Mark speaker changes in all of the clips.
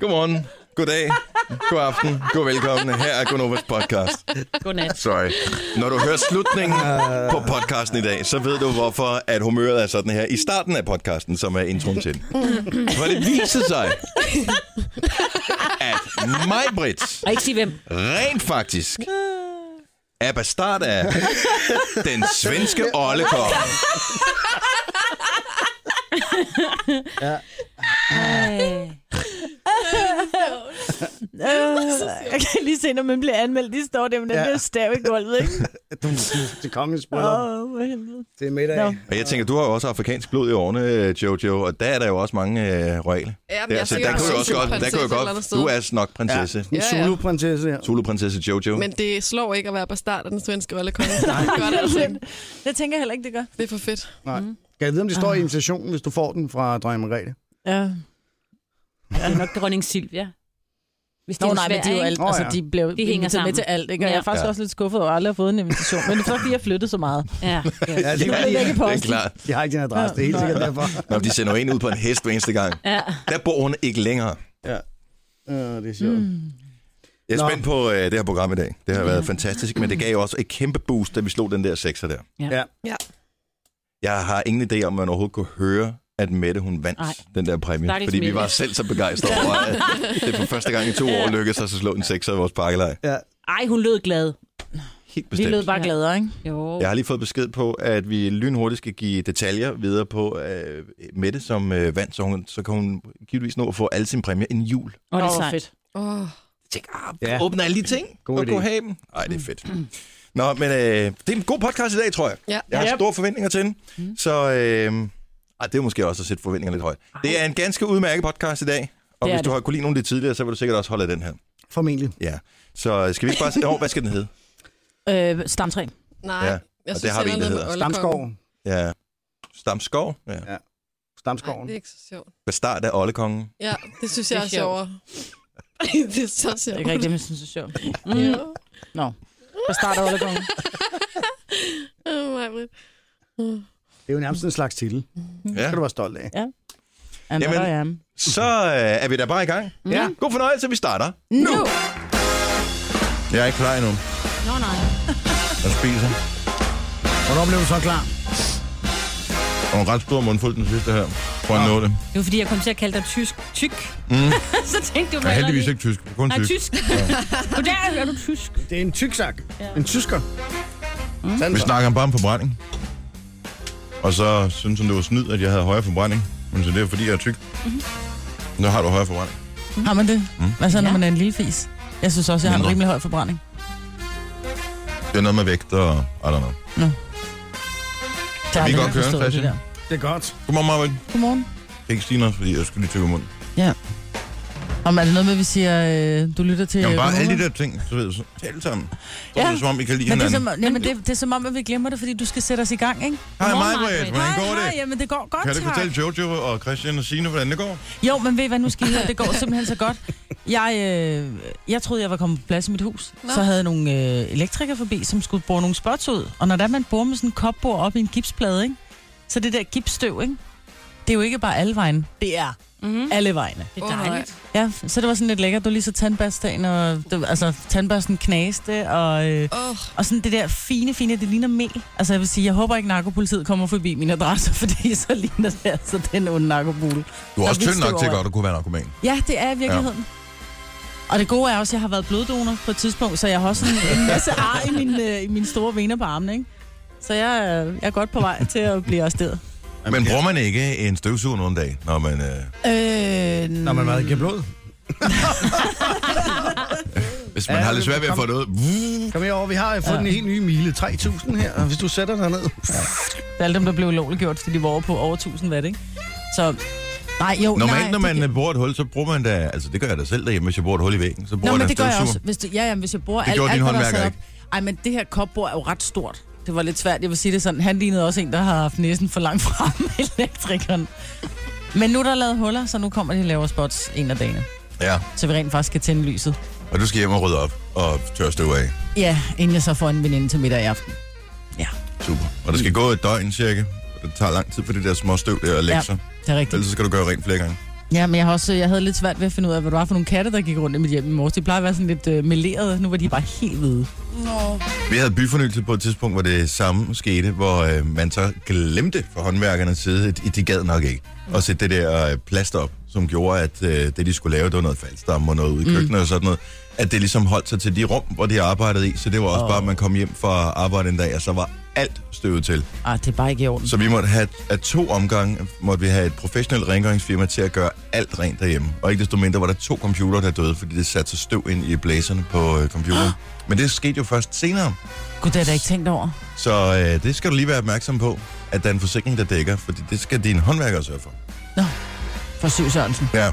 Speaker 1: Godmorgen, goddag, god aften, god velkommen. Her er Gunovas podcast.
Speaker 2: Godnat.
Speaker 1: Sorry. Når du hører slutningen på podcasten i dag, så ved du, hvorfor at humøret er sådan her i starten af podcasten, som er introen til. For det viser sig, at Majbrit
Speaker 2: Og ikke sige hvem.
Speaker 1: rent faktisk er bastard af den svenske ollekop.
Speaker 3: Øh, jeg kan lige se, når man bliver anmeldt, de står der med den
Speaker 4: Ja.
Speaker 3: ja. der stav i gulvet, ikke?
Speaker 4: Du til kongens bryllup.
Speaker 2: Ah.
Speaker 3: Åh, oh, helvede.
Speaker 4: Det er middag.
Speaker 3: Nå.
Speaker 1: Og jeg tænker, du har jo også afrikansk blod i årene, øh, Jojo, og der er der jo også mange øh, regler.
Speaker 5: Ja, men
Speaker 1: Der,
Speaker 5: jeg
Speaker 1: så
Speaker 5: er
Speaker 1: der kan du
Speaker 5: sikkert
Speaker 1: også godt, der kan
Speaker 5: prinsesse
Speaker 1: du
Speaker 5: et eller andet
Speaker 1: godt,
Speaker 5: sted.
Speaker 1: du er nok prinsesse.
Speaker 4: En
Speaker 5: Ja, ja.
Speaker 4: Zulu-prinsesse her.
Speaker 1: Soloprinsesse Jojo.
Speaker 5: Men det slår ikke at være bastard af den svenske rollekonge. det gør det altså ikke.
Speaker 3: Det tænker jeg heller ikke, det gør.
Speaker 5: Det er for fedt.
Speaker 4: Nej. Kan jeg vide, om det står i invitationen, hvis du får den fra dronning Margrethe?
Speaker 3: Ja.
Speaker 2: Det er nok dronning Silvia. Hvis det
Speaker 3: Nå,
Speaker 2: er
Speaker 3: nej, men de, er jo alt,
Speaker 4: Åh,
Speaker 3: oh, altså,
Speaker 4: ja.
Speaker 3: de blev de
Speaker 2: hænger
Speaker 3: hænger med
Speaker 2: sammen.
Speaker 3: til alt, ikke? Og
Speaker 2: Ja.
Speaker 3: jeg er faktisk
Speaker 1: Ja.
Speaker 3: også lidt skuffet over, at jeg aldrig har fået en invitation. Men det er fordi, jeg flyttede så meget.
Speaker 2: Ja,
Speaker 4: Ja,
Speaker 2: ja.
Speaker 4: det, er,
Speaker 3: Det er
Speaker 4: fordi,
Speaker 3: ikke på
Speaker 1: Det er klart.
Speaker 4: de har ikke din adresse. Det er helt
Speaker 3: Nå.
Speaker 4: sikkert derfor.
Speaker 1: Nå, de sender jo en ud på en hest hver eneste gang.
Speaker 2: ja.
Speaker 1: Der bor hun ikke længere.
Speaker 4: Øh, det er sjovt.
Speaker 6: Mm.
Speaker 1: Jeg er
Speaker 4: Nå.
Speaker 1: spændt på øh, det her program i dag. Det har været fantastisk, men det gav jo også et kæmpe boost, da vi slog den der sekser der.
Speaker 4: Ja.
Speaker 1: Jeg har ingen idé om, man overhovedet kunne høre, at Mette hun vandt
Speaker 2: Nej.
Speaker 1: den der præmie.
Speaker 2: Stakkels
Speaker 1: fordi vi
Speaker 2: Mette.
Speaker 1: var selv så begejstrede over, at det for første gang i to år lykkedes os at slå en sekser i vores pakkelej.
Speaker 4: Ja.
Speaker 2: Ej, hun lød glad.
Speaker 1: Helt
Speaker 3: Vi
Speaker 1: bestemt.
Speaker 3: lød bare
Speaker 2: Ja.
Speaker 3: gladere, ikke?
Speaker 2: Jo.
Speaker 1: Jeg har lige fået besked på, at vi lynhurtigt skal give detaljer videre på øh, Mette, som øh, vandt, så, hun, så kan hun givetvis nå at få alle sine præmier inden jul.
Speaker 2: Og det er
Speaker 3: Åh,
Speaker 2: sejt.
Speaker 3: fedt.
Speaker 5: Oh.
Speaker 1: Tænk, ah,
Speaker 4: Ja.
Speaker 1: åbne alle de ting
Speaker 4: God
Speaker 1: og
Speaker 4: idé.
Speaker 1: gå have dem. Ej, det er fedt. Nå, men øh, det er en god podcast i dag, tror jeg.
Speaker 5: Ja.
Speaker 1: Jeg har
Speaker 3: Ja.
Speaker 1: store forventninger til den. Så øh, ej, det er måske også at sætte forventninger lidt højt. Det er en ganske udmærket podcast i dag. Og
Speaker 2: Det er
Speaker 1: hvis du
Speaker 2: det.
Speaker 1: har kunne lide nogle af de tidligere, så vil du sikkert også holde af den her.
Speaker 4: Formentlig.
Speaker 1: Ja. Så skal vi ikke bare sige, oh, hvad skal den hedde?
Speaker 3: Øh, stamtræ.
Speaker 5: Nej,
Speaker 1: Ja,
Speaker 5: ja. jeg
Speaker 1: og
Speaker 5: synes,
Speaker 1: det har vi
Speaker 5: heller
Speaker 1: en, der
Speaker 5: noget
Speaker 1: hedder
Speaker 5: med
Speaker 4: Stamskov.
Speaker 5: oldekongen.
Speaker 1: Ja. Stamskov? Ja.
Speaker 4: Stamskoven.
Speaker 5: Nej, det er ikke så sjovt.
Speaker 1: Hvad start af Ollekongen?
Speaker 5: Ja, det synes jeg
Speaker 2: Det
Speaker 5: er
Speaker 2: er sjovt.
Speaker 5: sjovere. det er så
Speaker 3: Det er
Speaker 5: sjovt.
Speaker 3: ikke rigtigt, men jeg synes, det er sjovt.
Speaker 5: Ja.
Speaker 3: Nå. Fra start af undergangen.
Speaker 5: Åh, Maj-Brit.
Speaker 4: Det er jo nærmest en slags titel. Det
Speaker 1: Ja.
Speaker 4: kan du være stolt af.
Speaker 3: And
Speaker 1: Jamen.
Speaker 3: Jamen. I am.
Speaker 1: Så øh, er vi da bare i gang.
Speaker 4: Ja.
Speaker 1: God fornøjelse, vi starter.
Speaker 3: Nu!
Speaker 1: Jeg er ikke klar endnu.
Speaker 2: Nå, nej.
Speaker 1: Jeg spiser.
Speaker 4: Hvornår blev du så klar?
Speaker 1: Og en ret stor mundfuld den sidste her. For at nå det.
Speaker 2: Det var fordi, jeg kom til at kalde dig tysk. Tyk. Mm. så tænkte du,
Speaker 1: Jeg
Speaker 2: hvad
Speaker 1: er
Speaker 2: er
Speaker 1: heldigvis
Speaker 2: det?
Speaker 1: ikke tysk. Kun
Speaker 2: Nej,
Speaker 1: tysk.
Speaker 2: tysk. Goddag, er du tysk?
Speaker 4: Det er en tyksak. En tysker.
Speaker 7: Vi snakker bare om forbrænding. Og så synes hun, det var snyd, at jeg havde højere forbrænding. Men så det er fordi, jeg er tyk. Mm-hmm. Så har du højere forbrænding.
Speaker 6: Har man det? Hvad så, når
Speaker 2: Ja.
Speaker 6: man er en lille fis? Jeg synes også, jeg har en
Speaker 7: Hmm? Mindre.
Speaker 6: rimelig høj forbrænding.
Speaker 7: Det er noget med vægt og... I don't know.
Speaker 6: Det har
Speaker 7: vi
Speaker 6: jeg
Speaker 7: godt
Speaker 6: aldrig
Speaker 7: køre,
Speaker 6: forstået, det
Speaker 7: Christian?
Speaker 6: der.
Speaker 4: Det er godt.
Speaker 7: Godmorgen, Marvind.
Speaker 6: Godmorgen.
Speaker 7: Jeg kan ikke sige noget, fordi jeg skulle lige tykke munden.
Speaker 6: Om er det noget med, at vi siger, øh, du lytter til...
Speaker 7: Jamen bare
Speaker 6: øh,
Speaker 7: alle de
Speaker 6: Gunova?
Speaker 7: der ting, så ved du, så tale sammen. Så
Speaker 6: Ja.
Speaker 7: er det som om, I kan lide
Speaker 6: Men det, er
Speaker 7: hinanden.
Speaker 6: som, jamen, det, det er som om, at vi glemmer det, fordi du skal sætte os i gang, ikke?
Speaker 7: Hej,
Speaker 2: Godmorgen,
Speaker 7: Marvind.
Speaker 2: Maj-Brit.
Speaker 7: Hvordan går
Speaker 6: hej,
Speaker 7: det?
Speaker 6: jamen det går godt,
Speaker 7: Kan du
Speaker 6: tak.
Speaker 7: fortælle Jojo og Christian og Signe, hvordan det går?
Speaker 6: Jo, men ved I hvad, nu skal I høre, det går simpelthen så godt. Jeg, øh, jeg troede, jeg var kommet på plads i mit hus.
Speaker 5: Nå.
Speaker 6: Nå. Så havde jeg nogle øh, elektrikere forbi, som skulle bore nogle spots ud. Og når der man borer med sådan en kopbord op i en gipsplade, ikke? så det der gipsstøv, ikke? det er jo ikke bare alle vejen. Det er
Speaker 2: Mm.
Speaker 6: alle vejene.
Speaker 2: Det
Speaker 5: Åh,
Speaker 2: er
Speaker 5: nej.
Speaker 2: dejligt.
Speaker 6: Ja, så det var sådan lidt lækkert. Du lige så tandbørsten, og du, altså, tandbørsten knaste, og, øh,
Speaker 5: Åh,
Speaker 6: og sådan det der fine, fine, det ligner mel. Altså jeg vil sige, jeg håber ikke, narkopolitiet kommer forbi min adresse, fordi så ligner det altså den onde narkobule.
Speaker 7: Du er
Speaker 6: Nå,
Speaker 7: også
Speaker 6: vi
Speaker 7: tynd nok
Speaker 6: støver
Speaker 7: til
Speaker 6: over.
Speaker 7: godt at kunne være narkoman.
Speaker 6: Ja, det er i virkeligheden. Ja. Og det gode er også, at jeg har været bloddonor på et tidspunkt, så jeg har også en, en masse ar i mine, øh, i mine store vener på armen, ikke? Så jeg, øh, jeg er godt på vej til at blive arresteret.
Speaker 7: Men bruger man ikke en støvsuger nogle dage, når man... Øh,
Speaker 6: Øh,
Speaker 4: Når man har været igennem blod.
Speaker 7: hvis man
Speaker 4: Ja,
Speaker 7: har lidt
Speaker 4: men
Speaker 7: svært ved at få
Speaker 4: kom-
Speaker 7: det ud?
Speaker 4: Kom herover, vi har fået ja. en helt ny mile. 3.000 her, og hvis du sætter dig ned.
Speaker 6: Det er alle dem, der blev ulovligt gjort, fordi de var over på over 1000 watt, ikke? Så, nej, jo, nej,
Speaker 7: Normalt, når
Speaker 6: det
Speaker 7: man
Speaker 6: gi-
Speaker 7: øh, bruger et hul, så bruger man da... Altså, det gør jeg da selv derhjemme, hvis jeg bruger et hul i væggen. Så bruger
Speaker 6: Nå,
Speaker 7: jeg da
Speaker 6: men
Speaker 7: en
Speaker 6: det gør jeg
Speaker 7: støvsuger.
Speaker 6: også. Hvis du, ja, jamen, hvis jeg bruger
Speaker 7: Det
Speaker 6: alt,
Speaker 7: gjorde
Speaker 6: alt,
Speaker 7: dine
Speaker 6: hvad der er
Speaker 7: håndværkere
Speaker 6: sat op. Ej, men det her kopbord er jo ret stort. Det var lidt svært. Jeg vil sige det sådan. Han lignede også en, der har haft næsen for langt frem elektrikeren. Men nu er der lavet huller, så nu kommer de og laver spots en af dagene.
Speaker 7: Ja,
Speaker 6: Så vi rent faktisk skal tænde lyset.
Speaker 7: og du skal hjem og rydde op og tørre støv af.
Speaker 6: Ja, inden jeg så får en veninde til middag i aften.
Speaker 7: Super. Og der skal
Speaker 6: Mm.
Speaker 7: gå et døgn cirka. Og Det tager lang tid for det der små støv der at lægge
Speaker 6: Ja.
Speaker 7: sig.
Speaker 6: Det er rigtigt.
Speaker 7: Ellers så skal du gøre rent flere gange.
Speaker 6: Ja, men jeg, har også, øh, jeg havde lidt svært ved at finde ud af, hvad det var for nogle katte, der gik rundt i mit hjem i morges. De plejer at være sådan lidt øh, melerede. Nu var de bare helt hvide.
Speaker 5: Nå.
Speaker 1: Vi havde byfornyelse på et tidspunkt, hvor det samme skete, hvor øh, man så glemte fra håndværkernes side, at de gad nok ikke, at sætte det der øh, plast op, som gjorde, at øh, det, de skulle lave, det var noget faldstamme og noget ude i køkkenet og sådan noget, at det ligesom holdt sig til de rum, hvor de arbejdede i, så det var også oh. bare, at man kom hjem fra arbejde en dag, og så var alt støvet til.
Speaker 6: Ah, det er bare ikke i orden.
Speaker 1: Så vi måtte have, at to omgange måtte vi have et professionelt rengøringsfirma til at gøre alt rent derhjemme. Og ikke desto mindre var der to computere, der døde, fordi det satte sig støv ind i blæserne på øh, computeren. Men det skete jo først senere.
Speaker 6: Gud, det har jeg da ikke tænkt over.
Speaker 1: Så øh, det skal du lige være opmærksom på, at der er en forsikring, der dækker, fordi det skal din håndværker sørge for.
Speaker 6: For syv Sørensen.
Speaker 1: Ja.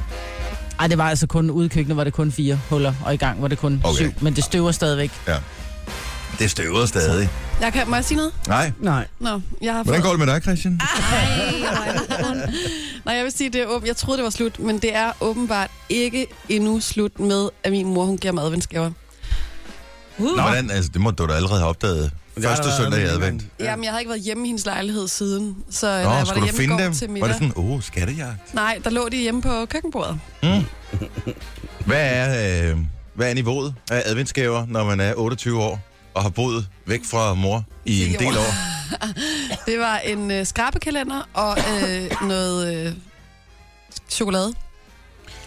Speaker 6: Ej, det var altså kun ude i køkkenet, var det kun fire huller, og i gang var det kun
Speaker 1: Okay.
Speaker 6: okay. syv. Men det støver stadigvæk.
Speaker 1: Det støver stadig.
Speaker 5: Jeg kan, må jeg sige noget?
Speaker 1: Nej.
Speaker 4: Nej.
Speaker 5: Nå, jeg har
Speaker 1: Hvordan går det med dig, Christian?
Speaker 5: Nej, jeg vil sige, det er åben... jeg troede, det var slut, men det er åbenbart ikke endnu slut med, at min mor, hun giver mig adventsgaver.
Speaker 1: Nå, hvordan? Altså, det må du da allerede have opdaget.
Speaker 4: Det har der
Speaker 1: Første
Speaker 4: været
Speaker 1: søndag i
Speaker 4: allerede
Speaker 1: advent.
Speaker 4: en gang.
Speaker 5: Ja. Jamen, jeg har ikke været hjemme i hendes lejlighed siden, så Nå,
Speaker 1: Nå,
Speaker 5: jeg var
Speaker 1: skulle du
Speaker 5: derhjemme i
Speaker 1: finde
Speaker 5: går
Speaker 1: dem?
Speaker 5: til
Speaker 1: Var
Speaker 5: middag.
Speaker 1: det sådan, åh, oh, skattejagt?
Speaker 5: Nej, der lå de hjemme på køkkenbordet.
Speaker 1: Hvad er, øh, hvad er niveauet af adventsgaver, når man er 28 år og har boet væk fra mor i en
Speaker 5: Ti år.
Speaker 1: del år?
Speaker 5: Det var en øh, skrabekalender og øh, noget øh, chokolade.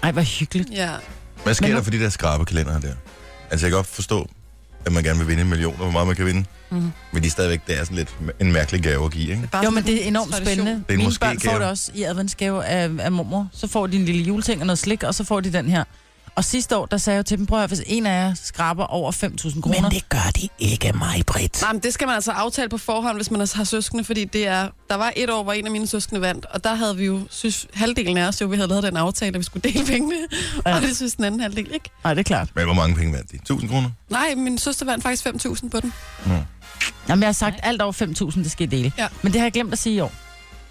Speaker 6: Ej, hvor hyggeligt.
Speaker 5: Ja.
Speaker 1: Hvad sker
Speaker 6: Men nu-
Speaker 1: der for de der skrabekalendere der? Altså, jeg kan godt forstå, at man gerne vil vinde en million, og hvor meget man kan vinde.
Speaker 6: Mhm.
Speaker 1: Men de er stadigvæk, det er sådan lidt en mærkelig gave at give, ikke?
Speaker 5: Bare
Speaker 6: Jo,
Speaker 5: sådan
Speaker 6: men det er
Speaker 5: en
Speaker 6: enormt
Speaker 5: tradition.
Speaker 6: spændende.
Speaker 1: en
Speaker 6: Mine
Speaker 1: måske
Speaker 6: børn får
Speaker 1: gave.
Speaker 6: det også i adventsgave af, af mormor. Så får de en lille juleting og noget slik, og så får de den her. Og sidste år, der sagde jeg til dem, prøv at høre, hvis en af jer skraber over 5.000 kroner... Men det gør de ikke, mig, Britt.
Speaker 5: Nej, men det skal man altså aftale på forhånd, hvis man altså har søskende, fordi det er, der var et år, hvor en af mine søskende vandt, og der havde vi jo, synes, halvdelen af os jo, vi havde lavet den aftale, at vi skulle dele pengene,
Speaker 6: Ja.
Speaker 5: ja. og det synes den anden halvdel ikke.
Speaker 6: Nej, det er klart.
Speaker 1: Men hvor mange penge vandt de? 1000 kroner?
Speaker 5: Nej, min søster vandt faktisk 5.000 på den.
Speaker 6: Jamen, jeg har sagt, alt over 5.000, det skal I dele.
Speaker 5: Ja.
Speaker 6: Men det har jeg glemt at sige i år.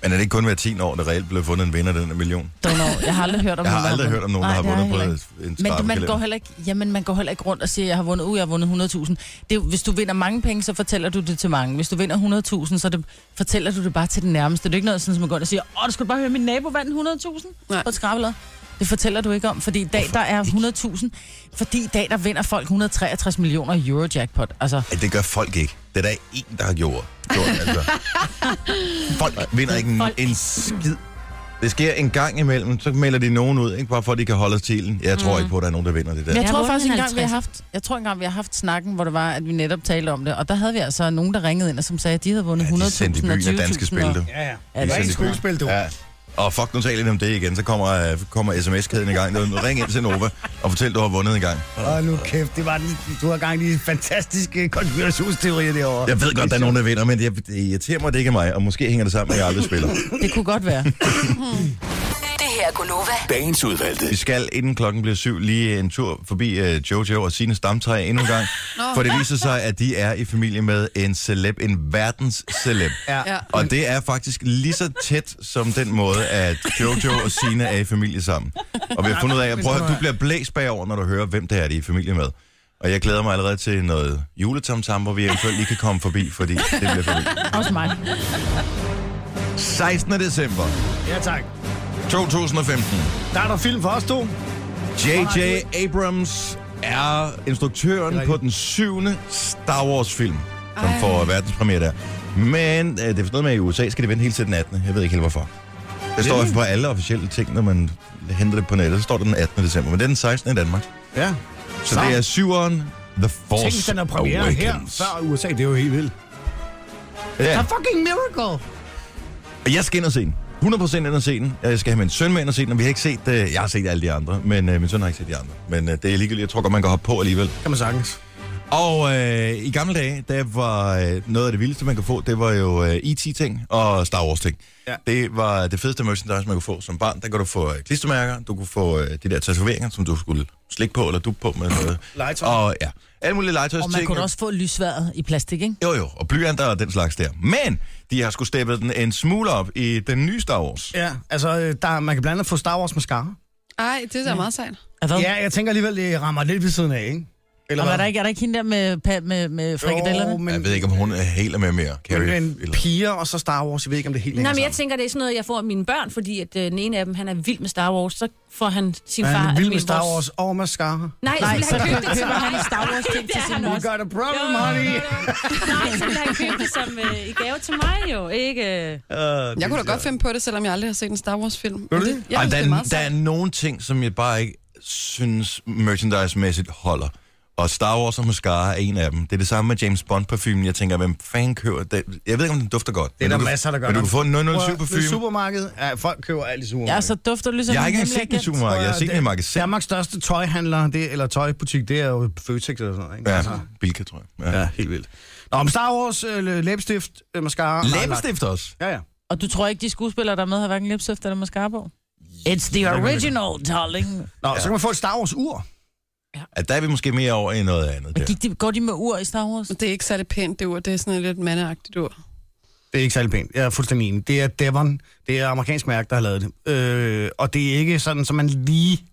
Speaker 1: Men er det ikke kun hver 10 år, der reelt blev fundet en vinder af den her million?
Speaker 6: Don't know. Jeg har aldrig hørt om
Speaker 1: Jeg har
Speaker 6: nogen,
Speaker 1: aldrig
Speaker 6: der
Speaker 1: hørt om nogen, der
Speaker 6: Nej,
Speaker 1: har
Speaker 6: det jeg
Speaker 1: vundet på
Speaker 6: heller ikke.
Speaker 1: en
Speaker 6: Men du- man går,
Speaker 1: skrabekalender.
Speaker 6: heller ikke, jamen, man går heller ikke rundt og siger, jeg har vundet, uh, jeg har vundet 100.000. Det er, jo- hvis du vinder mange penge, så fortæller du det til mange. Hvis du vinder 100.000, så er det, fortæller du det bare til den nærmeste. Det er ikke noget, sådan, som man går ind og siger, åh, du skulle bare høre, min nabo vandt 100.000
Speaker 5: Nej.
Speaker 6: på et skrabbelad. Det fortæller du ikke om, fordi i dag der er 100.000, fordi i dag der vinder folk 163 millioner euro jackpot. Altså,
Speaker 1: Ej, det gør folk ikke. Det er der en, der har gjort. gjort altså. Folk vinder ikke en, en skid. Det sker en gang imellem, så melder de nogen ud, ikke bare for, at de kan holde os til den. Jeg
Speaker 6: Mm.
Speaker 1: tror ikke på, at der er nogen, der vinder det der.
Speaker 6: Men
Speaker 2: Jeg
Speaker 6: jeg
Speaker 2: har
Speaker 6: tror
Speaker 2: vundet
Speaker 6: faktisk
Speaker 2: en
Speaker 6: engang, vi har
Speaker 2: 50.
Speaker 6: haft, jeg tror engang, vi har haft snakken, hvor det var, at vi netop talte om det. Og der havde vi altså nogen, der ringede ind, og som sagde, at de havde vundet
Speaker 1: Ja,
Speaker 6: 100.000
Speaker 1: de er
Speaker 6: og 20.000.
Speaker 1: sendt i byen af danske spil,
Speaker 6: og-
Speaker 1: du.
Speaker 4: Ja, ja.
Speaker 6: Ja,
Speaker 1: De
Speaker 6: det
Speaker 1: er
Speaker 6: er
Speaker 4: Rent
Speaker 1: sendt i byen.
Speaker 4: skuespil, du.
Speaker 1: Ja. Og fuck, nu taler jeg lidt om det igen, så kommer, øh, kommer sms-kæden i gang. Nu Ring ind til Nova og fortæl, du har vundet en gang.
Speaker 4: Åh, nu kæft, det var den, du har gang i de fantastiske konspirationsteorier derovre.
Speaker 1: Jeg ved godt, der er nogen, der vinder, men det, det irriterer mig, at det ikke er mig. Og måske hænger det sammen med, at jeg aldrig spiller.
Speaker 6: Det kunne godt være.
Speaker 8: Det her er Gunova.
Speaker 9: Dagens udvalgte.
Speaker 1: Vi skal, inden klokken bliver syv, lige en tur forbi øh, Jojo og sine stamtræ endnu en gang. For det viser sig, at de er i familie med en celeb, en verdens celeb.
Speaker 5: Ja.
Speaker 1: Og det er faktisk lige så tæt som den måde, at Jojo og Sina er i familie sammen. Og vi har fundet ud af, at, prøv, at høre, du bliver blæst bagover, når du hører, hvem det er, de er i familie med. Og jeg glæder mig allerede til noget juletamtam, hvor vi eventuelt lige kan komme forbi, fordi det bliver forbi.
Speaker 6: Også mig.
Speaker 1: 16. december
Speaker 4: Ja, tak.
Speaker 1: 2015.
Speaker 4: Der er der film for os to.
Speaker 1: J.J. Abrams er instruktøren på den syvende Star Wars-film, som
Speaker 5: Ej.
Speaker 1: får verdenspremiere der. Men øh, det er sådan noget med, at i USA skal det vente helt til den 18. Jeg ved ikke helt, hvorfor. Det står på alle officielle ting, når man henter det på nettet. Så står der den 18. december, men det er den 16. i Danmark.
Speaker 4: Ja.
Speaker 1: Så det er syveren The Force
Speaker 4: Tænk, den er premiere her
Speaker 1: Awakens.
Speaker 4: før USA. Det er jo helt vildt.
Speaker 1: Ja.
Speaker 4: A fucking miracle!
Speaker 1: Og Jeg skal ind og se den. 100% ind og se den. Jeg skal have min søn med ind og se den, og vi har ikke set... Øh, jeg har set alle de andre, men øh, min søn har ikke set de andre. Men øh, det er ligegyldigt. Jeg tror godt, man kan hoppe på alligevel.
Speaker 4: Kan man sagtens.
Speaker 1: Og øh, i gamle dage, der var øh, noget af det vildeste, man kunne få, det var jo øh, IT-ting og Star Wars-ting. Ja.
Speaker 4: Ja.
Speaker 1: Det var det fedeste merchandise, man kunne få som barn. Der kunne du få øh, klistermærker, du kunne få øh, de der tatoveringer, som du skulle slikke på eller duppe på med noget.
Speaker 4: Legetøj.
Speaker 1: og ja, alle mulige legetøjsting.
Speaker 6: Og man kunne også få lysværet i plastik, ikke?
Speaker 1: Jo, jo, og blyanter og den slags der. Men de har skulle steppet den en smule op i den nye Star Wars.
Speaker 4: Ja, altså, øh, der, man kan blandt andet få Star Wars mascara.
Speaker 5: Ej, det er da meget sejt.
Speaker 6: Er hvad?
Speaker 4: Ja, jeg tænker alligevel, det rammer lidt ved siden af, ikke? Eller
Speaker 6: Og er
Speaker 4: hvad?
Speaker 6: der ikke, er der ikke hende der med, pa- med, med frikadellerne?
Speaker 4: Jo,
Speaker 1: Men, jeg
Speaker 4: men,
Speaker 1: ved ikke, om hun er helt med mere. Carrie.
Speaker 4: men, men
Speaker 1: eller-
Speaker 4: piger og så Star Wars, jeg ved ikke, om det helt
Speaker 2: Nej,
Speaker 4: hænger
Speaker 2: men jeg
Speaker 4: sammen.
Speaker 2: tænker, det er sådan noget, jeg får af mine børn, fordi at øh, den ene af dem, han er vild med Star Wars, så får han sin
Speaker 4: Er
Speaker 2: far...
Speaker 4: han vild med
Speaker 2: almindelig
Speaker 4: Star
Speaker 2: vores-
Speaker 4: Wars og mascara?
Speaker 2: Nej, så
Speaker 6: Nej,
Speaker 2: ville
Speaker 6: så
Speaker 2: han købe det som
Speaker 6: køber han en Star Wars ting til sin
Speaker 4: We got a problem, honey!
Speaker 2: Nej, så ville han købe det som øh, i gave til mig jo, ikke?
Speaker 4: Øh,
Speaker 5: Jeg kunne da godt finde på det, selvom jeg aldrig har set en Star Wars-film.
Speaker 4: Vil du
Speaker 5: Men
Speaker 4: det?
Speaker 5: Jeg
Speaker 1: Ej,
Speaker 5: synes,
Speaker 1: der,
Speaker 5: det er
Speaker 1: er,
Speaker 5: meget
Speaker 1: der er
Speaker 5: sejt.
Speaker 1: nogle ting, som jeg bare ikke synes merchandise-mæssigt holder. Og Star Wars og mascara er en af dem. Det er det samme med James Bond-parfumen. Jeg tænker, hvem fanden køber det? Jeg ved ikke, om den dufter godt.
Speaker 4: Det er
Speaker 1: Men
Speaker 4: der
Speaker 1: du kan-
Speaker 4: masser, der gør.
Speaker 1: Men du kan få en
Speaker 4: Prøv at- ved
Speaker 1: 007-parfume.
Speaker 4: supermarkedet, ja, folk køber alt i
Speaker 6: Ja,
Speaker 4: supermarkedet.
Speaker 6: så dufter det ligesom
Speaker 1: Jeg har
Speaker 6: en
Speaker 1: ikke engang set
Speaker 6: hemmelig
Speaker 1: den i
Speaker 6: agent.
Speaker 1: supermarkedet. Jeg har set den i magasin.
Speaker 4: Danmarks største tøjhandler, det, eller tøjbutik, det er jo Føtex eller sådan noget, ikke?
Speaker 1: Ja,
Speaker 4: Altså,
Speaker 1: Bilka, tror jeg. Ja.
Speaker 4: ja, helt vildt. Nå, om Star Wars, øh, læbestift, øh, mascara... nej, nej.
Speaker 1: Læbestift også.
Speaker 4: Ja, ja.
Speaker 6: Og du tror ikke, de skuespillere, der er med, har hverken lipstift eller mascara på? It's the original, darling.
Speaker 4: Nå, så kan man få et Star Wars-ur.
Speaker 1: At der er vi måske mere over i noget andet. Der.
Speaker 6: Men gik de, går de med ur i Star Wars?
Speaker 5: Men Det er ikke særlig pænt, det ur. Det er sådan et lidt mandeagtigt ur.
Speaker 4: Det er ikke særlig pænt. Jeg er fuldstændig enig. Det er Devon. Det er amerikansk mærke, der har lavet det. Øh, og det er ikke sådan, som man lige...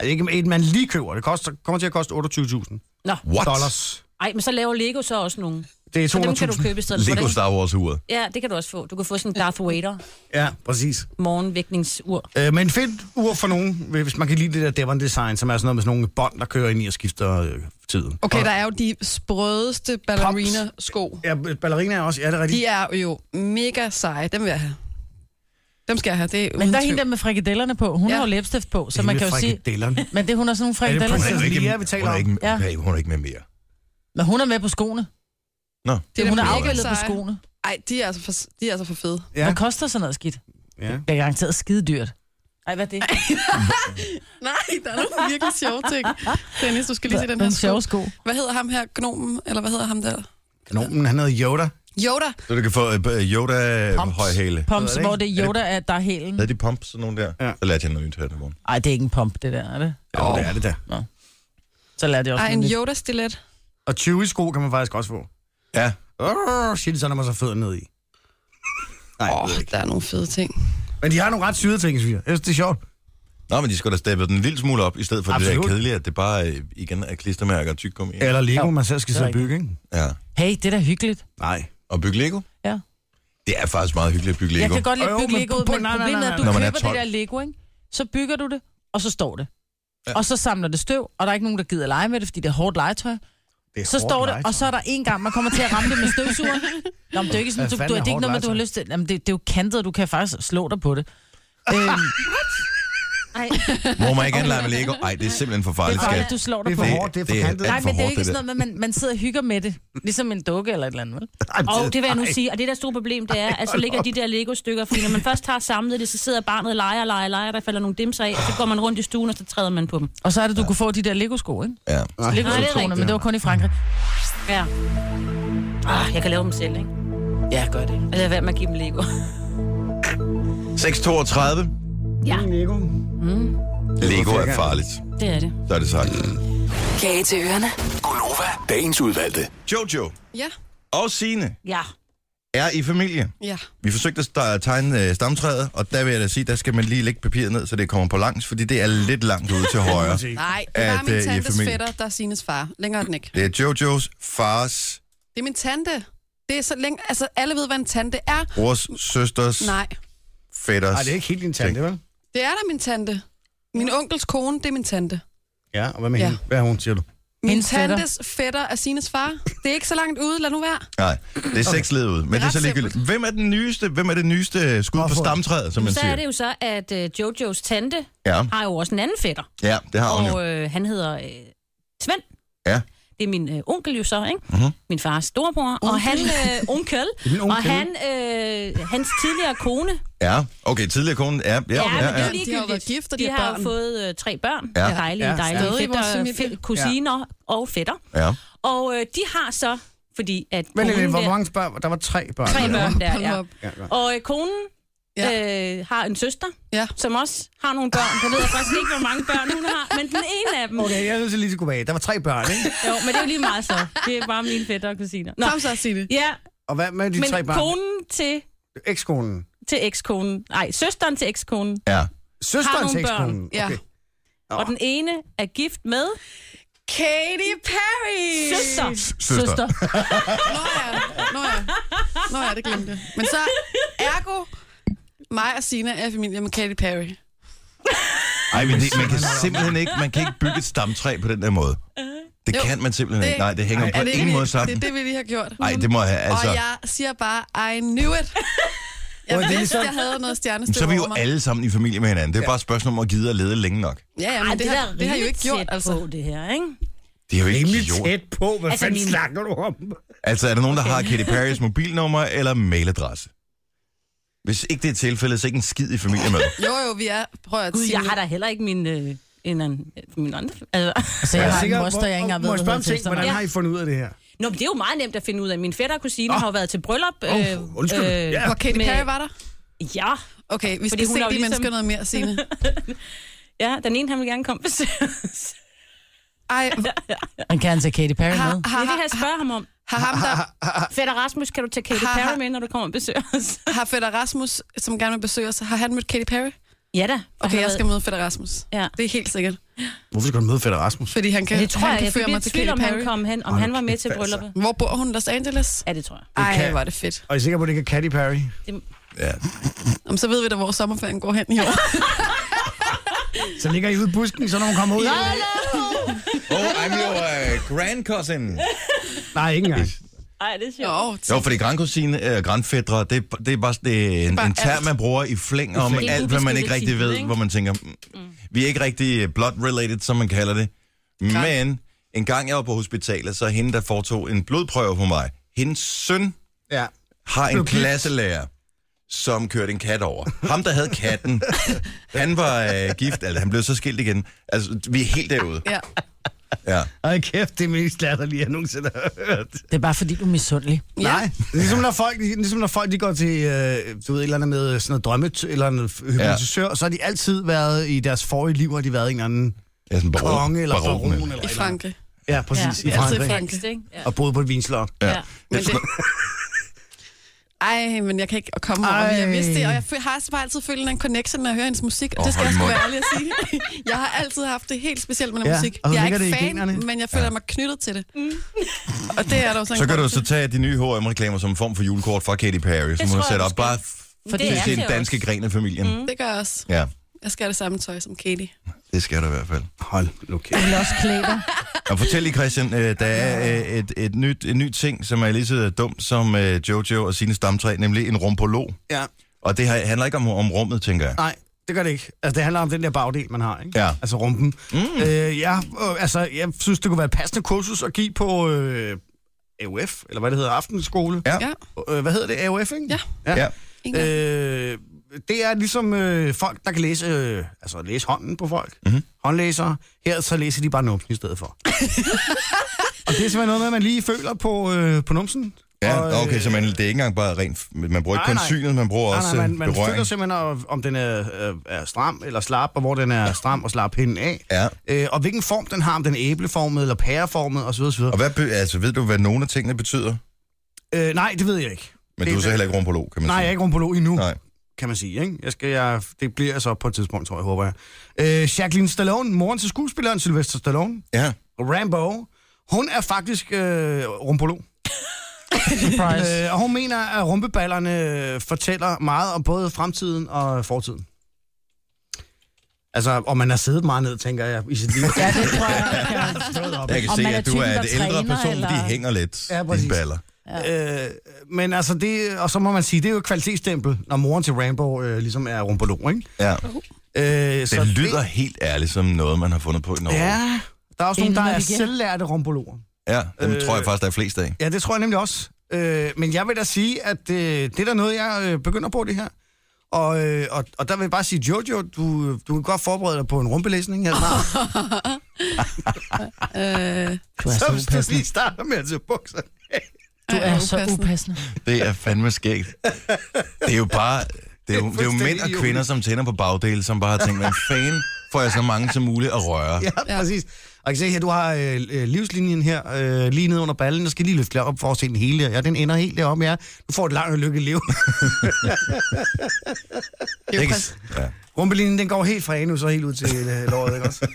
Speaker 4: Altså ikke et, man lige køber. Det koster, kommer til at koste 28.000
Speaker 2: Nå,
Speaker 1: What?
Speaker 4: dollars.
Speaker 2: ej, men så laver Lego så også nogle.
Speaker 4: Det er 200.000.
Speaker 2: Så dem kan du købe i stedet. for.
Speaker 1: Lego
Speaker 2: Hvordan-
Speaker 1: Star Wars-uret.
Speaker 2: Ja, det kan du også få. Du kan få sådan en Darth Vader
Speaker 4: Ja, præcis.
Speaker 2: morgenvækningsur.
Speaker 4: Øh, men fedt ur for nogen, hvis man kan lide det der Devon-design, som er sådan noget med sådan nogle bånd, der kører ind i og skifter øh, tiden.
Speaker 5: Okay, der er jo de sprødeste ballerina-sko.
Speaker 4: Ja, ballerina er også... Ja, det er rigtigt.
Speaker 5: De er jo mega seje. Dem vil jeg have. Dem skal jeg have. Det er
Speaker 6: Men
Speaker 5: uden
Speaker 6: der er
Speaker 5: tvivl.
Speaker 6: hende der med frikadellerne på. Hun
Speaker 5: Ja.
Speaker 6: har jo læbstift på, så
Speaker 4: Hende
Speaker 6: man
Speaker 4: med
Speaker 6: kan jo sige...
Speaker 4: frikadellerne.
Speaker 6: Men det, hun har sådan nogle frikadeller.
Speaker 4: prinsesse?
Speaker 1: Hun er jo ikke,
Speaker 4: Lia, vi taler
Speaker 1: hun er
Speaker 4: om.
Speaker 1: ikke,
Speaker 6: Ja.
Speaker 1: okay, hun er ikke med mere.
Speaker 6: Men hun er med på skoene.
Speaker 1: Nå.
Speaker 5: Det er
Speaker 6: hun
Speaker 5: da
Speaker 6: er
Speaker 5: mega
Speaker 6: afbildet på
Speaker 5: seje.
Speaker 6: skoene.
Speaker 5: Ej, de er altså for, de er altså for fede.
Speaker 4: Ja.
Speaker 6: Ja. Hvad koster sådan noget skidt?
Speaker 4: Ja.
Speaker 6: Det er garanteret skide dyrt. Ej, hvad er det?
Speaker 5: Nej, der er nogle virkelig sjove ting. Dennis, du skal lige se den her
Speaker 6: Nogle sjove
Speaker 5: sko.
Speaker 6: sko.
Speaker 5: Hvad hedder ham her? Gnomen? Eller hvad hedder ham der?
Speaker 4: Gnomen, han hedder Yoda.
Speaker 5: Yoda.
Speaker 1: Så du kan få øh, øh, Yoda-højhæle.
Speaker 6: Pumps,
Speaker 4: Ved jeg
Speaker 6: hvor
Speaker 4: ikke.
Speaker 6: det er Yoda, at der er hælen.
Speaker 1: Havde de pump, sådan nogle der?
Speaker 4: Mm. Ja.
Speaker 1: Så lærte jeg noget nyt her i morgen.
Speaker 6: Ej, det er ikke en pump, det der, er det?
Speaker 4: Ja, oh. det er det der.
Speaker 6: Så lader det også
Speaker 5: Ej, en
Speaker 6: en lidt.
Speaker 5: Yoda-stilet.
Speaker 4: Og 20 sko kan man faktisk også få.
Speaker 1: Ja.
Speaker 4: Åh, shit, så er man så fed ned i. Nej,
Speaker 5: Åh, oh, der er nogle fede ting.
Speaker 4: Men de har nogle ret syde ting, synes jeg. Jeg synes, det er sjovt.
Speaker 1: Nå, men de skulle da steppe den en lille smule op, i stedet for Absolut. det
Speaker 4: Absolut.
Speaker 1: der kedelige, at det bare øh, igen er klistermærker og tykkum i. Ja.
Speaker 4: Eller Lego,
Speaker 6: Jo,
Speaker 4: man selv skal
Speaker 6: det er
Speaker 4: sidde og
Speaker 6: rigtigt.
Speaker 4: bygge, ikke?
Speaker 1: ja.
Speaker 6: Hey, det er da hyggeligt.
Speaker 4: Nej.
Speaker 1: Og bygge Lego?
Speaker 6: Ja.
Speaker 1: Det er faktisk meget hyggeligt at bygge Lego.
Speaker 6: Jeg kan godt lide
Speaker 4: Jo,
Speaker 6: at
Speaker 4: men
Speaker 6: bygge Lego,
Speaker 4: på- på-
Speaker 6: men
Speaker 4: nej, nej,
Speaker 6: problemet er,
Speaker 4: nej,
Speaker 6: at du
Speaker 1: nej. Når man er
Speaker 6: køber det
Speaker 1: 12.
Speaker 6: der Lego, ikke? Så bygger du det, og så står det. Ja. Og så samler det støv, og der er ikke nogen, der gider lege med det, fordi det er hårdt legetøj.
Speaker 4: Det er
Speaker 6: Så
Speaker 4: hårdt
Speaker 6: står det,
Speaker 4: legetøj.
Speaker 6: og så er der en gang, man kommer til at ramme det med støvsugeren. Nå, men det er jo ikke sådan,
Speaker 4: Hvad
Speaker 6: du, du,
Speaker 4: fanden
Speaker 6: det er
Speaker 4: er
Speaker 6: ikke
Speaker 4: hårdt
Speaker 6: noget, med, du har
Speaker 4: legetøj?
Speaker 6: lyst til. Jamen, det, det er jo kantet, og du kan faktisk slå dig på det. Øhm,
Speaker 2: Ej,
Speaker 1: Må man ikke gerne lege med Lego? Nej, det er simpelthen for
Speaker 6: det
Speaker 1: farligt,
Speaker 6: er farligt,
Speaker 1: skat.
Speaker 6: du slår
Speaker 4: Det
Speaker 6: dig
Speaker 4: er
Speaker 6: på
Speaker 4: for
Speaker 6: det.
Speaker 4: hårdt, det er for
Speaker 1: det er-
Speaker 4: kantet.
Speaker 6: Nej,
Speaker 1: alt for
Speaker 6: men det er
Speaker 1: hårdt,
Speaker 6: ikke
Speaker 1: det
Speaker 6: sådan noget, med, man, man sidder og hygger med det. Ligesom en dukke eller et eller andet, vel?
Speaker 2: Og det vil jeg nu sige, og det der store problem, det er, at så ligger de der Lego-stykker, fordi når man først har samlet det, så sidder barnet og leger, leger, leger, der falder nogle dimser af, og så går man rundt i stuen, og så træder man på dem.
Speaker 6: Og så er det, du kunne få de der Lego-sko, ikke?
Speaker 1: Ja.
Speaker 6: Lego-skoene, men det var kun i Frankrig.
Speaker 2: Ja. Ah, jeg kan lave dem selv, ikke?
Speaker 6: Ja, gør det.
Speaker 2: Altså, hvad med at give dem Lego?
Speaker 1: 632.
Speaker 4: Lego.
Speaker 1: Mm. Lego er
Speaker 4: firkantet.
Speaker 1: farligt.
Speaker 2: Det er det.
Speaker 1: Så er det sagt.
Speaker 10: Kage til ørerne.
Speaker 11: Gonova, dagens udvalgte.
Speaker 1: Jojo
Speaker 5: Ja,
Speaker 1: og Sine
Speaker 2: Ja.
Speaker 1: er i familie.
Speaker 5: ja.
Speaker 1: Vi forsøgte at sta- tegne øh, stamtræet, og der vil jeg da sige, der skal man lige lægge papiret ned, så det kommer på langs, fordi det er lidt langt ude til højre.
Speaker 5: Nej, det er
Speaker 1: At, øh, I
Speaker 5: min
Speaker 1: er
Speaker 5: tantes
Speaker 1: familie.
Speaker 5: fætter, der er Sines far. Længere er den ikke.
Speaker 1: Det er Jojos fars,
Speaker 5: Det er min tante. Det er så længe... Altså, alle ved, hvad en tante er.
Speaker 1: brors, søsters,
Speaker 5: Nej,
Speaker 1: fætters.
Speaker 4: Nej, det er ikke helt din tante, vel?
Speaker 5: det er da min tante. Min onkels kone, det er min tante.
Speaker 4: Ja, og hvad med
Speaker 5: Ja.
Speaker 4: hende? Hvad er hun, siger du?
Speaker 5: Min
Speaker 6: Hendes fætter.
Speaker 5: tantes fætter er Sines far. Det er ikke så langt ude, lad nu være.
Speaker 1: Nej, det er seks led ud, men det er
Speaker 5: ret
Speaker 1: så ligegyldigt. Hvem er den nyeste, hvem er det nyeste skud på
Speaker 4: Hvorfor?
Speaker 1: stamtræet, som man
Speaker 2: Så er
Speaker 1: siger?
Speaker 2: det jo så, at øh, Jojos tante
Speaker 1: Ja,
Speaker 2: har jo også en anden fætter,
Speaker 1: ja, det har hun jo.
Speaker 2: og øh, han hedder øh, Svend.
Speaker 1: Ja.
Speaker 2: Det er min øh, onkel jo så, ikke?
Speaker 1: Mhm.
Speaker 2: Min fars storebror. Og han, øh, onkel.
Speaker 4: min onkel.
Speaker 2: Og han, øh, hans tidligere kone.
Speaker 1: Ja, okay, tidligere kone. Ja, ja,
Speaker 2: men
Speaker 1: ja,
Speaker 2: det er
Speaker 1: ja.
Speaker 2: jo ligegyldigt.
Speaker 5: De har jo været gift, og de
Speaker 2: de
Speaker 5: har
Speaker 2: har jo
Speaker 5: børn.
Speaker 2: fået øh, tre børn.
Speaker 1: Ja.
Speaker 2: Ja. Dejlige,
Speaker 4: Ja.
Speaker 2: dejlige
Speaker 5: Stadig i vores
Speaker 2: fætter,
Speaker 5: familie.
Speaker 2: fæ- kusiner og fætter.
Speaker 1: ja.
Speaker 2: Og øh, de har så, fordi at
Speaker 4: Men
Speaker 2: konen
Speaker 4: Lille, hvor
Speaker 2: der,
Speaker 4: mange børn? Der var tre børn.
Speaker 2: tre
Speaker 4: eller?
Speaker 2: børn der,
Speaker 5: Hold nu
Speaker 2: ja.
Speaker 5: op.
Speaker 4: Ja, ja.
Speaker 2: Og øh, konen
Speaker 5: Ja.
Speaker 2: øh, har en søster,
Speaker 5: Ja.
Speaker 2: som også har nogle børn. Jeg ved faktisk ikke, hvor mange børn hun har, men den ene af dem.
Speaker 4: Okay, jeg er nødt til lige at gå bag. Der var tre børn, ikke?
Speaker 2: Jo, men det er jo lige meget så. Det er bare mine fætter og kusiner. Nå,
Speaker 5: Kom så, Sine.
Speaker 2: ja,
Speaker 4: Og hvad med de
Speaker 2: men
Speaker 4: tre børn?
Speaker 2: konen til,
Speaker 4: Ekskonen.
Speaker 2: til ekskonen, nej, søsteren til ekskonen,
Speaker 1: ja.
Speaker 4: Søsteren
Speaker 2: Har
Speaker 4: til
Speaker 2: nogle børn.
Speaker 4: ekskonen.
Speaker 5: Ja.
Speaker 4: Okay.
Speaker 2: og den ene er gift med
Speaker 5: Katy Perry!
Speaker 2: Søster.
Speaker 1: Søster.
Speaker 12: Søster.
Speaker 5: Nå ja, nå ja. Nå ja, det glemte jeg. Men så, ergo, mig og Sina er i familie med Katy Perry.
Speaker 1: Ej, men det, man kan simpelthen ikke, man kan ikke bygge et stamtræ på den der måde. Det
Speaker 5: Jo,
Speaker 1: kan man simpelthen
Speaker 5: det-
Speaker 1: ikke. Nej, det hænger
Speaker 5: Er
Speaker 1: på
Speaker 5: det, ikke
Speaker 1: ingen
Speaker 5: det-
Speaker 1: måde
Speaker 5: Det
Speaker 1: sammen.
Speaker 5: er det, vi lige har gjort.
Speaker 1: Nej, det må jeg altså.
Speaker 5: Og jeg siger bare, I knew it. Jeg
Speaker 4: Hvor er det
Speaker 5: vidste,
Speaker 4: ligesom-
Speaker 5: jeg havde noget
Speaker 1: Men
Speaker 5: stjernestøv
Speaker 1: Så er vi jo
Speaker 5: over mig.
Speaker 1: alle sammen i familie med hinanden. Det er bare et spørgsmål om at gide at lede længe nok.
Speaker 5: Ja, ja, men
Speaker 2: Ej,
Speaker 5: Ej, det, det, har, det har jeg jo ikke gjort, altså.
Speaker 2: På, det her, ikke?
Speaker 1: Det er jo ikke
Speaker 4: Rimelig
Speaker 1: gjort.
Speaker 4: tæt på.
Speaker 2: Altså,
Speaker 4: Hvad altså, fanden
Speaker 2: min-
Speaker 4: snakker du om?
Speaker 1: Altså, er der nogen, der har Katy Perrys mobilnummer eller mailadresse? Hvis ikke det er tilfældet, så er ikke en skid i familie med.
Speaker 5: Jo, jo, vi er. Prøv at
Speaker 2: Gud,
Speaker 5: sige
Speaker 2: jeg har da heller ikke min... Øh, en anden, min andre. Altså.
Speaker 6: Så jeg har en
Speaker 4: sikker,
Speaker 6: moster,
Speaker 4: hvor-
Speaker 6: jeg ikke engang
Speaker 4: Må
Speaker 6: ved,
Speaker 4: jeg
Speaker 6: hvad
Speaker 4: spørge om
Speaker 6: hedder til
Speaker 4: ting? Hvordan
Speaker 6: efternavn.
Speaker 4: har I fundet ud af det her?
Speaker 2: Nå, men det er jo meget nemt at finde ud af. Min fætter og kusine
Speaker 5: Ah.
Speaker 2: oh. har jo været til bryllup.
Speaker 6: Øh,
Speaker 4: Åh, undskyld. Ja.
Speaker 5: Hvor Katy
Speaker 2: med-
Speaker 5: Perry var der?
Speaker 2: ja.
Speaker 5: Okay,
Speaker 2: Fordi
Speaker 5: vi skal
Speaker 2: hun
Speaker 5: se
Speaker 2: er jo
Speaker 5: de
Speaker 2: ligesom-
Speaker 5: mennesker noget mere, Signe.
Speaker 2: ja, den ene, han vil gerne komme. Så
Speaker 5: Ej,
Speaker 6: Man kan han tage Katy Perry
Speaker 5: har,
Speaker 6: med.
Speaker 5: har,
Speaker 2: det kan jeg
Speaker 5: har,
Speaker 2: spørge ham om.
Speaker 5: har ham der,
Speaker 2: Fætter Rasmus, kan du tage Katy
Speaker 5: Ha, ha.
Speaker 2: Perry med, når du kommer og besøger os?
Speaker 5: har fætter Rasmus, som gerne vil besøge os, har han mødt Katy Perry?
Speaker 2: Ja da. for
Speaker 5: Okay,
Speaker 2: han
Speaker 5: jeg
Speaker 2: ved-
Speaker 5: skal møde fætter Rasmus.
Speaker 2: Ja.
Speaker 5: Det er helt sikkert.
Speaker 4: Hvorfor skal du møde Fætter Rasmus?
Speaker 5: Fordi han kan,
Speaker 2: Det tror
Speaker 5: han
Speaker 2: jeg,
Speaker 5: kan
Speaker 2: jeg fik
Speaker 5: føre mig
Speaker 2: lidt
Speaker 5: til
Speaker 2: tvivl,
Speaker 5: Katy
Speaker 2: om han
Speaker 5: Perry.
Speaker 2: kom hen, om
Speaker 4: Ej,
Speaker 2: han var med
Speaker 4: kæft,
Speaker 2: til
Speaker 4: altså.
Speaker 2: brylluppet.
Speaker 5: Hvor bor hun? Los Angeles?
Speaker 2: Ja, det tror jeg.
Speaker 5: Ej,
Speaker 4: kan-
Speaker 5: hvor er det fedt.
Speaker 4: Og I er sikre på, at det ikke er Katy Perry?
Speaker 1: Ja.
Speaker 5: Jamen, så ved vi da, hvor sommerferien går hen i år.
Speaker 4: Så ligger I ude i busken, så når hun kommer ud?
Speaker 1: Oh, I'm your
Speaker 4: øh,
Speaker 1: uh, grand cousin.
Speaker 4: Nej, ikke engang.
Speaker 2: Ej, det er sjovt.
Speaker 5: Jo, t-
Speaker 1: Jo, fordi grandkusine, uh, grandfædre, det, er- det er bare, det er en,
Speaker 5: bare
Speaker 1: en term,
Speaker 5: alt.
Speaker 1: man bruger i flæng om
Speaker 2: Det er
Speaker 1: alt, hvad man ikke rigtig
Speaker 2: ubeskyttet
Speaker 1: ved,
Speaker 2: titel,
Speaker 1: hvor man tænker, mm, vi er ikke rigtig øh, blood-related, som man kalder det. Men en gang jeg var på hospitalet, så hende, der foretog en blodprøve på mig, hendes søn
Speaker 4: Ja.
Speaker 1: har en
Speaker 4: Blev gift.
Speaker 1: klasselærer, som kørte en kat over. Ham, der havde katten, han var øh, gift, altså han blev så skilt igen. Altså, vi er helt derude.
Speaker 5: ja.
Speaker 1: Ja.
Speaker 4: Ej, kæft, det er mest latterlige, jeg nogensinde har hørt.
Speaker 6: Det er bare fordi, du er misundelig.
Speaker 4: Ja. Nej, ligesom når folk, ligesom når folk de går til, øh, du ved, et eller andet med sådan noget drømmet, eller en hypnotisør, ja. så har de altid været i deres forrige liv, har de været en eller anden
Speaker 1: Ja, sådan baron,
Speaker 4: konge eller baron,
Speaker 1: baron
Speaker 4: baron eller,
Speaker 5: I
Speaker 4: eller
Speaker 5: Frankrig.
Speaker 4: Ja, præcis,
Speaker 5: Ja,
Speaker 4: ja, i
Speaker 5: altid
Speaker 4: Frankrig.
Speaker 5: i Frankrig.
Speaker 2: Angst, ikke? Ja.
Speaker 4: Og boede på et vinslot.
Speaker 2: ja.
Speaker 5: Men det... Ej, men jeg kan ikke komme over,
Speaker 4: Ej.
Speaker 5: jeg vidste det, og jeg fø- har så bare altid følt en eller anden connection, når jeg hører hendes musik, og
Speaker 1: Åh,
Speaker 5: det skal
Speaker 1: hold
Speaker 5: jeg sgu
Speaker 1: mund.
Speaker 5: være ærlig at sige. Jeg har altid haft det helt specielt med den
Speaker 4: Ja,
Speaker 5: musik.
Speaker 4: og så
Speaker 5: Jeg er
Speaker 4: ligger
Speaker 5: ikke
Speaker 4: det i
Speaker 5: fan,
Speaker 4: generne.
Speaker 5: men jeg føler mig knyttet til det. Og det er der jo sådan
Speaker 1: Så kan du så tage de nye H&M-reklamer som en form for julekort fra Katy Perry, som hun
Speaker 2: tror
Speaker 1: har
Speaker 2: jeg,
Speaker 1: sat
Speaker 2: du
Speaker 1: op
Speaker 2: skal.
Speaker 1: bare f-
Speaker 2: Men
Speaker 1: fordi det er
Speaker 2: det
Speaker 1: den danske
Speaker 2: også.
Speaker 1: gren af familien. Mm.
Speaker 5: Det gør jeg også.
Speaker 1: Ja,
Speaker 5: Jeg skal have det samme tøj som Katie.
Speaker 1: det skal der i hvert fald.
Speaker 4: Hold nu kæft.
Speaker 6: Jeg vil også klæde dig.
Speaker 1: Og fortæl lige, Christian, øh, der er øh, et, et, nyt, en ny ting, som er lige så dum som øh, Jojo og sine stamtræ, nemlig en rumpolog.
Speaker 4: Ja.
Speaker 1: Og det har- handler ikke om, om rummet, tænker jeg.
Speaker 4: Nej, det gør det ikke. Altså, det handler om den der bagdel, man har, ikke?
Speaker 1: Ja.
Speaker 4: Altså rumpen. Mm. Øh, ja, øh, altså, jeg synes, det kunne være et passende kursus at give på øh, AUF, eller hvad det hedder, aftenskole.
Speaker 1: Ja.
Speaker 5: Ja,
Speaker 4: Øh, hvad hedder det? AUF, ikke?
Speaker 5: Ja.
Speaker 1: Ja.
Speaker 5: en gang.
Speaker 4: Øh, det er ligesom øh, folk, der kan læse, øh, altså læse hånden på folk.
Speaker 1: Mhm.
Speaker 4: Mm-hmm. Håndlæsere. Her så læser de bare numsen i stedet for. og det er simpelthen noget med, at man lige føler på, øh, på numsen. og,
Speaker 1: Ja,
Speaker 4: øh,
Speaker 1: okay, så man, det er ikke engang bare rent... Man bruger ikke
Speaker 4: Nej,
Speaker 1: kun
Speaker 4: nej.
Speaker 1: synet, man bruger
Speaker 4: Nej,
Speaker 1: også
Speaker 4: nej,
Speaker 1: øh,
Speaker 4: man, man føler
Speaker 1: berøring.
Speaker 4: simpelthen, om- om den er, øh, er stram eller slap, og hvor den er stram og slap hende af.
Speaker 1: Ja.
Speaker 4: Øh, og hvilken form den har, om den er æbleformet eller pæreformet osv. osv.
Speaker 1: Og hvad, be- altså, ved du, hvad nogle af tingene betyder?
Speaker 4: Øh, nej, det ved jeg ikke.
Speaker 1: Men
Speaker 4: Det-
Speaker 1: du er så heller ikke rumpolog, kan man
Speaker 4: Nej,
Speaker 1: sige.
Speaker 4: jeg er ikke rumpolog endnu.
Speaker 1: Nej.
Speaker 4: kan man sige. Ikke? Jeg skal, jeg, det bliver jeg så på et tidspunkt, tror jeg, håber jeg. Øh, Jacqueline Stallone, moren til skuespilleren Sylvester Stallone,
Speaker 1: Ja.
Speaker 4: Rambo, hun er faktisk øh, rumpolog.
Speaker 6: Surprise.
Speaker 4: Øh, og hun mener, at rumpeballerne fortæller meget om både fremtiden og fortiden. Altså, og man har siddet meget ned, tænker jeg, i sit liv.
Speaker 6: Ja, det tror jeg. Karen.
Speaker 1: Jeg kan
Speaker 6: Om
Speaker 1: se,
Speaker 6: man er
Speaker 1: at du
Speaker 6: typen,
Speaker 1: er
Speaker 6: der
Speaker 1: et ældre
Speaker 6: træner,
Speaker 1: person,
Speaker 6: eller-
Speaker 1: de hænger lidt,
Speaker 4: Ja,
Speaker 1: ja, dine
Speaker 4: præcis.
Speaker 1: baller.
Speaker 4: Øh, men altså, det, og så må man sige, det er jo et kvalitetsstempel, når moren til Rambo øh, ligesom er rumpolog, ikke?
Speaker 1: Ja.
Speaker 4: Øh,
Speaker 1: Det lyder helt ærligt som noget, man har fundet på i Norge. Ja,
Speaker 4: Ja, der er også
Speaker 6: Inden
Speaker 4: nogen, der
Speaker 6: når
Speaker 4: er
Speaker 6: det giver.
Speaker 4: selvlærte rumpologer.
Speaker 1: ja dem
Speaker 4: Øh.
Speaker 1: tror jeg faktisk, der er flest af.
Speaker 4: Ja, det tror jeg nemlig også. Øh, men jeg vil da sige, at øh, det er da noget, jeg øh, begynder på det her. Og, øh, og, og der vil jeg bare sige, Jojo, du, du kan godt forberede dig på en rumpelæsning her snart.
Speaker 5: Øh,
Speaker 6: Du er så
Speaker 4: så hvis du
Speaker 6: upassende.
Speaker 4: lige starter med at tage bukser.
Speaker 6: Du
Speaker 5: Ej,
Speaker 6: er
Speaker 5: hvor
Speaker 6: så
Speaker 5: upassende.
Speaker 6: upassende.
Speaker 1: Det er fandme skægt. Det er jo bare... Det er jo, det er jo mænd og
Speaker 4: fuldstændig
Speaker 1: kvinder, som tænder på bagdelen, som bare har tænkt, hvad fanden får jeg så mange som muligt at røre?
Speaker 4: Ja, præcis. Og jeg kan se her, du har øh, øh, livslinjen her, øh, lige nede under ballen. Jeg skal lige løfte op for at se den hele. Ja, den ender helt deroppe, ja. Du får et langt og lykkeligt liv.
Speaker 5: det er jo
Speaker 1: Ikke?
Speaker 5: præcis-
Speaker 1: Ja.
Speaker 4: Rumpelinen, den går helt fra anus og helt ud til øh, låret, ikke også?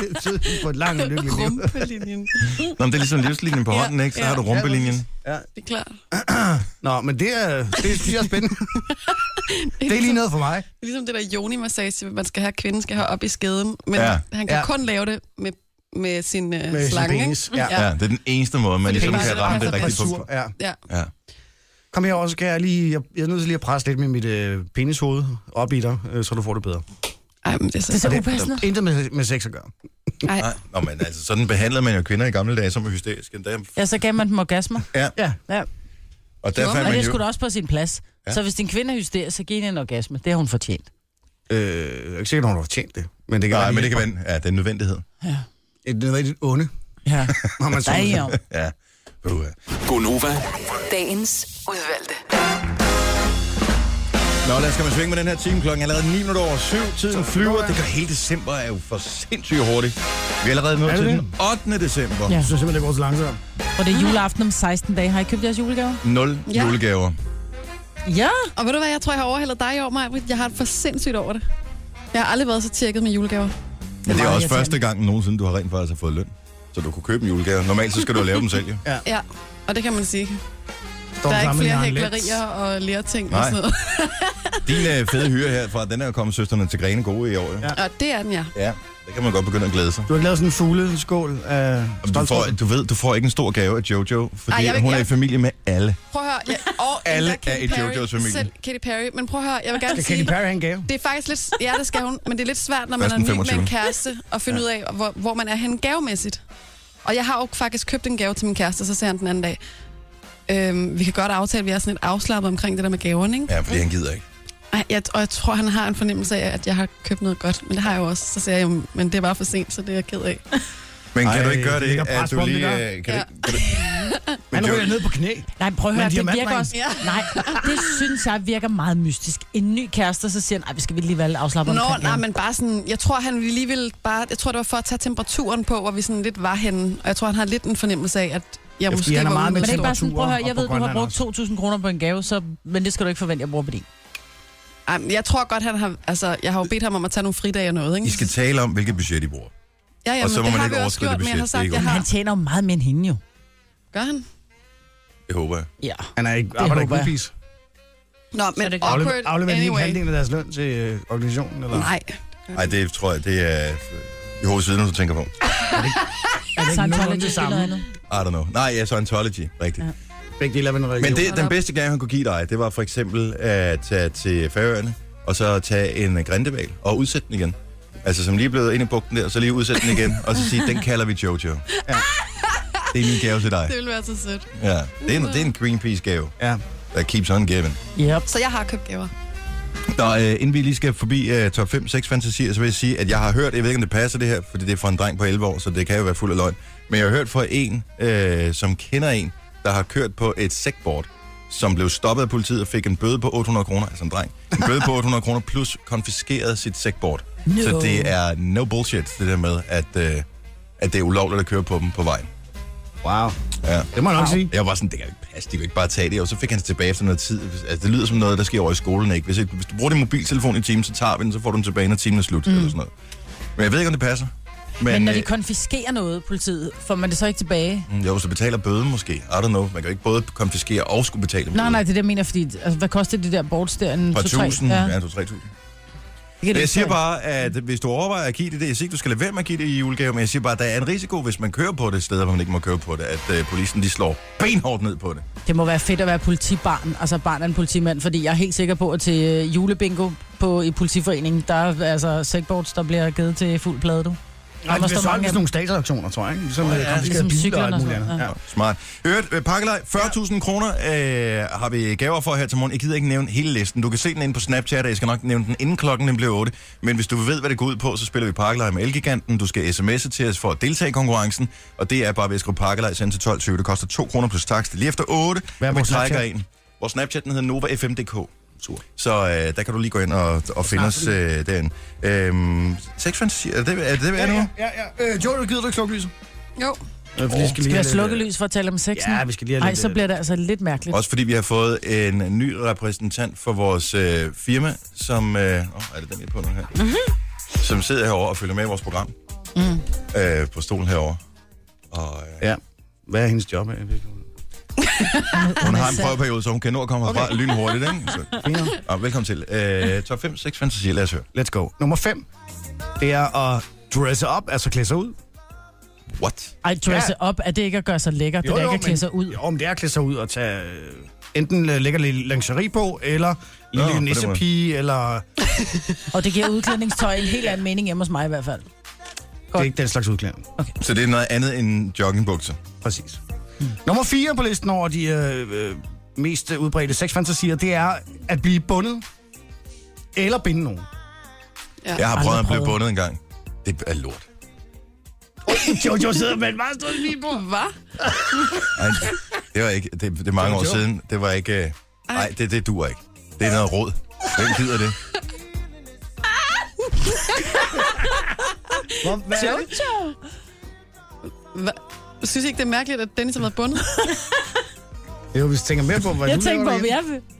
Speaker 4: det er tydeligt på et langt og lykkeligt liv.
Speaker 5: Rumpelinjen.
Speaker 1: Nå, men det er ligesom livslinjen på
Speaker 5: Ja,
Speaker 1: hånden, ikke? Så
Speaker 5: ja.
Speaker 1: har du rumpelinjen.
Speaker 5: Det er klart.
Speaker 4: Nå, men det, er, det synes jeg er spændende. det er lige noget for mig.
Speaker 5: Det er ligesom det der yoni-massage, man skal have, kvinden skal have op i skeden, men
Speaker 1: Ja.
Speaker 5: ja. han kan
Speaker 4: Ja.
Speaker 5: ja. kun lave det med, med sin øh,
Speaker 4: Med
Speaker 5: med
Speaker 4: sin
Speaker 5: slange. Sin
Speaker 4: penis, ja.
Speaker 1: Ja, det er den eneste måde, man
Speaker 5: Fordi
Speaker 1: ligesom
Speaker 5: det
Speaker 1: kan
Speaker 5: passer-
Speaker 1: ramme det
Speaker 5: passer
Speaker 1: rigtigt
Speaker 4: Pressur,
Speaker 1: på.
Speaker 4: altså ja.
Speaker 5: ja.
Speaker 1: Ja.
Speaker 4: Kom her også, kan jeg lige... Jeg, jeg er nødt til lige at presse lidt med mit øh, penishoved op i dig, øh, så du får det bedre.
Speaker 5: Ej, men det er så,
Speaker 6: Det er så
Speaker 5: det,
Speaker 6: upassende.
Speaker 4: Intet med, med sex at gøre.
Speaker 5: Ej,
Speaker 1: Nej, Nå, men altså, sådan behandlede man jo kvinder i gamle dage som er hysteriske. Der,
Speaker 6: Ja, så gav man dem orgasmer.
Speaker 4: Ja.
Speaker 6: Ja.
Speaker 1: og der fandt
Speaker 6: Og
Speaker 1: man
Speaker 6: det skulle
Speaker 1: jo...
Speaker 6: da også på sin plads.
Speaker 1: Ja.
Speaker 6: Ja. Så hvis din kvinde er hysterisk, så giv hende en orgasme. Det har hun fortjent.
Speaker 4: Øh, jeg er ikke sikkert, om du har tjent det. Men det kan
Speaker 1: Nej,
Speaker 4: være
Speaker 1: men det kan være... en- Ja, det er en nødvendighed.
Speaker 4: et nødvendigt onde.
Speaker 6: Ja.
Speaker 4: Når man så må sige.
Speaker 6: Damn.
Speaker 1: Ja. Uh, ja.
Speaker 13: Gonova,
Speaker 8: Dagens udvalgte.
Speaker 1: Nå, lad os komme i sving med den her time. Klokken er allerede 9 minutter over 7. Tiden flyver. Det gør hele december er jo for sindssygt hurtigt. Vi er allerede nået
Speaker 4: Er det
Speaker 1: til
Speaker 4: det?
Speaker 1: den 8. december.
Speaker 6: Ja.
Speaker 4: Jeg synes simpelthen, det går så langsomt.
Speaker 6: Og det er juleaften om 16 dage. Har I købt jeres julegaver?
Speaker 1: Nul
Speaker 5: Ja.
Speaker 1: julegaver.
Speaker 6: Ja.
Speaker 5: og ved du hvad, jeg tror, jeg har overhældet dig i år, Maja. Jeg har det for sindssygt over det. Jeg har aldrig været så tjekket med julegaver.
Speaker 1: Ja, det er
Speaker 6: meget
Speaker 1: også første
Speaker 6: irriterende.
Speaker 1: gang nogensinde, du har rent faktisk har fået løn. Så du kunne købe en julegave. Normalt så skal du lave dem selv, jo.
Speaker 5: Ja, og det kan man sige.
Speaker 4: Står
Speaker 5: Der er
Speaker 4: sammen
Speaker 5: ikke
Speaker 4: med
Speaker 5: flere
Speaker 4: Jørgen Leth.
Speaker 5: hæklerier og lærting og
Speaker 1: Nej.
Speaker 5: sådan noget.
Speaker 1: Din øh, fede hyre herfra, den er jo kommet søsterne til grene gode i år, jo.
Speaker 4: Ja.
Speaker 1: Ja.
Speaker 5: Og det er den, ja.
Speaker 1: ja. Der kan man godt begynde at glæde sig.
Speaker 4: Du har ikke lavet sådan en fugleskål af
Speaker 1: Du,
Speaker 4: stoltskål?
Speaker 1: får, du ved, du får ikke en stor gave af Jojo, fordi
Speaker 5: Ej, jeg
Speaker 1: Ej,
Speaker 5: vil-
Speaker 1: hun er i
Speaker 5: jeg-
Speaker 1: familie med alle.
Speaker 5: Prøv at høre. Ja, og
Speaker 1: Alle
Speaker 5: endda Katy
Speaker 1: er i
Speaker 5: Perry,
Speaker 1: JoJo's familie.
Speaker 5: Selv Katy Perry. Men prøv at høre, jeg vil gerne
Speaker 4: Skal Katy
Speaker 5: sige...
Speaker 4: Perry have en gave?
Speaker 5: Det er faktisk lidt... Ja, det skal hun, men det er lidt svært, når man
Speaker 1: Først
Speaker 5: er
Speaker 1: den
Speaker 5: ny med
Speaker 1: 25..
Speaker 5: en kæreste, at finde ja. ud af, hvor, hvor man er henne gavemæssigt. Og jeg har jo faktisk købt en gave til min kæreste, så ser han den anden dag. Øhm, vi kan godt aftale, at vi er sådan lidt afslappet omkring det der med gaverne, ikke?
Speaker 1: Ja, fordi han gider ikke.
Speaker 5: Ej, jeg, og jeg tror, han har en fornemmelse af, at jeg har købt noget godt. Men det har jeg jo også. Så siger jeg, jo, men det er bare for sent, så det er jeg ked af.
Speaker 1: Men kan
Speaker 4: Ej,
Speaker 1: du ikke gøre
Speaker 4: det
Speaker 1: det,
Speaker 4: ligger
Speaker 1: det at
Speaker 4: pres
Speaker 1: du
Speaker 4: på ham,
Speaker 1: lige...
Speaker 4: det
Speaker 1: øh, Kan du,
Speaker 5: Ja.
Speaker 1: ikke- kan du,
Speaker 4: Han
Speaker 1: men jo,
Speaker 4: ryger ned på knæ.
Speaker 6: Nej, prøv at
Speaker 4: Men
Speaker 6: høre, det
Speaker 4: diamantringen.
Speaker 6: virker også...
Speaker 5: Ja.
Speaker 6: Nej, det synes jeg virker meget mystisk. En ny kæreste, så siger han, nej, vi skal vi lige være afslappet
Speaker 5: Nå, nej, men bare sådan, jeg tror, han ville lige ville bare, jeg tror, det var for at tage temperaturen på, hvor vi sådan lidt var henne. Og jeg tror, han har lidt en fornemmelse af, at jeg
Speaker 4: fordi
Speaker 5: måske
Speaker 4: han er
Speaker 5: var
Speaker 4: meget
Speaker 5: ude
Speaker 4: med
Speaker 6: Men det er ikke
Speaker 5: stå.
Speaker 6: bare sådan, prøv at høre,
Speaker 4: Og
Speaker 6: jeg
Speaker 4: på
Speaker 6: ved, du har
Speaker 4: Grønland
Speaker 6: brugt
Speaker 4: også.
Speaker 6: 2.000 kroner på en gave, så, men det skal du ikke forvente, jeg bruger på din.
Speaker 5: Ej, men jeg tror godt, han har, altså, jeg har jo bedt ham om at tage nogle fridage og noget, ikke?
Speaker 1: I skal tale om, hvilket budget I bruger.
Speaker 5: ja, ja,
Speaker 1: og
Speaker 5: men
Speaker 1: så må
Speaker 5: det
Speaker 1: man
Speaker 5: har
Speaker 1: ikke
Speaker 5: vi også
Speaker 1: overskride
Speaker 5: gjort,
Speaker 1: det
Speaker 5: men jeg har
Speaker 1: budget, det
Speaker 5: sagt,
Speaker 1: er
Speaker 5: jeg
Speaker 6: Men han
Speaker 5: har...
Speaker 6: tjener jo meget mere end hende jo.
Speaker 5: Gør han?
Speaker 1: Det håber jeg.
Speaker 6: Ja.
Speaker 4: Han er ikke, arbejder ikke
Speaker 6: håber jeg.
Speaker 4: udpis.
Speaker 5: Nå, men
Speaker 6: det godt.
Speaker 5: awkward
Speaker 4: Aflever, aflever anyway. lige
Speaker 5: anyway.
Speaker 4: halvdelen af deres løn til øh, organisationen? Eller?
Speaker 5: Nej.
Speaker 1: Nej, det tror jeg, det er øh, i hovedet siden, du tænker på.
Speaker 4: er det ikke nogenlunde
Speaker 6: Scientology
Speaker 4: det
Speaker 6: det
Speaker 4: samme?
Speaker 6: eller andet.
Speaker 1: I don't know. Nej, ja, Scientology, rigtigt. Ja.
Speaker 4: Begge dele af en religion.
Speaker 1: Men
Speaker 4: Men det...
Speaker 1: det, den bedste gave, han kunne give dig, det var for eksempel at tage til Færøerne, og så tage en grindeval og udsætte den igen. Altså, som lige er blevet ind i bugten der, så lige udsætte den igen, og så sige, den kalder vi Jojo. Ja. Det er min gave til dig.
Speaker 5: Det ville være så sødt.
Speaker 1: Ja. Det, er en, det er en Greenpeace-gave,
Speaker 4: Ja.
Speaker 1: der keeps on giving.
Speaker 6: Yep.
Speaker 5: Så jeg har købt gaver.
Speaker 1: Nå, øh, inden vi lige skal forbi øh, top 5-6 fantasier, så vil jeg sige, at jeg har hørt, jeg ved ikke, om det passer det her, fordi det er fra en dreng på 11 år, så det kan jo være fuld af løgn, men jeg har hørt fra en, øh, som kender en, der har kørt på et sækbord, som blev stoppet af politiet og fik en bøde på 800 kroner, altså en dreng, en bøde på 800 kroner, plus konfiskeret sit sækbord. No. Så det er no bullshit, det der med, at, øh, at det er ulovligt at køre på dem på vejen.
Speaker 4: Wow.
Speaker 1: Ja.
Speaker 4: Det må jeg nok sige.
Speaker 1: Jeg var sådan, det kan jo ikke passe, de kan jo ikke bare tage det. Og så fik han det tilbage efter noget tid. Altså, det lyder som noget, der sker over i skolen, ikke? Hvis, ikke, hvis du bruger din mobiltelefon i timen, så tager vi den, så får du den tilbage, når timen er slut. Mm. Eller sådan noget. Men jeg ved ikke, om det passer. Men,
Speaker 6: Men når de
Speaker 1: øh,
Speaker 6: konfiskerer noget, politiet, får man det så ikke tilbage?
Speaker 1: mm, jo, så betaler bøden måske. I don't know. Man kan jo ikke både konfiskere og skulle betale bøden.
Speaker 6: Nej, nej, det er det, jeg mener, fordi altså, hvad koster det der boards der? En
Speaker 1: Fra
Speaker 6: 2-3?
Speaker 1: 1000,
Speaker 6: Ja.
Speaker 1: ja, to 3000.
Speaker 6: Det kan du
Speaker 1: Jeg
Speaker 6: ikke
Speaker 1: siger
Speaker 6: tage.
Speaker 1: bare, at hvis du overvejer at give det, det jeg siger ikke, du skal lade være med at give det i julegave, men jeg siger bare, at der er en risiko, hvis man kører på det steder, hvor man ikke må køre på det, at øh, polisen de slår benhårdt ned på det.
Speaker 6: Det må være fedt at være politibarn, altså barn af en politimand, fordi jeg er helt sikker på, at til øh, julebingo på, i politiforeningen, der er altså sækboards, der bliver givet til fuld plade, du.
Speaker 4: Nej,
Speaker 6: Der
Speaker 4: det bliver
Speaker 6: står
Speaker 4: solgt
Speaker 6: mange
Speaker 4: i
Speaker 6: af
Speaker 4: sådan nogle statsaktioner, tror jeg. Ikke? Ligesom, oh, ja,
Speaker 6: Ligesom
Speaker 4: biler og
Speaker 6: cyklerne
Speaker 4: alt
Speaker 6: og
Speaker 4: muligt
Speaker 6: sådan
Speaker 4: andet.
Speaker 6: noget,
Speaker 4: Ja.
Speaker 1: Smart. Hørt, øh, pakkelej, 40.000 kroner øh, har vi gaver for her til morgen. Jeg gider ikke nævne hele listen. Du kan se den inde på Snapchat, og jeg skal nok nævne den inden klokken den bliver 8. Men hvis du ved, hvad det går ud på, så spiller vi pakkelej med Elgiganten. Du skal sms'e til os for at deltage i konkurrencen. Og det er bare ved at skrive pakkelej send til 12.20. Det koster 2 kroner plus takst. Lige efter 8,
Speaker 4: Hvad er
Speaker 1: og vi
Speaker 4: vores
Speaker 1: trækker
Speaker 4: Snapchat?
Speaker 1: en. Vores Snapchat den hedder NovaFM.dk. Så øh, der kan du lige gå ind og, og finde os øh, derinde. Øhm, sexfantasier, er det, er det, er det, er det nu?
Speaker 4: Ja, ja. Øh, Joel, gider du ikke slukke lyset?
Speaker 5: Jo.
Speaker 4: Øh, fordi vi skal
Speaker 6: Skal vi have
Speaker 4: have lidt, øh,
Speaker 6: slukket lys for at tale om sex
Speaker 4: Ja, vi skal lige have
Speaker 6: Nej,
Speaker 4: lidt,
Speaker 6: så
Speaker 4: øh,
Speaker 6: bliver det altså lidt mærkeligt.
Speaker 1: Også fordi vi har fået en ny repræsentant for vores øh, firma, som... Øh, åh, er det den, jeg er på nu her? Mm-hmm. Som sidder herovre og følger med i vores program. Mm. Øh, på stolen herovre. Og øh,
Speaker 4: øh, Ja. Hvad er hendes job af? i virkeligheden?
Speaker 1: hun har en prøveperiode, så hun kan nå at komme herfra altså- okay. lynhurtigt, ikke? Så, ja, velkommen til. Øh, top 5, 6 fantasier, lad os høre.
Speaker 4: Let's go. Nummer 5. Det er at dresse op, altså klæde sig ud.
Speaker 1: What?
Speaker 6: Ej, dresse ja. op, er det ikke at gøre sig lækker? det er da ikke at klæde sig ud.
Speaker 4: Jo, men det er at klæde sig ud og tage øh, enten øh, lækker lidt lingerie på, eller
Speaker 1: på
Speaker 4: lille
Speaker 1: den
Speaker 4: nissepige, eller... Det
Speaker 6: Og det giver udklædningstøj en helt anden mening hjemme hos mig i hvert fald.
Speaker 4: er ikke den slags udklædning.
Speaker 1: Så det er noget andet end joggingbukser.
Speaker 4: Præcis. Nummer 4 på listen over de øh, øh, mest udbredte sexfantasier, det er at blive bundet eller binde nogen.
Speaker 1: Jeg har prøvet at blive
Speaker 6: prøvet.
Speaker 1: bundet en gang. Det er lort.
Speaker 4: Jojo sidder med en meget stor smil på.
Speaker 5: Hvad?
Speaker 1: Ej, det var ikke... Det, det er mange år siden. Det var ikke... Øh, nej, det, det dur ikke. Det er noget råd. Hvem gider det?
Speaker 4: Hvor, hvad er det?
Speaker 5: Hva? Synes I ikke, det er mærkeligt, at Dennis har været bundet?
Speaker 4: Jo, hvis du tænker mere på, hvad
Speaker 6: Jeg
Speaker 4: du
Speaker 6: tænker på,
Speaker 4: laver
Speaker 6: hvad
Speaker 4: derhjemme.
Speaker 6: jeg vil.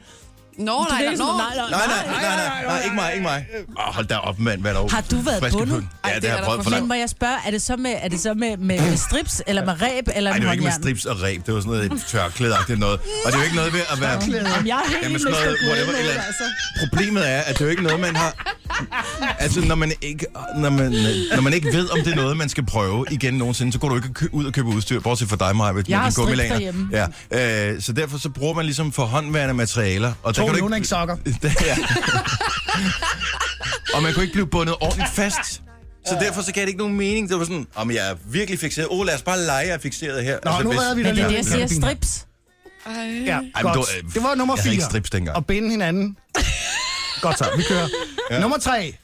Speaker 5: Nå, nej, nej, nå.
Speaker 1: Nej, nej, nej, nej, nej, ikke mig, ikke mig. Oh, hold da op, mand. Hvad er der
Speaker 6: Har du været
Speaker 1: friske
Speaker 6: bundet?
Speaker 1: pund? Ja, det,
Speaker 5: det
Speaker 1: har
Speaker 5: er
Speaker 1: jeg
Speaker 5: da
Speaker 1: prøvet for
Speaker 5: for
Speaker 1: langt.
Speaker 6: Men må jeg spørge, er det så med, er det så med, med, med strips, eller med ræb, eller
Speaker 1: Nej,
Speaker 6: med
Speaker 1: det var ikke med
Speaker 6: håndjern?
Speaker 1: strips og ræb. Det var sådan noget et tørklædeagtigt noget. Og det er jo ikke noget ved at være...
Speaker 6: Jamen, jeg er
Speaker 1: Jamen,
Speaker 6: helt Jamen,
Speaker 1: sådan
Speaker 6: med
Speaker 1: noget,
Speaker 6: noget, altså.
Speaker 1: whatever, et eller andet. Problemet er, at det er jo ikke noget, man har... Altså, når man, ikke, når, man, når man ikke ved, om det er noget, man skal prøve igen nogensinde, så går du ikke kø- ud og købe udstyr, bortset fra dig, Maja, med
Speaker 6: Jeg har
Speaker 1: dine
Speaker 6: strik
Speaker 1: gummilaner.
Speaker 6: derhjemme.
Speaker 1: Ja, øh, så derfor så bruger man ligesom for håndværende materialer. Og der
Speaker 4: To
Speaker 1: kan du ikke...
Speaker 4: løvningssokker.
Speaker 1: Det, ja. og man kunne ikke blive bundet ordentligt fast. Så derfor så gav det ikke nogen mening. Det var sådan, om jeg er virkelig fixeret. Åh, oh, lad os bare lege, jeg er fixeret her. Altså,
Speaker 4: Nå, nu redder vi
Speaker 6: Men
Speaker 4: dig
Speaker 6: det er det,
Speaker 4: lige.
Speaker 6: jeg siger, strips.
Speaker 5: Ej.
Speaker 4: Ja,
Speaker 1: men
Speaker 4: godt.
Speaker 1: du, øh,
Speaker 4: Det var nummer
Speaker 1: jeg havde
Speaker 4: 4.
Speaker 1: ikke strips dengang.
Speaker 4: At binde hinanden. godt så, vi kører. Ja. Nummer 3.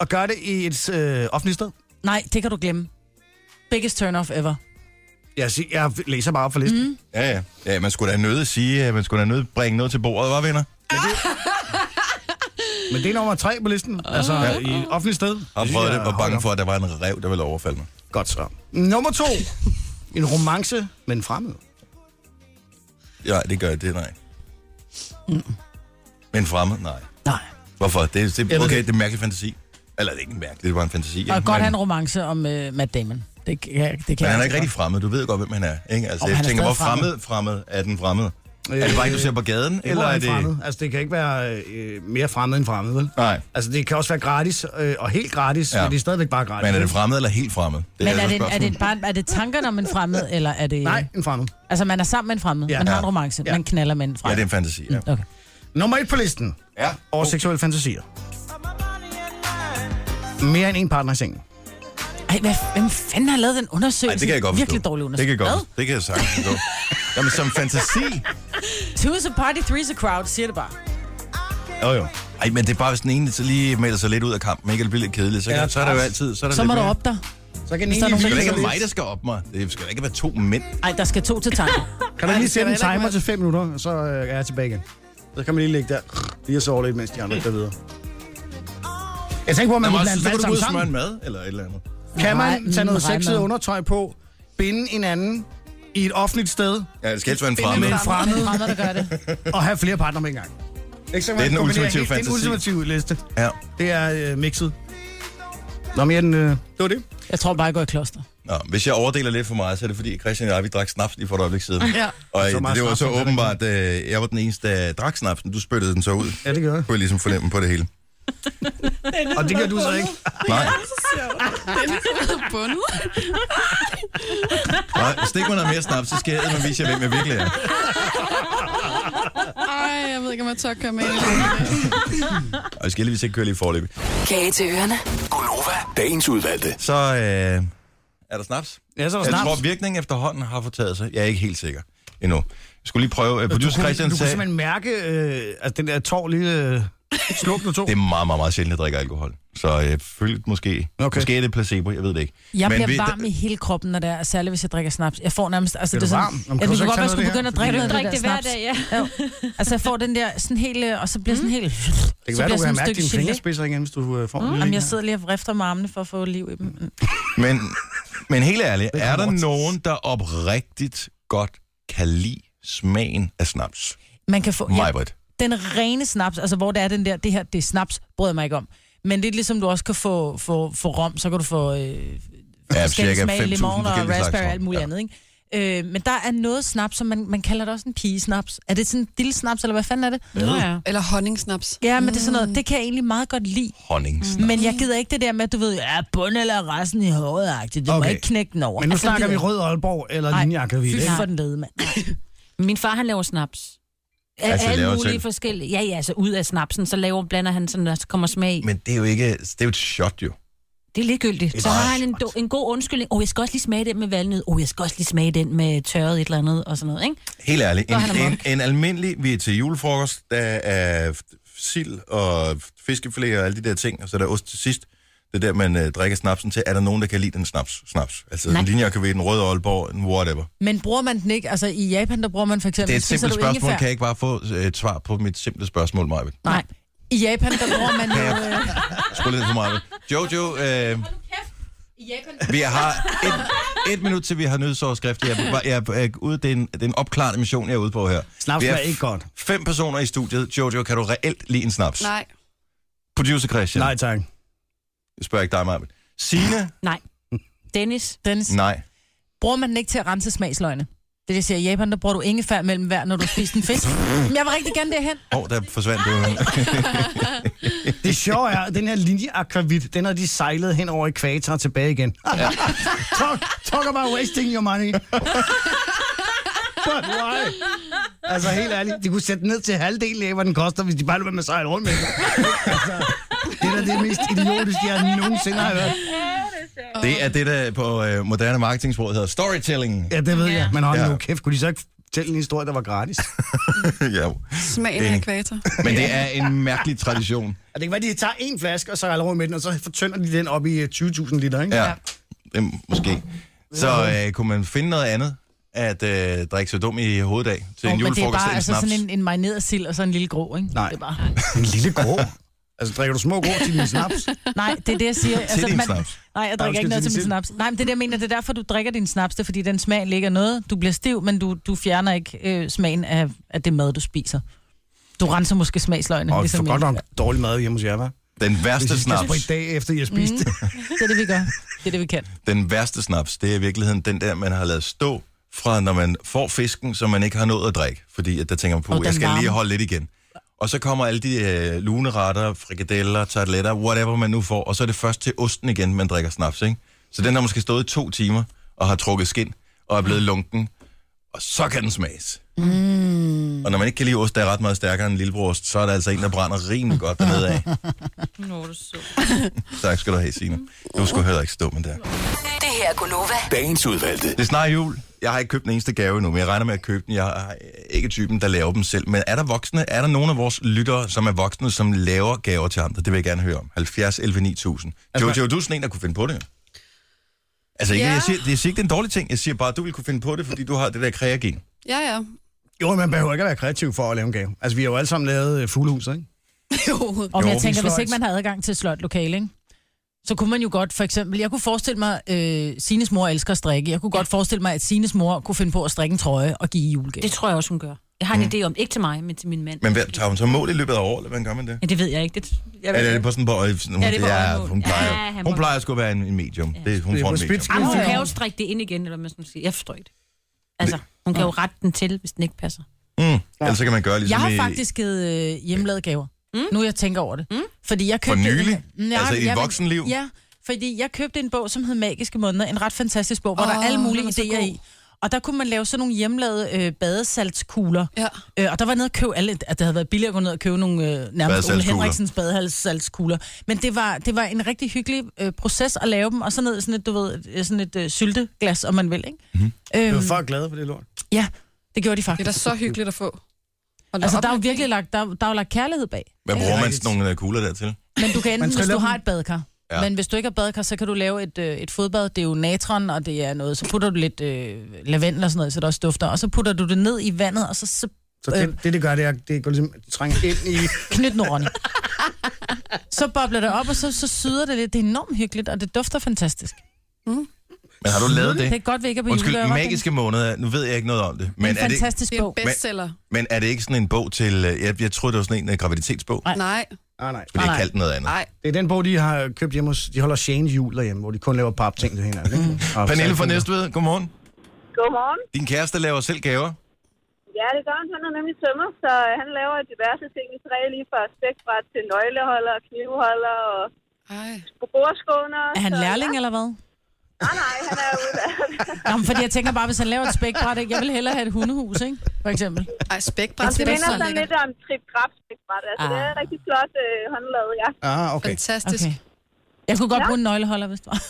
Speaker 4: At gøre det i et øh, offentligt sted.
Speaker 6: Nej, det kan du glemme. Biggest turn-off ever.
Speaker 4: Jeg, sig- jeg læser bare op fra listen. Mm.
Speaker 1: Ja, ja. Ja, man skulle da nødt sige, at man skulle da nødt bringe noget til bordet, var venner?
Speaker 4: Men det er nummer 3 på listen. Altså,
Speaker 1: Ja.
Speaker 4: i et offentligt sted.
Speaker 1: Og
Speaker 4: synes
Speaker 1: prøvede
Speaker 4: jeg
Speaker 1: det, var bange for, at der var en rev, der ville overfalde mig.
Speaker 4: Godt så. Nummer 2. En romance med en fremmed.
Speaker 1: Ja, det gør det, nej. Men fremmed, nej.
Speaker 6: Nej.
Speaker 1: Hvorfor? Det, det,
Speaker 4: ved
Speaker 1: okay,
Speaker 4: det.
Speaker 1: det er en mærkelig fantasi. Eller det er ikke en mærkelig, det var en fantasi.
Speaker 6: Og
Speaker 1: ikke?
Speaker 6: godt
Speaker 1: men,
Speaker 6: have en romance om uh, Matt Damon. Det, kan- ja, det
Speaker 1: men han
Speaker 6: kan jeg altså
Speaker 1: er ikke rigtig fremmed. Du ved godt, hvem han er. Ikke? Altså,
Speaker 6: Om
Speaker 1: jeg
Speaker 6: han er
Speaker 1: tænker, hvor
Speaker 6: stadig
Speaker 1: fremmed, fremmed er den fremmed? Er det bare en, du ser på gaden,
Speaker 4: Eller
Speaker 1: eller
Speaker 4: er
Speaker 1: er
Speaker 4: en
Speaker 1: det...
Speaker 4: fremmed. Altså, det kan ikke være øh, mere fremmed end fremmed, vel?
Speaker 1: Nej.
Speaker 4: Altså, det kan også være gratis, øh, og helt gratis,
Speaker 1: Ja.
Speaker 4: ja. men det er stadigvæk bare gratis.
Speaker 1: Men er
Speaker 4: vel?
Speaker 1: det fremmed eller helt fremmed? Det
Speaker 6: Men er
Speaker 1: altså
Speaker 6: det, er,
Speaker 1: spørgsmålet.
Speaker 6: det bare, er det tankerne om en fremmed, eller er det...
Speaker 4: Nej, en fremmed.
Speaker 6: Altså, man er sammen med en fremmed,
Speaker 4: Ja.
Speaker 6: ja. man har en
Speaker 1: Ja.
Speaker 6: romance,
Speaker 4: Ja.
Speaker 6: ja. man knaller med en
Speaker 1: Ja,
Speaker 6: fremmed.
Speaker 1: det er en fantasi, ja.
Speaker 6: Okay.
Speaker 4: Nummer et på listen
Speaker 1: ja.
Speaker 4: over seksuelle fantasier. Mere end en partner i sengen.
Speaker 6: Ej, hvad, hvem fanden har lavet den undersøgelse?
Speaker 1: Ej, det kan jeg godt forstå.
Speaker 6: Virkelig dårlig
Speaker 1: Det
Speaker 6: undersøgelse.
Speaker 1: kan jeg godt. Det kan jeg sagtens forstå. Jamen, som fantasi,
Speaker 6: Hvad? Two is a party, three is a crowd, siger det bare.
Speaker 1: Jo, jo. Ej, men det er bare, hvis den ene så lige melder sig lidt ud af kampen, ikke? Det bliver lidt kedeligt. Så, kan,
Speaker 4: Ja,
Speaker 1: så er der jo altid... Så, er der
Speaker 6: Så
Speaker 1: lidt
Speaker 6: må du
Speaker 1: mere.
Speaker 6: op dig.
Speaker 4: Så kan den
Speaker 6: Hvis der er
Speaker 4: ene lige
Speaker 6: nogen,
Speaker 1: Det
Speaker 4: hvile
Speaker 1: skal da ikke
Speaker 4: sig
Speaker 1: være mig, der skal op mig. Det skal da ikke være to mænd.
Speaker 6: Ej, der skal to til tanken.
Speaker 4: lidt. Kan du lige sætte en
Speaker 5: heller ikke
Speaker 4: timer
Speaker 5: være-
Speaker 4: til 5 minutter, og så øh, er jeg tilbage igen. Så kan man lige ligge der, lige og sove lidt, mens de andre går videre. Jeg tænker på, at man
Speaker 1: Nå,
Speaker 4: kunne
Speaker 1: men
Speaker 4: blande
Speaker 1: så kan
Speaker 4: alt
Speaker 1: du gå ud
Speaker 4: sammen
Speaker 1: og smøre en
Speaker 4: sammen.
Speaker 1: mad, eller et eller andet.
Speaker 4: Kan man
Speaker 6: Nej,
Speaker 4: tage noget
Speaker 6: mm,
Speaker 4: sexet
Speaker 6: regnmad.
Speaker 4: undertøj på, binde en anden i et offentligt sted,
Speaker 1: Ja, det skal helst være en fremmed.
Speaker 5: fremmed.
Speaker 4: med en
Speaker 5: Fremmed.
Speaker 4: fremmed,
Speaker 6: Fremmed, der gør det.
Speaker 4: og have flere partnere med en gang? Ikke, så kan
Speaker 1: Det er
Speaker 4: man
Speaker 1: den
Speaker 4: kombinere
Speaker 1: ultimative
Speaker 4: helt-
Speaker 1: fantasi.
Speaker 4: Den ultimative liste.
Speaker 1: Ja.
Speaker 4: Det er øh, mixet. Nå, men jeg er den, øh, det var det.
Speaker 6: Jeg tror bare, jeg går i kloster.
Speaker 1: Nå, hvis jeg overdeler lidt for meget, så er det fordi, Christian og jeg, vi drak snaps lige for et øjeblik siden.
Speaker 5: Ja.
Speaker 1: Og
Speaker 4: Så
Speaker 1: så
Speaker 4: meget
Speaker 1: det var
Speaker 4: snaps,
Speaker 1: så
Speaker 4: man kan
Speaker 1: åbenbart, øh, jeg var den eneste, der drak snapsen. Du spyttede den så ud.
Speaker 4: Ja, det gør jeg.
Speaker 1: Kunne jeg ligesom fornemme på det hele.
Speaker 4: Og det gør du så ikke.
Speaker 1: Nej,
Speaker 5: Dennis har været bundet.
Speaker 1: nej. Stik mig noget mere snaps, så skal jeg eddermame vise jer, hvem jeg virkelig er.
Speaker 5: Ej, jeg ved ikke, om jeg tør køre med. ind.
Speaker 1: Og jeg skal heldigvis ikke køre lige forløb.
Speaker 8: Kage til ørerne.
Speaker 14: Gunova, dagens udvalgte.
Speaker 1: Så øh, er der snaps?
Speaker 4: Ja, så er der
Speaker 1: Jeg
Speaker 4: snaps.
Speaker 1: tror, virkningen efterhånden har fortaget sig. Jeg er ikke helt sikker endnu. Jeg skulle lige prøve. øh,
Speaker 4: Du
Speaker 1: Producer
Speaker 4: kunne,
Speaker 1: Christian
Speaker 4: du kunne
Speaker 1: sagde,
Speaker 4: simpelthen mærke, øh, at den der tår lige øh, slukne to.
Speaker 1: det er meget, meget, meget sjældent, at jeg drikker alkohol. Så øh, følt måske.
Speaker 4: Okay.
Speaker 1: Måske er det placebo, jeg ved det ikke.
Speaker 6: Jeg
Speaker 1: Men
Speaker 6: Men bliver
Speaker 1: vi-
Speaker 6: varm i hele kroppen, når det er, særligt hvis jeg drikker snaps. Jeg får nærmest... Altså,
Speaker 4: Bliver
Speaker 6: det er
Speaker 4: du
Speaker 6: sådan,
Speaker 4: varm? Jamen, kan
Speaker 6: Jeg
Speaker 4: du
Speaker 6: kunne
Speaker 4: så ikke tage
Speaker 6: godt være,
Speaker 4: noget af
Speaker 6: skulle
Speaker 4: det
Speaker 6: begynde
Speaker 4: her?
Speaker 6: at drikke
Speaker 4: Fordi,
Speaker 6: noget af
Speaker 2: Drik
Speaker 6: det
Speaker 2: det
Speaker 6: der
Speaker 2: hver
Speaker 6: snaps.
Speaker 2: dag, ja.
Speaker 6: Jo. Altså, jeg får den der sådan helt... øh, Og så bliver sådan helt... Det
Speaker 4: Mm. Det kan være, du kan have mærket dine fingerspidser igen, hvis du øh, får mm. en lille
Speaker 6: Jamen,
Speaker 4: en
Speaker 6: jeg
Speaker 4: her.
Speaker 6: sidder lige og vrifter med armene for at få liv i dem.
Speaker 1: Men Men helt ærligt, er
Speaker 4: Velkommen
Speaker 1: der
Speaker 4: over til-
Speaker 1: nogen, der oprigtigt godt kan lide smagen af snaps?
Speaker 6: Man kan få... Ja,
Speaker 1: Majbert.
Speaker 6: den rene snaps, altså hvor det er den der, det her, det er snaps, bryder jeg mig ikke om. Men lidt ligesom du også kan få, få, få rom, så kan du få øh,
Speaker 1: Ja,
Speaker 6: forskellige
Speaker 1: cirka 5.000
Speaker 6: smag, limon og
Speaker 1: forskellige slags
Speaker 6: raspberry og
Speaker 1: rom.
Speaker 6: alt muligt
Speaker 1: Ja.
Speaker 6: ja. andet, ikke? Øh, men der er noget snaps, som man, man kalder det også en pigesnaps. Er det sådan en lille snaps, eller hvad fanden er det?
Speaker 2: Nå ja.
Speaker 5: Eller honningsnaps.
Speaker 6: Ja, men det er sådan noget, det kan jeg egentlig meget godt lide.
Speaker 1: Honningsnaps.
Speaker 6: Men jeg gider ikke det der med, at du ved, ja, bund eller resten i håret -agtigt. Du okay. må
Speaker 4: Okay.
Speaker 6: ikke knække den over.
Speaker 4: Men nu
Speaker 6: Altså,
Speaker 4: snakker
Speaker 6: det
Speaker 4: vi
Speaker 6: gider jeg
Speaker 4: rød Aalborg eller
Speaker 6: Nej,
Speaker 4: linjeakademi.
Speaker 6: ikke. Fy for den lede, mand.
Speaker 2: Min far, han laver snaps.
Speaker 1: Altså,
Speaker 2: Af altså, alle
Speaker 1: laver
Speaker 2: mulige
Speaker 1: selv?
Speaker 2: forskellige. Ja, ja, altså ud af snapsen, så laver, blander han sådan, at der kommer smag i.
Speaker 1: Men det er jo ikke, det er jo et shot jo.
Speaker 2: Det er ligegyldigt. Så
Speaker 1: meget
Speaker 2: har han en, do, en god undskyldning. Åh, oh, jeg skal også lige smage den med valnød. Åh, oh, jeg skal også lige smage den med tørret et eller andet, og sådan noget, ikke?
Speaker 1: Helt ærligt,
Speaker 2: Nå, han
Speaker 1: en,
Speaker 2: er
Speaker 1: en, en almindelig, vi er til julefrokost, der er f- sild og f- fiskefilet og alle de der ting, og så er der ost til sidst. Det er der, man øh, drikker snapsen til. Er der nogen, der kan lide den snaps? snaps? Altså
Speaker 2: Nej.
Speaker 1: en linjeakavit, en rød Aalborg, en whatever.
Speaker 6: Men bruger man den ikke? Altså i Japan, der bruger man for eksempel...
Speaker 1: Det er et
Speaker 6: spiser
Speaker 1: simpelt
Speaker 6: du
Speaker 1: spørgsmål.
Speaker 6: ingefær?
Speaker 1: Kan jeg ikke bare få øh, et svar på mit simple spørgsmål, Majbet?
Speaker 6: Nej. I Japan, der bruger man jo... Øh,
Speaker 1: Skru lidt for Majbet. Jojo, øh, vi har et, et minut til, vi har nyhedsoverskrift. Jeg, jeg, jeg, jeg, ude, det, er en, det er en opklarende mission, jeg er ude på her.
Speaker 4: Snaps
Speaker 1: Vi er
Speaker 4: smager ikke godt.
Speaker 1: Fem personer i studiet. Jojo, kan du reelt lide en snaps?
Speaker 5: Nej.
Speaker 1: Producer Christian.
Speaker 4: Nej, tak.
Speaker 1: Jeg spørger ikke dig, Marvind. Signe?
Speaker 2: Nej. Dennis,
Speaker 6: Dennis,
Speaker 1: Nej.
Speaker 6: bruger man den ikke til at rense smagsløgene? Det er det, jeg siger. I Japan, der bruger du ingefær mellem hver, når du spiser en fisk. Men jeg vil rigtig gerne derhen.
Speaker 1: Åh, oh, der forsvandt det.
Speaker 4: Det sjove er, at den her linjeakvavit, den har de sejlet hen over ekvator og tilbage igen. talk, talk about wasting your money. But why? Altså helt ærligt, de kunne sætte den ned til halvdelen af, hvad den koster, hvis de bare lød være med at sejle rundt med den. altså, det er da det mest idiotiske, jeg nogensinde har hørt.
Speaker 1: Det er det, der på øh, moderne marketingsprog hedder storytelling.
Speaker 4: Ja, det ved jeg. Men hold
Speaker 1: Ja.
Speaker 4: nu kæft, kunne de så ikke fortælle en historie, der var gratis? Er
Speaker 1: ja.
Speaker 5: Smagen
Speaker 1: Det-
Speaker 5: af ekvator.
Speaker 1: Men det er en mærkelig tradition.
Speaker 4: det ikke, hvad de tager en flaske, og så sejler rundt med den, og så fortønder de den op i øh, 20.000 liter, ikke?
Speaker 1: Ja. Det, måske. Så øh, kunne man finde noget andet at øh, drikke så dum i hovedet af til
Speaker 6: Åh,
Speaker 1: en
Speaker 6: men det er
Speaker 1: julefrokost
Speaker 6: bare
Speaker 1: eller en
Speaker 6: altså
Speaker 1: snaps?
Speaker 6: sådan en, en marineret sild og så en lille grå, ikke?
Speaker 4: Nej.
Speaker 6: Det er bare...
Speaker 4: En lille grå. Altså, drikker du små grå til din snaps?
Speaker 6: Nej, det er det, jeg siger. Altså,
Speaker 1: Til din snaps.
Speaker 6: Nej, jeg drikker
Speaker 4: undskyld,
Speaker 6: ikke noget
Speaker 4: til
Speaker 6: til min
Speaker 4: din
Speaker 6: snaps. Nej, men det er det, jeg mener. Det er derfor, du drikker din snaps. Det er, fordi den smag ligger noget. Du bliver stiv, men du, du fjerner ikke øh, smagen af, af det mad, du spiser. Du renser måske smagsløgene.
Speaker 4: Og
Speaker 6: ligesom Altså,
Speaker 4: for godt
Speaker 6: min-
Speaker 4: nok dårlig mad hjemme hos jer, hva'?
Speaker 1: Den
Speaker 4: Hvis I
Speaker 1: værste
Speaker 4: skal
Speaker 1: snaps,
Speaker 4: spritte dag efter, I har spist det.
Speaker 6: Det er det, vi gør. Det er det, vi kan.
Speaker 1: den værste snaps, det er i virkeligheden den der, man har lavet stå fra, når man får fisken, som man ikke har nået at drikke. Fordi at der tænker man på,
Speaker 6: Og den
Speaker 1: jeg skal
Speaker 6: varme.
Speaker 1: lige holde lidt igen. Og så kommer alle de øh, luneretter, frikadeller, tarteletter, whatever man nu får. Og så er det først til osten igen, man drikker snaps, ikke? Så den har måske stået i to timer og har trukket skin og er blevet lunken. Og så kan den smages. Mm. Og når man ikke kan lide ost, der er ret meget stærkere end en lillebrorost, så er der altså en, der brænder rimelig godt dernede af.
Speaker 2: Nå, du så.
Speaker 1: Tak skal du have, Signe. Du skulle heller ikke stå med der.
Speaker 8: Det her er Gunova.
Speaker 15: Dagens udvalgte.
Speaker 1: Det er snart jul. Jeg har ikke købt den eneste gave endnu, men jeg regner med at købe den. Jeg er ikke typen, der laver dem selv. Men er der voksne? Er der nogen af vores lyttere, som er voksne, som laver gaver til andre? Det vil jeg gerne høre om. 70 11 9000.
Speaker 2: Altså,
Speaker 1: Jojo, du er sådan en, der kunne finde på det. Altså, ikke,
Speaker 5: Ja.
Speaker 1: jeg, siger, jeg siger ikke, det er en dårlig ting. Jeg siger bare, at du vil kunne finde på det, fordi du har det der kreagen.
Speaker 5: Ja, ja.
Speaker 4: Jo, man behøver ikke at være kreativ for at lave en gave. Altså, vi har jo alle sammen lavet øh, fuglehus, ikke?
Speaker 5: Jo.
Speaker 6: Og
Speaker 1: Jo,
Speaker 6: jeg
Speaker 1: vi
Speaker 6: tænker, hvis
Speaker 4: sløjt.
Speaker 6: ikke man har adgang til slot lokale, ikke? så kunne man jo godt, for eksempel, jeg kunne forestille mig, øh, Sines mor elsker at strikke. Jeg kunne godt forestille mig, at Sines mor kunne finde på at strikke en trøje og give i julegave.
Speaker 2: Det tror jeg også, hun gør. Jeg har en idé om, ikke til mig, men til min mand.
Speaker 1: Mm. Men hvad, tager hun så mål i løbet af året, eller hvordan gør man det?
Speaker 2: Ja, det ved jeg ikke. Det, jeg ved
Speaker 1: Eller er det
Speaker 2: ikke.
Speaker 1: på sådan på øje? Hun,
Speaker 2: Ja, det er på øjemål.
Speaker 1: hun
Speaker 2: Ja,
Speaker 1: plejer,
Speaker 2: han
Speaker 1: hun
Speaker 2: må-
Speaker 1: plejer sgu at være en, en medium. Det, hun
Speaker 4: Det er
Speaker 1: får
Speaker 4: på
Speaker 1: en medium.
Speaker 4: spidsen.
Speaker 2: Jamen, hun
Speaker 6: Ja, ja.
Speaker 2: kan jo strikke det ind igen, eller hvad man skal sige. Jeg forstår ikke det. Altså, hun kan jo rette den til, hvis den ikke passer.
Speaker 1: Mm. Ellers så kan man gøre
Speaker 6: Jeg
Speaker 1: ligesom
Speaker 6: har
Speaker 1: i-
Speaker 6: faktisk givet øh, hjemmelavede gaver. Mm? Nu jeg tænker over det. Mm? Fordi jeg købte...
Speaker 1: nylig?
Speaker 6: Mm,
Speaker 1: Altså i dit
Speaker 6: jeg-
Speaker 1: voksenliv?
Speaker 6: Ja, fordi jeg købte en bog, som hed Magiske Måneder. En ret fantastisk bog, hvor oh, der er
Speaker 5: Åh,
Speaker 6: alle mulige
Speaker 5: den er så
Speaker 6: idéer
Speaker 5: god.
Speaker 6: i. Og der kunne man lave sådan nogle hjemmelavede øh, badesaltskugler.
Speaker 5: Ja.
Speaker 6: Øh, og der var jeg nede at købe alle, at det havde været billigere at gå ned og købe nogle øh, nærmest Ole
Speaker 1: Badesaltskugler.
Speaker 6: Henriksens badesaltskugler. Men det var, det var en rigtig hyggelig øh, proces at lave dem, og så ned i sådan et, du ved, øh, sådan et øh, sylteglas, om man vil, ikke? Mm.
Speaker 4: Vi
Speaker 6: Øhm,
Speaker 4: var folk glade for Mhm. det lort.
Speaker 6: ja, det gjorde de
Speaker 5: Det
Speaker 6: faktisk.
Speaker 5: er da så hyggeligt at få. Hold da
Speaker 6: Altså,
Speaker 5: op.
Speaker 6: der er jo virkelig lagt, der, der er jo lagt kærlighed bag.
Speaker 1: Hvad bruger man sådan nogle øh, kugler der til?
Speaker 6: Men du kan enten,
Speaker 4: Man skal
Speaker 6: hvis du
Speaker 4: lave
Speaker 6: har
Speaker 4: dem-
Speaker 6: et badkar.
Speaker 1: Ja.
Speaker 6: Ja. Men hvis du ikke har badkar, så kan du lave et, øh, et fodbad. Det er jo natron, og det er noget. Så putter du lidt øh, lavendel og sådan noget, så det også dufter. Og så putter du det ned i vandet, og så, så
Speaker 4: Så det, det, det gør, det er, det går ligesom det trænger ind i...
Speaker 6: knytnårene. så bobler det op, og så, så syder det lidt. Det er enormt hyggeligt, og det dufter fantastisk.
Speaker 1: Men har du lavet
Speaker 6: Det er
Speaker 1: det?
Speaker 6: godt, vi ikke er på
Speaker 1: Undskyld,
Speaker 6: juleøver.
Speaker 1: magiske måneder, nu ved jeg ikke noget om det. Men
Speaker 6: Men
Speaker 1: er
Speaker 6: en
Speaker 1: det,
Speaker 6: fantastisk
Speaker 5: Det er en
Speaker 6: bog.
Speaker 5: bestseller.
Speaker 1: men er det ikke sådan en bog til... øh, Jeg, jeg troede, det var sådan en øh, graviditetsbog.
Speaker 6: Nej.
Speaker 5: Nej,
Speaker 4: Ah, nej.
Speaker 1: Fordi
Speaker 6: Nej,
Speaker 1: jeg
Speaker 6: nej.
Speaker 1: kaldte den noget andet.
Speaker 5: nej.
Speaker 4: Det er den bog, de har købt hjemme hos... De holder Shane jul derhjemme, hvor de kun laver papting til hinanden.
Speaker 6: Mm.
Speaker 4: Ikke? Og
Speaker 1: Pernille fra
Speaker 4: salgfingre.
Speaker 1: Næstved, godmorgen.
Speaker 14: Godmorgen.
Speaker 1: Din kæreste laver selv gaver.
Speaker 14: Ja, det gør han. Han er nemlig tømmer, så øh, han laver diverse ting i træ, lige fra spækbræt til nøgleholder, knivholder og
Speaker 5: Ej.
Speaker 14: bordskåner.
Speaker 6: Er han
Speaker 14: så-
Speaker 6: lærling eller hvad?
Speaker 14: Nej, nej, han er udlært.
Speaker 6: Nå, men fordi jeg tænker bare, hvis han laver et spækbræt, ikke? jeg vil hellere have et hundehus, ikke? For eksempel.
Speaker 5: Ej, spækbræt,
Speaker 14: Altså, Det
Speaker 5: det er
Speaker 14: minder
Speaker 5: så
Speaker 14: sådan
Speaker 5: lækkert.
Speaker 14: lidt om trip grab spækbræt. Altså, det er
Speaker 6: Ah.
Speaker 14: rigtig flot øh, håndlavet, ja.
Speaker 4: Ah, okay.
Speaker 6: Altså,
Speaker 5: Fantastisk.
Speaker 6: Okay. Jeg kunne godt
Speaker 14: Ja.
Speaker 6: bruge en nøgleholder, hvis du var.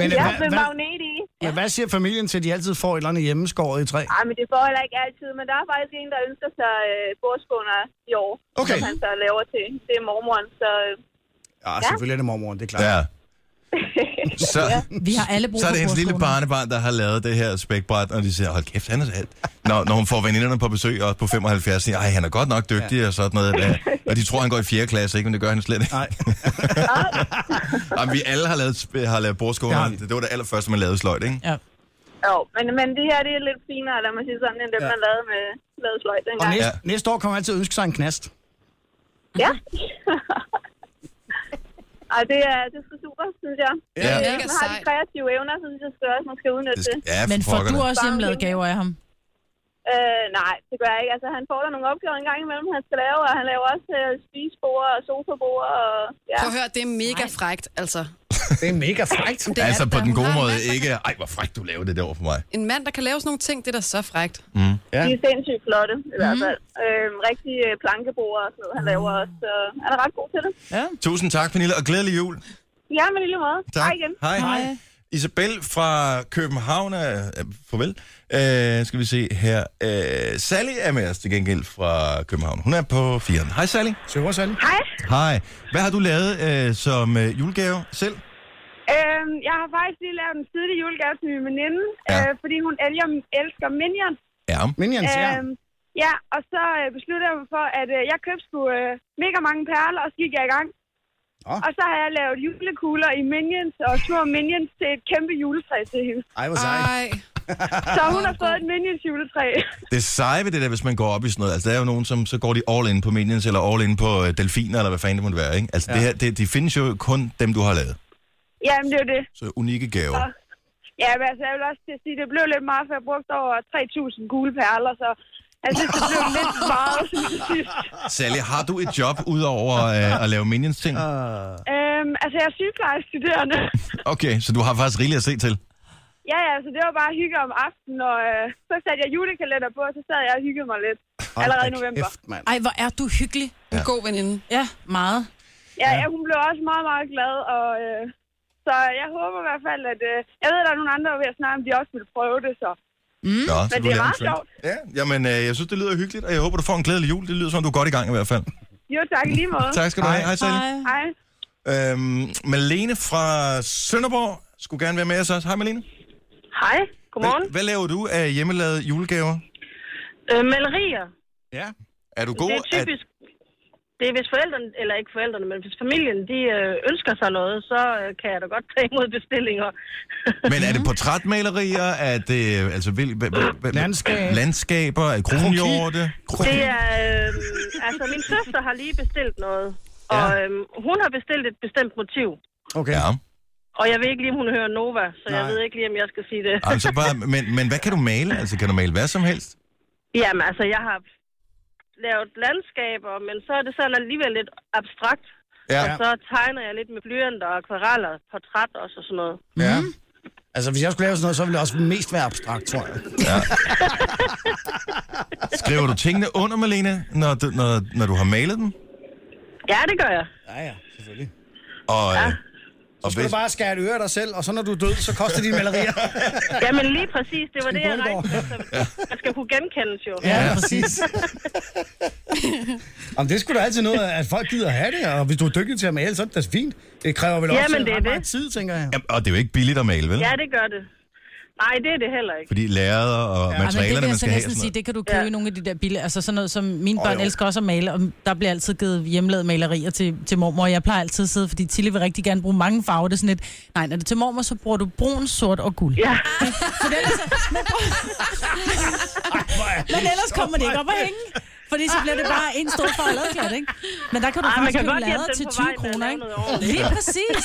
Speaker 4: Men, øh,
Speaker 14: ja,
Speaker 4: hvad,
Speaker 14: med
Speaker 4: hvad,
Speaker 14: magnet i.
Speaker 4: ja, hvad siger familien til, at de altid får et eller andet hjemmeskåret i træ?
Speaker 6: Ah,
Speaker 14: Ej, men det får heller ikke altid, men der er faktisk en, der ønsker sig øh, bordskåner i år,
Speaker 4: Okay.
Speaker 14: som han så laver til. Det er mormoren, så... øh,
Speaker 4: Ja, Ah, selvfølgelig er det mormoren, det er klart. Ja.
Speaker 1: Ja. Så,
Speaker 6: Vi har alle brug
Speaker 1: så er det
Speaker 6: for
Speaker 1: hendes lille
Speaker 6: bordskåner.
Speaker 1: barnebarn, der har lavet det her spækbræt, og de siger, hold kæft, han er alt. Når, når hun får veninderne på besøg og på 75, siger, ej, han er godt nok dygtig ja. og sådan noget. Ja. Og de tror, han går i 4. klasse, ikke? men det gør han slet ikke.
Speaker 4: Nej.
Speaker 1: Jamen, vi alle har lavet, sp- har lavet
Speaker 4: Det
Speaker 1: bordskåner.
Speaker 4: har vi.
Speaker 1: Det, det var det allerførste, man lavede sløjt, ikke?
Speaker 6: Ja.
Speaker 14: Jo, men, men det her, det er lidt finere, lad mig sige sådan, end dem,
Speaker 4: Ja.
Speaker 14: man lavede med lavede sløjt
Speaker 4: Og
Speaker 14: dengang.
Speaker 4: næste, ja. næste år kommer man altid at ønske sig en knast.
Speaker 14: Ja. Ej, det er, det er sgu super, synes jeg. Øh,
Speaker 1: Ja.
Speaker 5: Det er
Speaker 14: Man
Speaker 5: mega
Speaker 14: har de
Speaker 5: sejt.
Speaker 14: kreative evner, så synes jeg skal også, man skal udnytte
Speaker 1: Det
Speaker 14: det.
Speaker 1: skal, ja,
Speaker 6: Men
Speaker 1: for
Speaker 6: får
Speaker 1: pokker
Speaker 6: du
Speaker 1: da.
Speaker 6: også hjemmelavede gaver af ham?
Speaker 14: Øh, nej, det gør jeg ikke. Altså, han får da nogle opgaver en gang imellem, han skal lave, og han laver også øh, spisebord og sofabord. Og, ja.
Speaker 5: Prøv at høre, det er mega frægt, altså.
Speaker 4: Det er mega frækt.
Speaker 5: Det er
Speaker 1: Altså
Speaker 5: det
Speaker 1: på
Speaker 5: da.
Speaker 1: den
Speaker 5: Hun
Speaker 1: gode
Speaker 5: har en
Speaker 1: måde,
Speaker 5: mand, der-
Speaker 1: ikke? Ej, hvor frækt du lavede det der over for mig.
Speaker 5: En mand, der kan lave sådan nogle ting, det er da så frægt.
Speaker 14: De er sindssygt flotte, i hvert
Speaker 5: Mhm.
Speaker 14: fald. Øh, rigtig øh, plankebord og sådan noget, han laver også. Så han er ret god til det.
Speaker 1: Tusind tak, Pernille, og glædelig jul.
Speaker 14: Ja, men i lige måde.
Speaker 1: Tak.
Speaker 14: Hej igen.
Speaker 1: Hej. Hej. Isabel fra København er... øh, Farvel. Øh, skal vi se her. Øh, Sally er med os til gengæld fra København. Hun er på 4. Hej Sally.
Speaker 4: Søger selv.
Speaker 14: Hej.
Speaker 1: Hej. Hvad har du lavet øh, som øh, julegave selv?
Speaker 14: Øhm, jeg har faktisk lige lavet en tidlig julegave til min veninde,
Speaker 1: Ja.
Speaker 14: ja. øh, fordi hun elsker, elsker Minions.
Speaker 1: Ja.
Speaker 4: Minions, ja.
Speaker 14: Øhm, ja, og så øh, besluttede jeg mig for, at øh, jeg købte sgu øh, mega mange perler, og så gik jeg i gang.
Speaker 4: Nå.
Speaker 14: Og så har jeg lavet julekugler i Minions og små Minions til et kæmpe juletræ til hende.
Speaker 4: Ej, hvor sejt.
Speaker 5: Ej,
Speaker 14: Så hun har fået et Minions juletræ.
Speaker 1: Det seje ved det der, hvis man går op i sådan noget, altså der er jo nogen, som så går de all in på minions, eller all in på øh, delfiner, eller hvad fanden det måtte være, ikke? Altså ja. det her, det, de findes jo kun dem, du har lavet.
Speaker 14: Jamen, det er jo det.
Speaker 1: Så unikke gaver.
Speaker 14: Ja. Ja, men altså, jeg vil også til at sige, det blev lidt meget, for jeg brugte over 3.000 gule perler, så jeg synes, det blev lidt meget. til sidst.
Speaker 1: Sally, har du et job udover øh, at lave minions ting?
Speaker 14: øhm, altså, jeg er sygeplejestuderende.
Speaker 1: Okay, så du har faktisk rigeligt at se til.
Speaker 14: Mm. ja, ja, altså, det var bare hygge om aftenen, og øh, så satte jeg julekalender på, og så sad jeg og hyggede mig lidt. Allerede i november.
Speaker 4: Kæft, mand.
Speaker 6: Ej, hvor er du hyggelig.
Speaker 5: en god veninde.
Speaker 6: Ja, meget.
Speaker 14: Ja, ja, hun blev også meget, meget glad, og øh, så jeg håber i hvert fald, at... Øh, jeg ved, at der er nogle andre, der er ved at snakke om, de også vil prøve det, så...
Speaker 1: Mm. Nå, så
Speaker 14: Men
Speaker 1: du
Speaker 14: det er
Speaker 1: laver en
Speaker 14: meget
Speaker 1: trend.
Speaker 14: sjovt.
Speaker 1: Ja, jamen, øh, jeg synes, det lyder hyggeligt, og jeg håber, du får en glædelig jul. Det lyder som, du er godt i gang i hvert fald.
Speaker 14: Jo, tak i lige måde.
Speaker 1: Tak skal du have. Hej, Sally.
Speaker 6: Hej.
Speaker 14: Hej.
Speaker 1: Øhm, Malene fra Sønderborg skulle gerne være med os også. Hej, Malene.
Speaker 14: Hej.
Speaker 1: Hvad, hvad laver du af hjemmelavede julegaver?
Speaker 14: Øh, malerier.
Speaker 4: Ja.
Speaker 1: Er du god?
Speaker 14: det er typisk, det er hvis forældrene, eller ikke forældrene, men hvis familien, de øh, ønsker sig noget, så øh, kan jeg da godt tage imod bestillinger.
Speaker 1: At, men er det portrætmalerier? Er det øh, altså, vil, hva- hva- hva-
Speaker 4: Landskab.
Speaker 1: landskaber? Er kronhjorte?
Speaker 14: det er, øh, altså min søster har lige bestilt noget, og øh, hun har bestilt et bestemt motiv.
Speaker 4: Okay.
Speaker 1: Ja,
Speaker 14: Og jeg ved ikke lige, om hun hører Nova, så Nej. jeg
Speaker 4: Nej.
Speaker 14: ved ikke lige, om jeg skal sige det.
Speaker 1: altså bare, men, men hvad kan du male? Altså, kan du male hvad som helst?
Speaker 14: Jamen altså, jeg har lavet landskaber, men så er det sådan alligevel lidt abstrakt. Og
Speaker 1: Ja,
Speaker 14: så tegner jeg lidt med blyanter og akvareller, portræt også og sådan noget.
Speaker 4: Ja. Altså, hvis jeg skulle lave sådan noget, så ville det også mest være abstrakt, tror jeg.
Speaker 1: skriver du tingene under, Malene, når du, når, når du har malet dem?
Speaker 14: Ja, det gør jeg.
Speaker 4: Ja, ja, selvfølgelig.
Speaker 1: Og, ja.
Speaker 4: Så
Speaker 1: og
Speaker 4: skal
Speaker 1: hvis,
Speaker 4: du bare skære et øre af dig selv, og så når du er død, så koster de malerier.
Speaker 14: Jamen lige præcis, det var det, jeg
Speaker 4: Bundgaard.
Speaker 14: regnede med. som- Man skal kunne genkendes jo.
Speaker 4: ja, præcis. Jamen, det skulle da altid noget, at folk gider have det, og hvis du er dygtig til at male, så er det da fint. Det kræver vel også
Speaker 14: Jamen, det er
Speaker 4: ret meget
Speaker 14: det.
Speaker 4: tid, tænker jeg.
Speaker 1: Jamen, og det er jo ikke billigt at male, vel?
Speaker 14: Ja, det gør det. Nej, det er det heller ikke.
Speaker 1: Fordi lærere og ja.
Speaker 6: Ej, men det
Speaker 1: materialerne,
Speaker 6: vil
Speaker 1: man
Speaker 6: jeg så
Speaker 1: skal have. og
Speaker 6: næsten
Speaker 1: Sådan
Speaker 6: sige,
Speaker 1: noget.
Speaker 6: det kan du købe ja. i
Speaker 14: Ja.
Speaker 6: nogle af de der billeder. Altså sådan noget, som mine
Speaker 1: Åh,
Speaker 6: børn
Speaker 1: jo.
Speaker 6: elsker også at male, og der bliver altid givet hjemlavede malerier til, til mormor. Jeg plejer altid at sidde, fordi Tilly vil rigtig gerne bruge mange farver. Det er sådan et, nej, når det er til mormor, så bruger du brun, sort og guld.
Speaker 14: Ja.
Speaker 6: For ellers, men ellers kommer det ikke op at hænge. Fordi så bliver det bare en stor farve ladeklat, ikke? Men der kan du
Speaker 14: Ej, man
Speaker 6: faktisk
Speaker 14: kan
Speaker 6: købe
Speaker 14: godt hjælpe
Speaker 6: lader
Speaker 14: dem
Speaker 6: til
Speaker 14: på
Speaker 6: 20
Speaker 14: vej med at
Speaker 6: kroner,
Speaker 14: lave
Speaker 6: ikke?
Speaker 14: noget ordentligt.
Speaker 6: Lige præcis.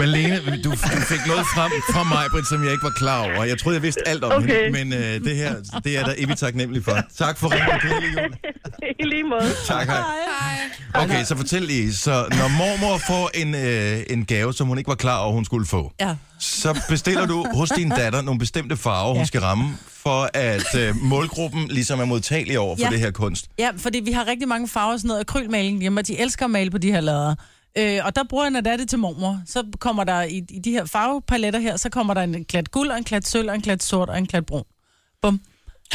Speaker 1: Men Lene, du, du fik noget frem fra mig, Britt, som jeg ikke var klar over. Jeg troede, jeg vidste alt om
Speaker 14: Okay.
Speaker 1: hende, men øh, det her, det er jeg da evigt taknemmelig for. Tak for ringen, kedelig jul.
Speaker 14: I lige måde.
Speaker 1: Tak, hej. Okay, så fortæl lige. Så når mormor får en, øh, en gave, som hun ikke var klar over, hun skulle få,
Speaker 6: Ja.
Speaker 1: så bestiller du hos din datter nogle bestemte farver, hun
Speaker 6: Ja.
Speaker 1: skal ramme, for at øh, målgruppen ligesom er modtagelig over for
Speaker 6: Ja.
Speaker 1: det her kunst.
Speaker 6: Ja, fordi vi har rigtig mange farver og sådan noget akrylmaling hjemme, og de elsker at male på de her lader. Øh, og der bruger jeg, når det er det til mormor, så kommer der i, i de her farvepaletter her, så kommer der en klat guld, og en klat sølv, og en klat sort, og en klat brun. Bum.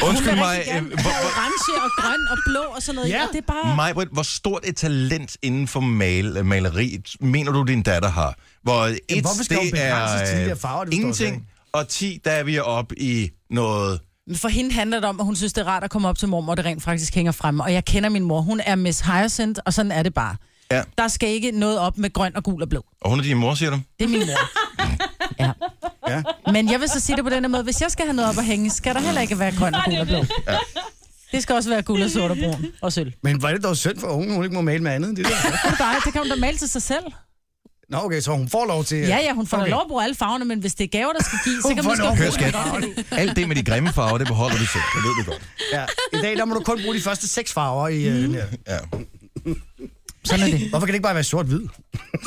Speaker 1: Undskyld
Speaker 6: Hun vil
Speaker 1: mig,
Speaker 6: rigtig
Speaker 1: øh,
Speaker 6: gerne
Speaker 1: hvor,
Speaker 6: have orange og grøn og blå og sådan noget.
Speaker 4: Ja.
Speaker 6: Ja. Og det er bare...
Speaker 1: hvor, Majbrit, hvor stort et talent inden for mal, maleri mener du, din datter har? Hvor et,
Speaker 4: hvorfor skal hun
Speaker 1: det
Speaker 4: begrænses til de
Speaker 1: er
Speaker 4: der
Speaker 1: øh,
Speaker 4: farver, det forstår jeg slet
Speaker 1: ingenting,
Speaker 4: ikke.
Speaker 1: og 10, der er vi oppe i noget...
Speaker 6: Men For hende handler det om, at hun synes, det er rart at komme op til mormor, og det rent faktisk hænger fremme. Og jeg kender min mor. Hun er Miss Hyacinth, og sådan er det bare.
Speaker 1: Ja.
Speaker 6: Der skal ikke noget op med grøn og gul og blå.
Speaker 1: Og hun er din mor, siger du?
Speaker 6: Det er min mor. Ja.
Speaker 4: Ja.
Speaker 6: Men jeg vil så sige det på den her måde. Hvis jeg skal have noget op at hænge, skal der heller ikke være grøn og gul og blå. Ja. Det skal også være gul og sort og brun og sølv.
Speaker 4: Men var det dog synd for ungen, hun ikke må male med andet end det der?
Speaker 6: Det er bare, det kan hun da male til sig selv.
Speaker 4: Nå, okay, så hun får lov til...
Speaker 6: Ja, ja, hun får okay.
Speaker 4: okay.
Speaker 6: lov at bruge alle farverne, men hvis det er gaver, der skal give, så
Speaker 4: Hun
Speaker 6: kan
Speaker 4: får
Speaker 6: man
Speaker 4: lov at
Speaker 1: Hør,
Speaker 6: måske
Speaker 1: skat. Alt det med de grimme farver, det beholder du selv. Det ved du godt.
Speaker 4: Ja. I dag, der må du kun bruge de første seks farver i mm. den her.
Speaker 1: Ja.
Speaker 6: Sådan er det.
Speaker 4: Hvorfor kan det ikke bare være sort-hvid?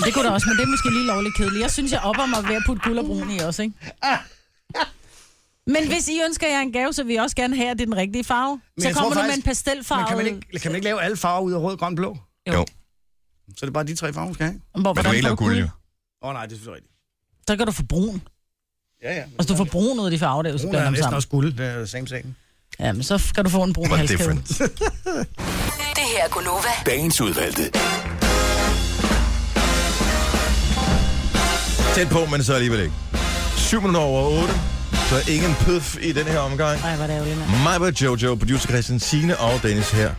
Speaker 6: Det kunne da også, men det er måske lige lovligt kedeligt. Jeg synes, jeg opper mig ved at putte guld og brun i også, ikke? Men hvis I ønsker jer en gave, så vil jeg også gerne have, at det er den rigtige farve.
Speaker 4: Men
Speaker 6: så
Speaker 4: jeg
Speaker 6: kommer
Speaker 4: tror
Speaker 6: du med en
Speaker 4: faktisk-
Speaker 6: pastelfarve.
Speaker 4: Men kan man, ikke, kan man ikke lave alle farver ud af rød, grøn, blå?
Speaker 1: Jo.
Speaker 4: Så er det bare de tre farver, hun skal have.
Speaker 6: Hvor,
Speaker 1: Men du
Speaker 6: hvordan
Speaker 1: kan ikke
Speaker 6: får
Speaker 1: lave
Speaker 6: du
Speaker 1: guld, jo.
Speaker 4: Åh oh, nej, det er selvfølgelig rigtigt.
Speaker 6: Så kan du få brun.
Speaker 4: Ja, ja.
Speaker 6: Altså, du får brun ud af de farver, der er jo så
Speaker 4: Hun er
Speaker 6: blander dem
Speaker 4: næsten
Speaker 6: sammen.
Speaker 4: også guld, det er jo same same.
Speaker 6: Ja, men så kan du få en brun
Speaker 1: But
Speaker 6: halskæde.
Speaker 1: different.
Speaker 8: Det her er Gunova.
Speaker 15: Dagens udvalgte.
Speaker 1: Tæt på, men så alligevel ikke. 7 minutter over 8. Så ikke en pøf i den her omgang.
Speaker 6: Ej, hvor er det ærgerligt, mand.
Speaker 1: Mig var Jojo, producer Christian Signe og Dennis her.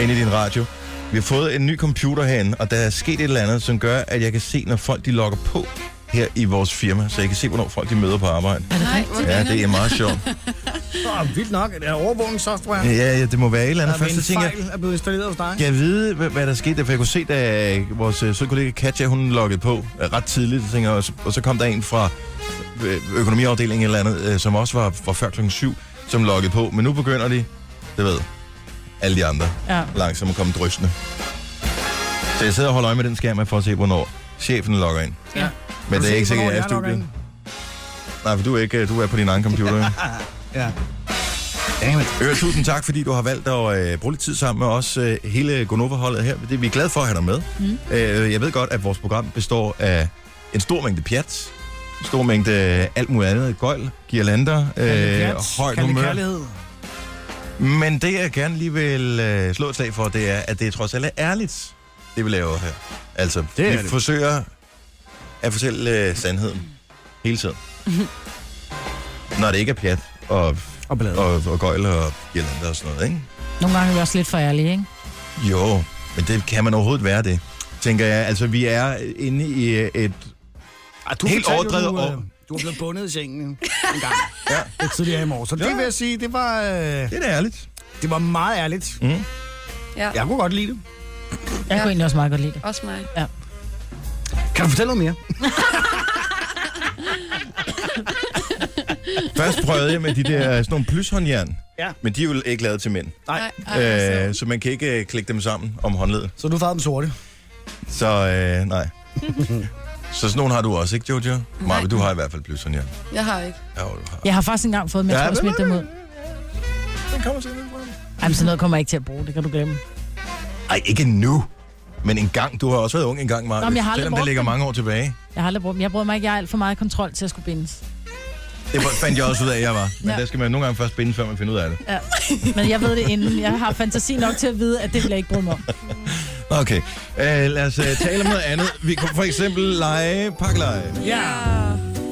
Speaker 1: Inde i din radio. Vi har fået en ny computer herinde, og der er sket et eller andet, som gør, at jeg kan se, når folk de logger på her i vores firma, så jeg kan se, hvornår folk de møder på arbejde.
Speaker 5: Nej, hvor
Speaker 1: Ja, det er meget sjovt.
Speaker 4: Åh, vildt nok. Det er overvågningssoftware.
Speaker 1: Ja, ja, det må være et eller
Speaker 4: Der
Speaker 1: andet.
Speaker 4: Øh, er
Speaker 1: Først
Speaker 4: en
Speaker 1: så tænker jeg,
Speaker 4: fejl, er blevet installeret hos dig.
Speaker 1: kan jeg vide, hvad, hvad der skete? der? For jeg kunne se, da øh, vores øh, søde kollega Katja, hun loggede på øh, ret tidligt, tænker, jeg, og, så, og så kom der en fra øh, økonomiafdelingen eller andet, øh, som også var, var før klokken 7, som loggede på. Men nu begynder de, det ved, alle de andre
Speaker 6: Ja.
Speaker 1: langsomt at komme drøsende. Så jeg sidder og holder øje med den skærm her for at se, hvornår chefen logger ind.
Speaker 4: Ja.
Speaker 1: Men det
Speaker 4: du
Speaker 1: er
Speaker 4: se,
Speaker 1: ikke sikkert, at
Speaker 4: hvornår
Speaker 1: jeg er i
Speaker 4: jeg logger
Speaker 1: studiet. Nej, for du er, ikke, øh, du er på din egen computer. jo.
Speaker 4: Ja. Dammit.
Speaker 1: Øre, tusind tak, fordi du har valgt at øh, bruge lidt tid sammen med os, øh, hele Gonova-holdet her. Det, vi er glade for at have dig med. Mm. Øh, jeg ved godt, at vores program består af en stor mængde pjat, en stor mængde øh, alt muligt andet, gøjl, girlander, øh, højt humør.
Speaker 4: kærlighed.
Speaker 1: Men det, jeg gerne lige vil øh, slå et slag for, det er, at det trods alt er ærligt, det vi laver her. Altså,
Speaker 4: Det er
Speaker 1: vi
Speaker 4: det.
Speaker 1: forsøger at fortælle øh, sandheden hele tiden. Når det ikke er pjat og,
Speaker 4: Og ballade.
Speaker 1: og, og gøjl og girlander og sådan noget, ikke?
Speaker 6: Nogle gange er vi også lidt for ærlige, ikke?
Speaker 1: Jo, men det kan man overhovedet være det, tænker jeg. Altså, vi er inde i øh, et...
Speaker 4: Ej, du
Speaker 1: Helt
Speaker 4: fortalte
Speaker 1: overdrevet
Speaker 4: jo, du,
Speaker 1: over-
Speaker 4: øh, du er blevet bundet i sengen en gang. ja. Lidt tidligere i morgen. Så det
Speaker 1: Ja.
Speaker 4: vil jeg sige, det var, øh,
Speaker 1: Det er da ærligt. Mm.
Speaker 4: det var meget ærligt.
Speaker 5: Ja,
Speaker 4: Jeg kunne godt lide det.
Speaker 6: Jeg kunne egentlig også meget godt lide det.
Speaker 5: også mig.
Speaker 4: Kan du fortælle noget mere?
Speaker 1: Først prøvede jeg med de der sådan nogle plyshåndjern,
Speaker 4: Ja.
Speaker 1: men de er jo ikke lavet til mænd.
Speaker 5: Nej, nej, altså.
Speaker 1: Øh, så man kan ikke øh, klikke dem sammen om håndledet.
Speaker 4: Så du farvede den sorte.
Speaker 1: Så øh, nej. så sådan nogle har du også, ikke, Jojo? Marve, du har i hvert fald plyshåndjern.
Speaker 5: Jeg har ikke.
Speaker 1: Ja, jo, du har.
Speaker 6: Jeg har faktisk engang fået med
Speaker 1: Ja,
Speaker 6: at
Speaker 1: men-
Speaker 6: smidt dem ud.
Speaker 1: Den kommer til mig.
Speaker 6: Ej, men sådan noget kommer jeg ikke til at bruge, det kan du glemme.
Speaker 1: Ej, ikke nu. Men en gang. Du har også været ung en gang,
Speaker 6: Nå, men jeg har
Speaker 1: Marve.
Speaker 6: aldrig
Speaker 1: Selvom det
Speaker 6: brugt
Speaker 1: ligger
Speaker 6: dem.
Speaker 1: mange år tilbage.
Speaker 6: Jeg har aldrig brugt dem. Jeg bruger mig ikke, jeg har alt for meget kontrol til at skulle bindes.
Speaker 1: Det fandt jeg også ud af, at jeg var. Men
Speaker 6: Ja.
Speaker 1: der skal man nogle gange først binde, før man finder ud af det.
Speaker 6: Ja. Men jeg ved det inden. Jeg har fantasi nok til at vide, at det vil jeg ikke bruge mig om.
Speaker 1: Okay, uh, lad os uh, tale om noget andet. Vi kunne for eksempel lege pakkeleje.
Speaker 4: Ja.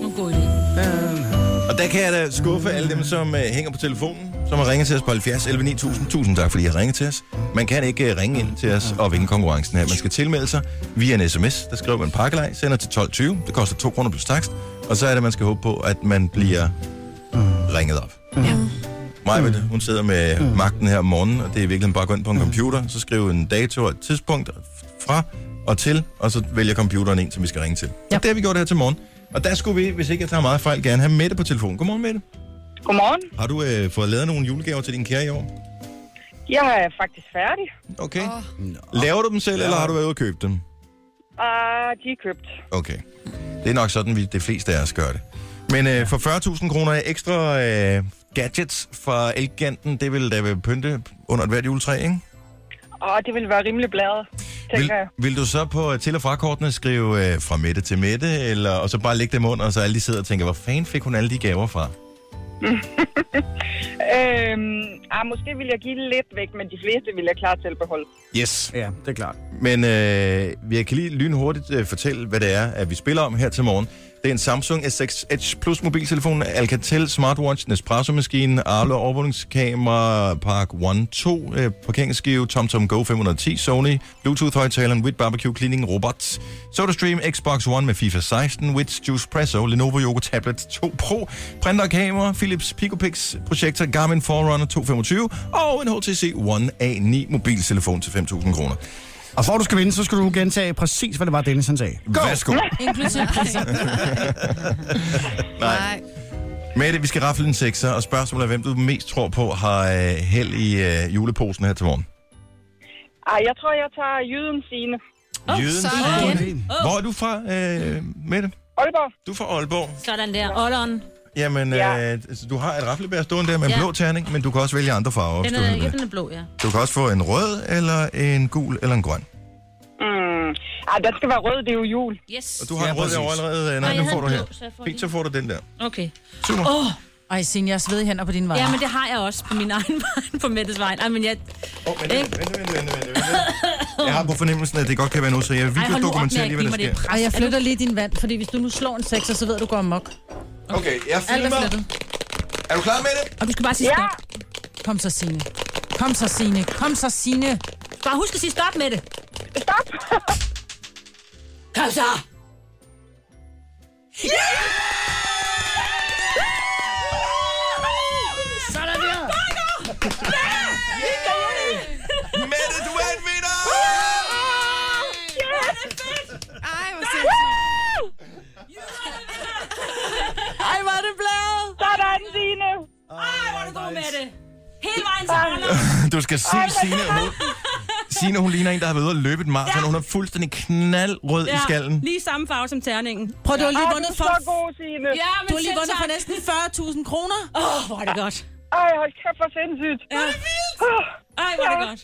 Speaker 6: Nu går det.
Speaker 4: Den her.
Speaker 1: der kan jeg da skuffe alle dem, som øh, hænger på telefonen, som har ringet til os på 70 11 9000. Tusind tak, fordi I har ringet til os. Man kan ikke øh, ringe ind til os og vinde konkurrencen her. Man skal tilmelde sig via en sms, der skriver man pakkelej, sender til 12.20. Det koster 2 kroner plus takst. Og så er det, at man skal håbe på, at man bliver ringet op. Maja, hun sidder med magten her om morgenen, og det er i virkeligheden bare at gå ind på en computer, så skrive en dato og et tidspunkt fra og til, og så vælger computeren en, som vi skal ringe til. Ja. Og det har vi gjort her til morgen. Og der skulle vi, hvis ikke jeg tager meget fejl, gerne have Mette på telefonen. Godmorgen, Mette.
Speaker 14: Godmorgen.
Speaker 1: Har du øh, fået lavet nogle julegaver til din kære i år?
Speaker 14: Jeg er faktisk færdig,
Speaker 1: Okay.
Speaker 5: Åh.
Speaker 1: Oh. Laver du dem selv, eller har du været ude og købe dem?
Speaker 14: og Ah, de er købt.
Speaker 1: Okay. Det er nok sådan, vi de fleste af os gør det. Men øh, for 40.000 kroner i ekstra øh, gadgets fra Elgiganten, det vil da være pynte under et hvert juletræ, ikke?
Speaker 14: Og Ah, det ville være rimelig bladet,
Speaker 1: Vil,
Speaker 14: tænker jeg.
Speaker 1: vil du så på øh, til- og frakortene skrive øh, fra Mette til Mette, eller, og så bare lægge dem under, og så alle de sidder og tænker, hvor fanden fik hun alle de gaver fra?
Speaker 14: Øhm, ah, måske vil jeg give lidt væk, men de fleste vil jeg klart tilbeholde.
Speaker 1: Yes.
Speaker 4: Ja, det er klart.
Speaker 1: Men øh, jeg kan lige lynhurtigt øh, fortælle, hvad det er, at vi spiller om her til morgen. Det er en Samsung S6 Edge Plus mobiltelefon, Alcatel smartwatch, Nespresso-maskine, Arlo overvågningskamera, Park One 2, øh, parkeringsskive, TomTom Go 510, Sony, Bluetooth-højtaleren, With Barbecue Cleaning Robot, SodaStream, Xbox One med FIFA 16, With Juice Presso, Lenovo Yoga Tablet 2 Pro, printer og kamera, Philips Picopix projektor, Garmin Forerunner 225 og en HTC One A9 mobiltelefon til 5.000 kroner.
Speaker 4: Og for at du skal vinde, så skal du gentage præcis, hvad det var, Dennis han sagde.
Speaker 1: Værsgo.
Speaker 6: Inklusive priser.
Speaker 5: Nej.
Speaker 1: Mette, vi skal rafle en sekser, og spørgsmålet er, hvem du mest tror på har øh, held i øh, juleposen her til morgen.
Speaker 14: Ah, jeg tror, jeg tager jyden sine.
Speaker 1: Oh, Jyden.
Speaker 5: Sådan.
Speaker 4: Mhm.
Speaker 1: Hvor er du fra, øh, Mette?
Speaker 14: Aalborg.
Speaker 1: Du er fra Aalborg.
Speaker 2: Sådan der. Olderen.
Speaker 1: Jamen,
Speaker 14: Ja.
Speaker 1: øh, altså, du har et raflebær stående der med en
Speaker 2: Ja.
Speaker 1: blå terning, men du kan også vælge andre farver. hvis
Speaker 2: Den
Speaker 1: du
Speaker 2: er,
Speaker 1: vil
Speaker 2: ja,
Speaker 1: det.
Speaker 2: den er blå, ja.
Speaker 1: Du kan også få en rød, eller en gul, eller en grøn.
Speaker 14: Mm. Ah, den skal være rød, det er jo jul.
Speaker 2: Yes.
Speaker 1: Og du har
Speaker 4: Ja,
Speaker 1: en rød
Speaker 4: præcis.
Speaker 1: derovre allerede. øh, Nej,
Speaker 2: Nej,
Speaker 1: nu får
Speaker 2: jeg havde
Speaker 1: du
Speaker 2: en
Speaker 1: her.
Speaker 2: blå, så jeg får
Speaker 1: Fint,
Speaker 2: lige-
Speaker 1: så får du den der.
Speaker 2: Okay.
Speaker 1: Super.
Speaker 2: Åh, oh,
Speaker 6: Ej, Signe, jeg har sved i hænder på din vej.
Speaker 2: ja, men det har jeg også på min egen vej, på Mettes vej. Ej, men jeg...
Speaker 1: Åh, vent, vent, vent, vent, vent, vent, vent. Jeg har på fornemmelsen, at det godt kan være nu, så jeg vil
Speaker 2: Ej,
Speaker 1: virkelig
Speaker 2: hold nu op med
Speaker 1: dokumentere
Speaker 2: at
Speaker 1: lige,
Speaker 2: give
Speaker 1: hvad
Speaker 2: mig
Speaker 1: der
Speaker 2: det
Speaker 1: sker.
Speaker 2: pres.
Speaker 6: Ej, jeg
Speaker 2: Er
Speaker 6: flytter lige din vand, fordi hvis du nu slår en sekser, så ved du, du går amok.
Speaker 1: Okay, jeg
Speaker 6: Alt er
Speaker 1: filmer.
Speaker 6: flyttet.
Speaker 1: Er du klar med det?
Speaker 2: du- Og du skal bare sige
Speaker 14: Ja,
Speaker 2: stop.
Speaker 6: Kom så, Signe. Kom så, Signe. Kom så, Signe.
Speaker 2: Bare husk at sige stop med det.
Speaker 14: stop.
Speaker 2: Kom så!
Speaker 4: Sådan der!
Speaker 1: Mette, du er en vinder!
Speaker 5: Ej, hvor sindssygt.
Speaker 6: Ej, hvor er det bladet.
Speaker 14: Sådan, Signe.
Speaker 2: Ej, hvor er du god med det. Hele vejen til Arnold.
Speaker 1: Du skal se Signe. Hun, Signe, hun ligner en, der har været ude og løbe et maraton. Hun er fuldstændig knaldrød i skallen.
Speaker 2: lige samme farve som terningen.
Speaker 6: Prøv, du har
Speaker 14: Ej,
Speaker 6: lige
Speaker 14: Ah, du
Speaker 6: vundet
Speaker 14: er
Speaker 6: for,
Speaker 14: så god, Signe.
Speaker 2: Ja, men
Speaker 6: du har lige vundet for
Speaker 2: det.
Speaker 6: næsten 40.000 kroner.
Speaker 2: Åh, oh, hvor er det godt.
Speaker 14: Ej, hold kæft, hvor sindssygt.
Speaker 2: Ja.
Speaker 14: Ah,
Speaker 2: Ej, hvor er det godt.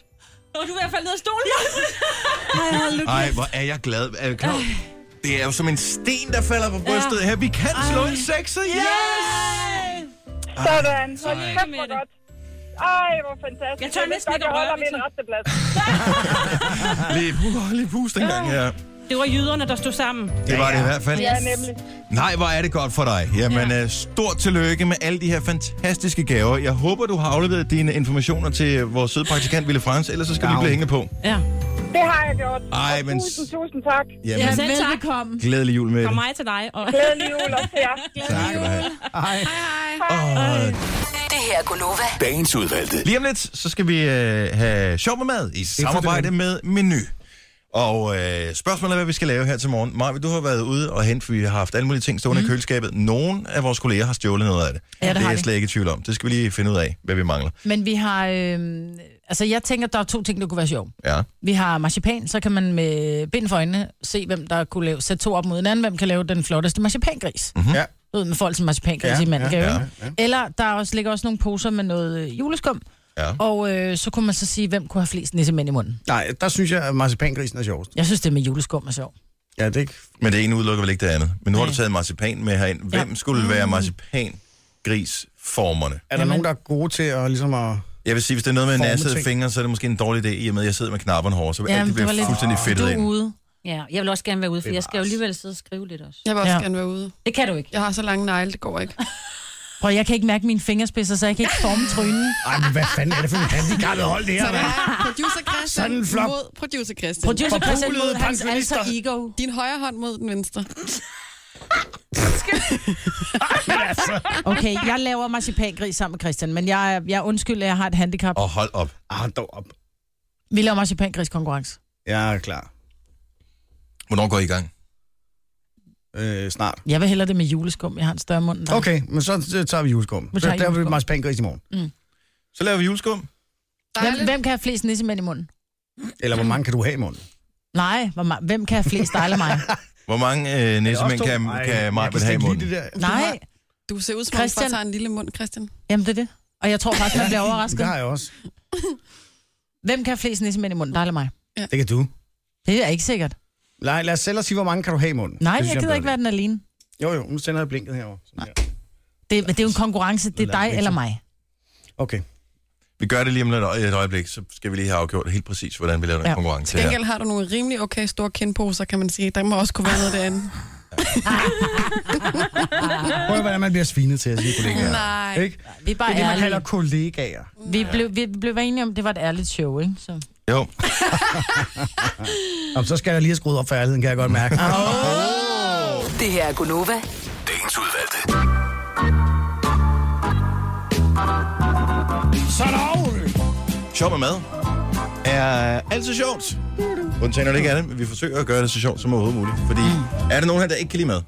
Speaker 2: Og du er i hvert fald ned af stolen.
Speaker 6: Ej, hold nu
Speaker 1: Ej, hvor er jeg glad. Er du klar? Det er jo som en sten, der falder på brystet her. Vi kan slå en sekser. Yes!
Speaker 14: Sådan, hold
Speaker 2: Ej.
Speaker 14: kæft, hvor godt. Ej, hvor fantastisk.
Speaker 2: Jeg tør næsten
Speaker 14: godt,
Speaker 2: ikke
Speaker 14: jeg
Speaker 2: at
Speaker 14: holder
Speaker 2: røre ved
Speaker 14: min
Speaker 2: sådan.
Speaker 14: resteplads.
Speaker 1: Lige, uh, lige pust en gang her.
Speaker 2: Det var jyderne, der stod sammen.
Speaker 1: Det var det i hvert fald.
Speaker 14: Ja, nemlig.
Speaker 1: Nej, hvor er det godt for dig. Jamen, ja. stort tillykke med alle de her fantastiske gaver. Jeg håber, du har afleveret dine informationer til vores søde praktikant Ville Frans, ellers så skal vi
Speaker 4: Ja.
Speaker 1: blive hængende på.
Speaker 2: Ja.
Speaker 14: Det har jeg gjort.
Speaker 1: Ej, men-
Speaker 14: Tusind, tusind tak.
Speaker 6: Ja,
Speaker 1: Jamen,
Speaker 2: selv tak.
Speaker 6: velbekomme.
Speaker 1: glædelig jul med
Speaker 2: Fra mig til dig. Og...
Speaker 14: Glædelig jul også til jer.
Speaker 1: Tak skal du have.
Speaker 4: Ej.
Speaker 1: Åh,
Speaker 8: Det her er Gunova.
Speaker 15: Dagens udvalgte.
Speaker 1: Lige om lidt, så skal vi øh, have sjov med mad i samarbejde med Menu. Og øh, spørgsmålet er, hvad vi skal lave her til morgen. Maja, du har været ude og hente, vi har haft alle mulige ting stående mm. i køleskabet. Nogle af vores kolleger har stjålet noget af det.
Speaker 6: Ja, det
Speaker 1: det er
Speaker 6: har
Speaker 1: jeg
Speaker 6: de.
Speaker 1: slet ikke i tvivl om. Det skal vi lige finde ud af, hvad vi mangler.
Speaker 6: Men vi har... Øh, altså, jeg tænker, der er to ting, der kunne være sjov.
Speaker 1: Ja.
Speaker 6: Vi har marcipan, så kan man med bind for øjnene se, hvem der kunne lave, sætte to op mod hinanden, hvem kan lave den flotteste marcipangris. Mm-hmm.
Speaker 4: Mhm. Ja.
Speaker 6: Ud med folk som marcipangris
Speaker 4: Ja,
Speaker 6: ja, i
Speaker 1: Mhm.
Speaker 6: mandgave.
Speaker 1: ja,
Speaker 6: Ja, ja. Eller der er også, ligger også nogle poser med noget øh, juleskum,
Speaker 1: Ja.
Speaker 6: og øh, så kunne man så sige, hvem kunne have flest nissemænd i munden.
Speaker 4: Nej, der synes jeg, at marcipangrisen er sjovest.
Speaker 6: Jeg synes, det med juleskum er sjovt.
Speaker 4: Ja, det er ikke...
Speaker 1: Men det ene udelukker vel ikke det andet. Men nu har
Speaker 6: Nej.
Speaker 1: du taget marcipan med herind. Hvem
Speaker 6: Ja. Mm.
Speaker 1: skulle være marcipangrisformerne?
Speaker 4: Er der nogen, der er gode til at ligesom at...
Speaker 1: Jeg vil sige, hvis det er noget med
Speaker 4: Forme
Speaker 1: nassede
Speaker 4: ting.
Speaker 1: fingre, så er det måske en dårlig idé, i og med, at jeg sidder med knapperne hårde, så
Speaker 6: Jamen,
Speaker 1: alt det
Speaker 6: det
Speaker 1: bliver
Speaker 6: var lidt-
Speaker 1: fuldstændig
Speaker 6: Du
Speaker 1: fedtet
Speaker 6: er
Speaker 1: ind.
Speaker 6: ude.
Speaker 2: Ja, jeg vil også gerne være ude, for jeg skal jo alligevel sidde og skrive lidt også.
Speaker 5: Jeg vil også
Speaker 6: Ja.
Speaker 5: gerne være ude.
Speaker 2: Det kan du ikke.
Speaker 5: Jeg har så lange negle, det går ikke.
Speaker 6: Prøv, jeg kan ikke mærke mine fingerspidser, så jeg kan ikke forme trynen.
Speaker 4: Ej, men hvad fanden er det for en handicappet hold, det her,
Speaker 5: Så det
Speaker 4: mand?
Speaker 5: er producer Christian
Speaker 4: Sådan en flop.
Speaker 5: mod producer Christian.
Speaker 6: Producer Christian mod
Speaker 4: Forpulede
Speaker 6: hans alter
Speaker 4: pensionister.
Speaker 6: ego.
Speaker 5: Din højre hånd mod den venstre.
Speaker 4: altså?
Speaker 6: Okay, jeg laver marcipangris sammen med Christian, men jeg, jeg undskyld, at jeg har et handicap.
Speaker 1: Og hold op.
Speaker 4: Ah, dog op.
Speaker 6: Vi laver marcipangris konkurrence.
Speaker 4: Jeg er klar.
Speaker 1: Hvornår går I i gang?
Speaker 4: Øh, snart.
Speaker 6: Jeg vil hellere det med juleskum. Jeg har en større mund end dig.
Speaker 4: Okay, men så øh, tager vi juleskum.
Speaker 6: Vi
Speaker 4: Så
Speaker 6: tager
Speaker 4: der vil
Speaker 6: juleskum.
Speaker 4: Mars Pankris i morgen.
Speaker 1: Så laver vi juleskum.
Speaker 6: Hvem, hvem kan have flest nissemænd i munden?
Speaker 4: Eller hvor mange kan du have i morgen?
Speaker 6: Nej, hvor ma- hvem kan have flest dig eller mig?
Speaker 1: Hvor mange øh, næsemænd kan, kan Majbet have i munden?
Speaker 6: Nej,
Speaker 5: Du ser ud som om, du
Speaker 6: Christian.
Speaker 5: bare tager en lille mund, Christian.
Speaker 6: jamen det er det. Og jeg tror faktisk, man bliver overrasket.
Speaker 4: Det har jeg også.
Speaker 6: Hvem kan have flest nissemænd i munden, dig eller mig?
Speaker 4: Det kan du.
Speaker 6: Det er ikke sikkert.
Speaker 4: Nej, lad os selv at sige, hvor mange kan du have i munden.
Speaker 6: Nej,
Speaker 4: Det synes
Speaker 6: jeg gider
Speaker 4: er
Speaker 6: ikke være den alene.
Speaker 4: bedre. Jo, jo, nu sender jeg blinket herover. Nej.
Speaker 6: Det, men det er jo en konkurrence. Det er dig eller mig.
Speaker 4: Okay.
Speaker 1: Vi gør det lige om et øje- et øjeblik, så skal vi lige have afgjort helt præcis, hvordan vi laver den
Speaker 6: Ja.
Speaker 1: konkurrence
Speaker 5: Til
Speaker 1: her.
Speaker 5: gengæld har du nogle rimelig okay store kindposer, kan man sige. Der må også kunne være noget derinde.
Speaker 4: Prøv at hvordan man bliver svinet til at sige kollegaer.
Speaker 5: Nej.
Speaker 4: Ikke? Det
Speaker 6: Vi er bare
Speaker 4: er det, man kalder
Speaker 6: ærlige.
Speaker 4: kollegaer.
Speaker 6: Vi blev, vi blev enige om, at det var et ærligt show, ikke? Så.
Speaker 1: Jo,
Speaker 4: Jamen, så skal jeg lige have skruet op for ærligheden, kan jeg godt mærke.
Speaker 8: Det her er Gunova.
Speaker 15: Dagens udvalgte.
Speaker 1: sjov med mad er altid sjovt. Undtagen når det ikke er det, men vi forsøger at gøre det så sjovt som overhovedet muligt. Fordi er der nogen her, der ikke kan lide mad?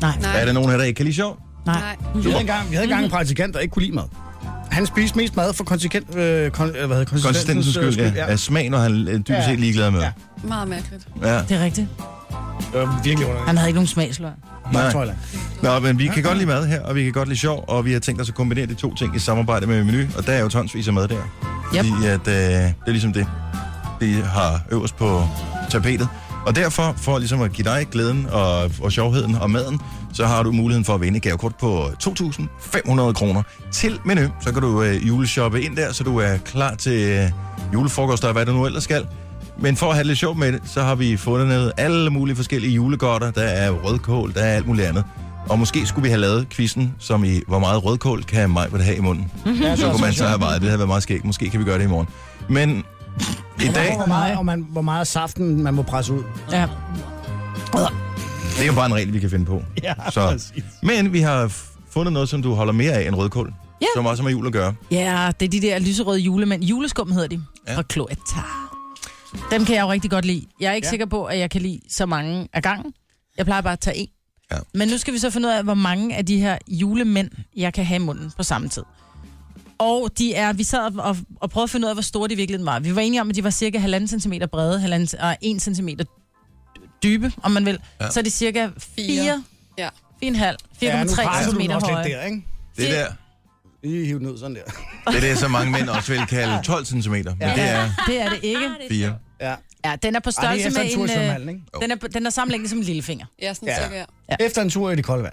Speaker 6: Nej,
Speaker 5: Nej.
Speaker 1: Er der nogen her, der ikke kan lide sjov?
Speaker 5: Nej.
Speaker 4: Vi havde engang, vi havde engang en praktikant, der ikke kunne lide mad. Han spiste mest mad for konsekvent, øh, kon, øh, hvad hedder,
Speaker 1: Konsistensens
Speaker 4: øh,
Speaker 1: skyld, ja. Er smagen, når han øh, dybest
Speaker 4: Ja.
Speaker 1: set ligeglad med.
Speaker 4: Ja.
Speaker 5: Meget mærkeligt.
Speaker 1: Ja.
Speaker 6: det er rigtigt.
Speaker 4: Det var virkelig under.
Speaker 6: Han havde ikke nogen smagsløg.
Speaker 1: Nej.
Speaker 4: tror jeg.
Speaker 1: Nå, men vi kan godt lide mad her, og vi kan godt lide sjov, og vi har tænkt os at kombinere de to ting i samarbejde med menu, og der er jo tonsvis af mad der.
Speaker 6: Yep.
Speaker 1: Fordi at, øh, det er ligesom det, vi har øverst på tapetet. Og derfor, for ligesom at give dig glæden og, og sjovheden og maden, så har du muligheden for at vinde et gavekort på 2.500 kroner til menu. Så kan du øh, juleshoppe ind der, så du er klar til øh, julefrokoster og hvad du nu ellers skal. Men for at have det lidt sjovt med det, så har vi fundet noget, alle mulige forskellige julegodter. Der er rødkål, der er alt muligt andet. Og måske skulle vi have lavet quizzen, som i, hvor meget rødkål kan mig have i munden.
Speaker 4: Ja,
Speaker 1: Så kunne man så have vejet, det havde været meget skægt. Måske kan vi gøre det i morgen. Men i dag,
Speaker 4: Hvor meget, og man, hvor meget af saften man må presse ud.
Speaker 6: Ja.
Speaker 1: det er jo bare en regel, vi kan finde på.
Speaker 4: Ja,
Speaker 1: Så. Men vi har f- fundet noget, som du holder mere af end rødkål.
Speaker 6: Ja.
Speaker 1: Som også har med jul at gøre.
Speaker 6: ja, det er de der lyserøde julemænd. Juleskum hedder de.
Speaker 1: Ja.
Speaker 6: Ja. Fra Cloetta. Dem kan jeg jo rigtig godt lide. Jeg er ikke ja. sikker på, at jeg kan lide så mange af gangen. Jeg plejer bare at tage en.
Speaker 1: Ja.
Speaker 6: Men nu skal vi så finde ud af, hvor mange af de her julemænd, jeg kan have i munden på samme tid. Og de er, vi sad og, og prøvede at finde ud af, hvor store de virkelig var. Vi var enige om, at de var cirka 1,5 cm brede, 1,5 og 1 cm dybe, om man vil.
Speaker 1: Ja.
Speaker 6: Ja. Så er de cirka 4,
Speaker 5: Ja.
Speaker 6: 4,5, 4,3 cm høje.
Speaker 4: der, ikke?
Speaker 1: Det der,
Speaker 4: Lige hive den ud sådan der.
Speaker 1: det er det, som mange mænd også vil kalde 12 cm. Men det er
Speaker 6: Det er det ikke.
Speaker 1: 4.
Speaker 4: Ja.
Speaker 6: Ja, den er på
Speaker 4: Ej, det er
Speaker 6: størrelse
Speaker 4: efter en tur i
Speaker 6: med en... øh,
Speaker 4: svømmehallen, ikke?
Speaker 6: Den er, på- den er samme længde som en lillefinger.
Speaker 5: Ja, sådan ja.
Speaker 4: Ja.
Speaker 5: cirka.
Speaker 4: Efter en tur i det kolde vand.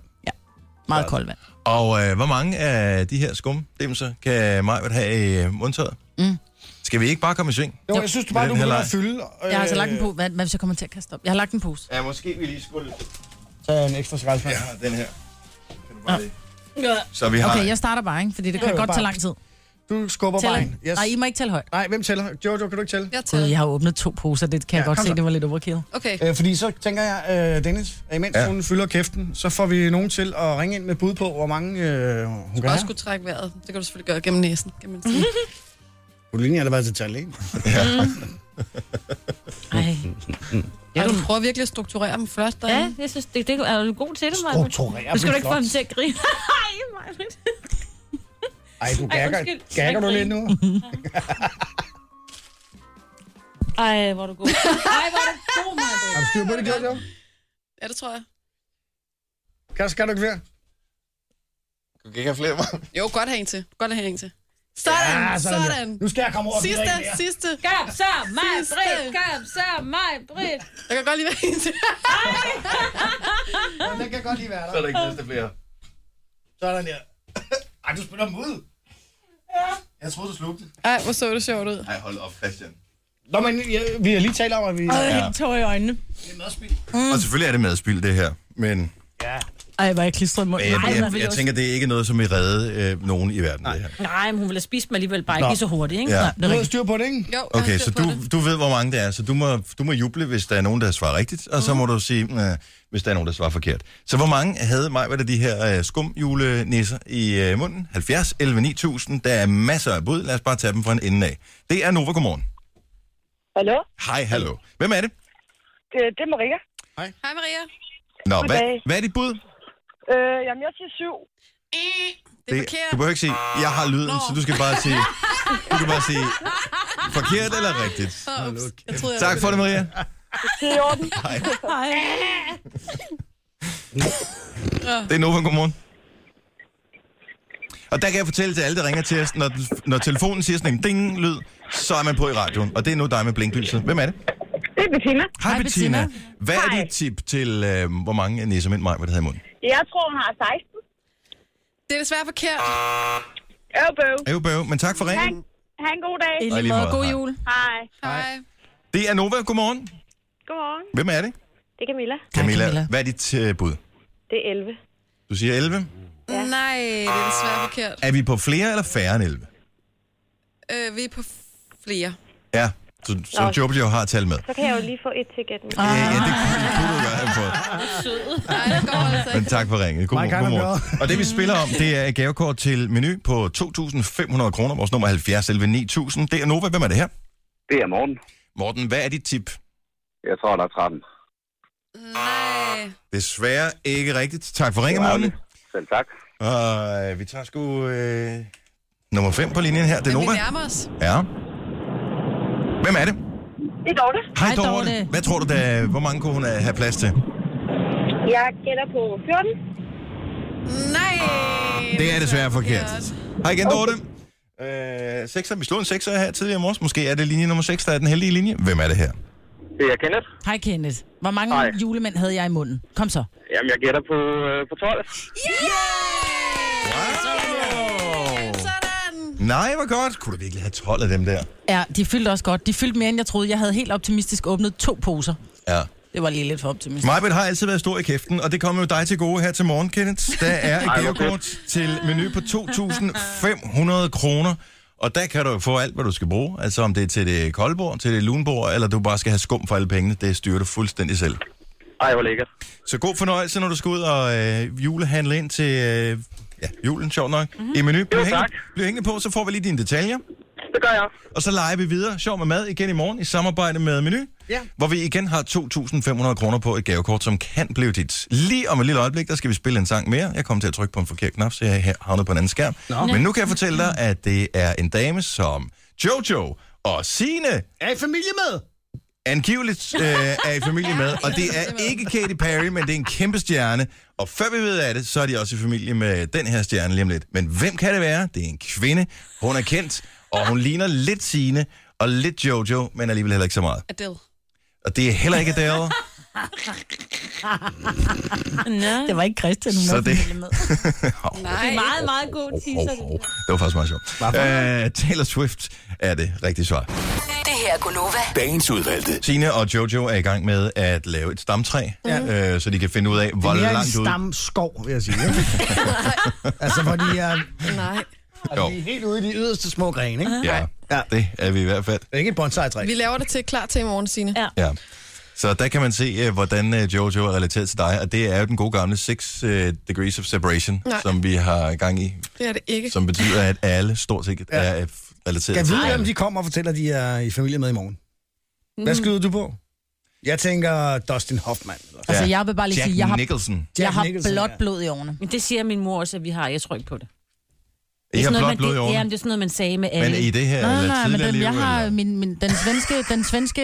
Speaker 6: Meget koldt vand.
Speaker 1: Og øh, hvor mange af de her skumdimser kan Majbert have i øh, mundtøjet? Mm. Skal vi ikke bare komme i sving?
Speaker 4: Jo, jeg synes du
Speaker 1: Med
Speaker 4: bare,
Speaker 1: den
Speaker 4: du
Speaker 1: her
Speaker 4: begynder
Speaker 1: leg.
Speaker 4: at fylde. Øh,
Speaker 6: Jeg har altså lagt en pose. Hvad, hvad hvis jeg kommer til at kaste op? Jeg har lagt en pose.
Speaker 1: Ja, måske vi lige skulle...
Speaker 4: Tag en ekstra skraldspand.
Speaker 1: Ja, den her. Kan du bare lige... Så vi har...
Speaker 6: Okay, jeg starter bare, ikke? Fordi det kan
Speaker 4: Jo, jo,
Speaker 6: godt tage
Speaker 4: bare.
Speaker 6: lang tid.
Speaker 4: Du skubber bare ind.
Speaker 6: Tæller.
Speaker 4: Yes.
Speaker 6: Nej, I må ikke tælle højt.
Speaker 4: Nej, hvem tæller? Jojo, kan du ikke tælle?
Speaker 5: Jeg
Speaker 6: Gud,
Speaker 5: tager.
Speaker 6: jeg har åbnet to poser. Det kan jeg
Speaker 4: Ja,
Speaker 6: godt
Speaker 4: kom
Speaker 6: se,
Speaker 4: så.
Speaker 6: det var lidt overkill.
Speaker 5: Okay.
Speaker 4: Øh, fordi så tænker jeg, øh, Dennis, at imens
Speaker 1: Ja.
Speaker 4: ja. hun fylder kæften, så får vi nogen til at ringe ind med bud på, hvor mange øh, hun kan
Speaker 5: Også
Speaker 4: have.
Speaker 5: skulle trække vejret. Det kan du selvfølgelig gøre gennem næsen, kan man sige.
Speaker 4: Hun ligner allerede til tandlægen.
Speaker 6: Ej.
Speaker 2: Mm.
Speaker 5: Ja, du prøver virkelig at strukturere dem først.
Speaker 2: Ja,
Speaker 5: derinde.
Speaker 2: jeg synes, det, det er jo god til det, Maja.
Speaker 4: Strukturere
Speaker 2: Du skal
Speaker 4: dem
Speaker 2: du ikke få
Speaker 4: flot.
Speaker 2: ham til at grine. Ej, Maja.
Speaker 4: Ej, du
Speaker 2: Ej,
Speaker 4: gakker,
Speaker 2: undskyld.
Speaker 4: gakker du lidt nu?
Speaker 2: Ej, hvor er du god. Ej, hvor er du god, Maja.
Speaker 4: Har du styr på det, Jojo?
Speaker 5: Ja, det tror jeg.
Speaker 4: Kan, skal du ikke flere?
Speaker 1: Du kan ikke have flere, hva'?
Speaker 5: Jo, godt have en til. Godt have en til. Sådan, ja, sådan. sådan.
Speaker 4: Ah, Nu skal jeg komme over
Speaker 5: Sidste,
Speaker 4: den der.
Speaker 5: sidste.
Speaker 2: Kom så, Maja
Speaker 5: Sidste.
Speaker 2: Britt. Kom så, Maja Britt.
Speaker 5: Der kan godt lige være en til.
Speaker 4: Den kan godt lige være
Speaker 1: Så er der ikke næste flere.
Speaker 4: Sådan der. Ej, du spiller dem ud. Jeg troede, du slugte det.
Speaker 5: Ej, hvor så det sjovt ud.
Speaker 1: Nej, hold op, Christian.
Speaker 4: Nå, men ja, vi har lige talt om, at vi...
Speaker 6: Jeg har helt tår i øjnene.
Speaker 1: Og selvfølgelig er det madspild, det her. Men
Speaker 6: Ej, var jeg klistret mod.
Speaker 1: Men Øh, jeg,
Speaker 2: Nej,
Speaker 1: jeg,
Speaker 2: men
Speaker 1: jeg,
Speaker 2: vi
Speaker 1: jeg
Speaker 2: også-
Speaker 1: tænker, det er ikke noget, som vil redde øh, nogen i verden. Nej. Det her.
Speaker 2: Nej, men hun ville have spist mig alligevel bare ikke lige så hurtigt, ikke?
Speaker 1: Ja.
Speaker 2: Nej, det er
Speaker 4: Du har
Speaker 2: rigtigt.
Speaker 4: styr på det, ikke?
Speaker 5: Jo, jeg har
Speaker 1: Okay,
Speaker 5: styr
Speaker 1: så
Speaker 5: på
Speaker 1: du,
Speaker 5: det.
Speaker 1: du ved, hvor mange det er, så du må, du må juble, hvis der er nogen, der svarer rigtigt, og så må du sige, øh, hvis der er nogen, der svarer forkert. Så hvor mange havde mig, hvad der de her øh, skumjulenisser i øh, munden? 70, 11, 9000. Der er masser af bud. Lad os bare tage dem fra en ende af. Det er Nova. Godmorgen.
Speaker 14: Hallo?
Speaker 1: Hej, hallo. Hvem er det?
Speaker 14: Det, det er Maria.
Speaker 5: Hej Maria.
Speaker 1: Nå, hvad,
Speaker 14: Goddag.
Speaker 1: hvad er dit bud?
Speaker 14: Øh, jamen, jeg siger syv.
Speaker 5: Det er forkert.
Speaker 1: du behøver ikke sige, jeg har lyden,
Speaker 5: Nå.
Speaker 1: så du skal bare sige, du kan bare sige, forkert eller rigtigt.
Speaker 5: Åh, ups. Jeg troede, jeg
Speaker 1: Tak for det, Maria.
Speaker 14: Det er i orden.
Speaker 1: Det er Nova, godmorgen. Og der kan jeg fortælle til alle, der ringer til os, når, når telefonen siger sådan en ding-lyd, så er man på i radioen. Og det er nu dig med blinklyset. Hvem er det?
Speaker 14: Det er Bettina.
Speaker 1: Hej,
Speaker 6: Hej, Bettina.
Speaker 1: Bettina. Hvad er
Speaker 14: Hej.
Speaker 1: dit tip til, øh, hvor mange nisser mind mig, hvad det havde i munden?
Speaker 14: Jeg tror, hun har 16.
Speaker 5: Det er desværre forkert.
Speaker 14: Øv, bøv.
Speaker 1: Øv, bøv, men tak for
Speaker 14: Han,
Speaker 1: ringen.
Speaker 14: han god dag.
Speaker 6: I
Speaker 1: Og
Speaker 6: lige
Speaker 1: lige
Speaker 6: måde,
Speaker 1: måde,
Speaker 6: god
Speaker 1: hej.
Speaker 6: jul.
Speaker 14: Hej.
Speaker 5: Hej.
Speaker 1: Det er Nova, godmorgen.
Speaker 14: Godmorgen.
Speaker 1: Hvem er det?
Speaker 14: Det er Camilla.
Speaker 1: Camilla.
Speaker 6: Camilla.
Speaker 1: Hvad er dit øh, bud?
Speaker 14: Det er 11.
Speaker 1: Du siger 11.
Speaker 5: Nej, det er desværre forkert.
Speaker 1: Er vi på flere eller færre end 11?
Speaker 5: Øh, vi er på flere.
Speaker 1: Ja, så, så
Speaker 14: Nå.
Speaker 1: Jojo har tal med.
Speaker 14: Så kan jeg jo lige få et til gætten.
Speaker 1: Ja, ja, det kunne, det kunne du godt have fået.
Speaker 5: Nej, det går altså
Speaker 1: Men
Speaker 5: ikke.
Speaker 1: tak for ringet. God,
Speaker 4: My kind
Speaker 1: god
Speaker 4: of
Speaker 1: morgen. Og det vi spiller om, det er et gavekort til menu på 2.500 kroner. Vores nummer er 70 11 9000. Det er Nova. Hvem er det her?
Speaker 16: Det er morgen.
Speaker 1: Morten, hvad er dit tip?
Speaker 16: Jeg tror, der er 13.
Speaker 5: Nej.
Speaker 1: Desværre ikke rigtigt. Tak for ringet, Morten.
Speaker 16: Selv tak.
Speaker 1: Og øh, vi tager sgu øh, nummer 5 på linjen her. Det er
Speaker 5: Men vi
Speaker 1: Nova.
Speaker 5: nærmer os.
Speaker 1: Ja. Hvem er det?
Speaker 14: Det er Dorte.
Speaker 1: Hej,
Speaker 6: Dorte.
Speaker 1: Dorte. Hvad tror du, der, hvor mange kunne hun øh, have plads til?
Speaker 14: Jeg gætter på 14.
Speaker 5: Nej.
Speaker 1: Det er desværre forkert. Hej igen, Dorte. Øh, sekser. Vi slog en sekser her tidligere i morges. Måske er det linje nummer 6, der er den heldige linje. Hvem er det her?
Speaker 16: Det er Kenneth.
Speaker 6: Hej, Kenneth. Hvor mange
Speaker 16: Hej.
Speaker 6: julemænd havde jeg i munden? Kom så.
Speaker 16: Jamen, jeg gætter på, øh, på 12.
Speaker 1: Wow.
Speaker 5: Sådan.
Speaker 1: Nej, hvor godt. Kunne du virkelig have 12 af dem der?
Speaker 6: Ja, de fyldte også godt. De fyldte mere, end jeg troede. Jeg havde helt optimistisk åbnet to poser.
Speaker 1: Ja.
Speaker 6: Det var lige lidt for optimistisk.
Speaker 1: Majbet har altid været stor i kæften, og det kommer jo dig til gode her til morgen, Kenneth. Der er et
Speaker 16: Ej, hvor
Speaker 1: gavekort til menu på 2.500 kroner. Og der kan du jo få alt, hvad du skal bruge. Altså om det er til det kolde bord, til det lune bord, eller du bare skal have skum for alle pengene. Det styrer du fuldstændig selv.
Speaker 16: Ej, hvor lækkert.
Speaker 1: Så god fornøjelse, når du skal ud og øh, julehandle ind til øh, ja, julen, sjov nok. Mm-hmm. I menu, bliv,
Speaker 16: Jo,
Speaker 1: hængende,
Speaker 16: tak.
Speaker 1: bliv hængende på, så får vi lige dine detaljer.
Speaker 16: Det gør jeg.
Speaker 1: Og så leger vi videre, sjov med mad, igen i morgen i samarbejde med Menu.
Speaker 4: Ja.
Speaker 1: Hvor vi igen har 2.500 kroner på et gavekort, som kan blive dit. Lige om et lille øjeblik, der skal vi spille en sang mere. Jeg kom til at trykke på en forkert knap, så jeg havnede på en anden skærm. Nå. Men nu kan jeg fortælle dig, at det er en dame som Jojo og Sine
Speaker 4: Er I familie med?
Speaker 1: angiveligt øh, er i familie med. Og det er ikke Katy Perry, men det er en kæmpe stjerne. Og før vi ved af det, så er de også i familie med den her stjerne lige om lidt. Men hvem kan det være? Det er en kvinde. Hun er kendt, og hun ligner lidt Sine og lidt Jojo, men alligevel heller ikke så meget.
Speaker 5: Adele.
Speaker 1: Og det er heller ikke Adele.
Speaker 2: Nej.
Speaker 6: Det var ikke Christian, hun
Speaker 1: Så
Speaker 6: var
Speaker 1: det-
Speaker 6: familie med.
Speaker 5: Nej.
Speaker 2: Meget, meget god teaser.
Speaker 1: Hov, hov. Det var faktisk meget sjovt. Øh, Taylor Swift er det rigtige svar.
Speaker 8: Det her er Gunova.
Speaker 15: Dagens udvalgte.
Speaker 1: Sine og Jojo er i gang med at lave et stamtræ, ja. øh, så de kan finde ud af, hvor
Speaker 4: det er mere en
Speaker 1: langt ud...
Speaker 4: stamskov, vil jeg sige. Ikke? altså, hvor de er,
Speaker 5: Nej.
Speaker 1: Jo.
Speaker 4: altså, de er helt ude i de yderste små grene. Ikke?
Speaker 1: Ja, det er vi i hvert fald.
Speaker 4: Det er ikke et bonsai-træ.
Speaker 5: Vi laver det til klar til i morgen, Signe.
Speaker 2: Ja.
Speaker 1: Ja. Så der kan man se, øh, hvordan øh, Jojo er relateret til dig, og det er jo den gode gamle 6 degrees of separation, Nej.
Speaker 5: Nej.
Speaker 1: som vi har gang i,
Speaker 5: Det er det ikke.
Speaker 1: som betyder, at alle stort set er øh, relateret
Speaker 4: Jeg
Speaker 1: til
Speaker 4: ved, om
Speaker 1: hinanden.
Speaker 4: de kommer og fortæller, at de er i familie med i morgen. Hvad skyder du på? Jeg tænker Dustin Hoffman. Eller
Speaker 6: Altså,
Speaker 1: Ja.
Speaker 6: jeg vil bare lige
Speaker 1: Jack
Speaker 6: sige, jeg har,
Speaker 1: Nicholson.
Speaker 6: jeg har
Speaker 4: Nicholson,
Speaker 6: blåt
Speaker 4: ja.
Speaker 6: blod i årene.
Speaker 2: Men det siger min mor også, at vi har. Jeg tror ikke på det. Det
Speaker 1: I
Speaker 2: er
Speaker 1: har
Speaker 2: sådan
Speaker 1: blot
Speaker 2: noget, man,
Speaker 1: blod i
Speaker 2: det, jamen,
Speaker 1: årene.
Speaker 2: det er sådan noget, man sagde med alle.
Speaker 1: Men i det her,
Speaker 6: Nej,
Speaker 1: eller
Speaker 6: nej, Ah, men
Speaker 1: tidligere
Speaker 6: den,
Speaker 1: liv,
Speaker 6: jeg har
Speaker 1: eller?
Speaker 6: min, min, den svenske, den svenske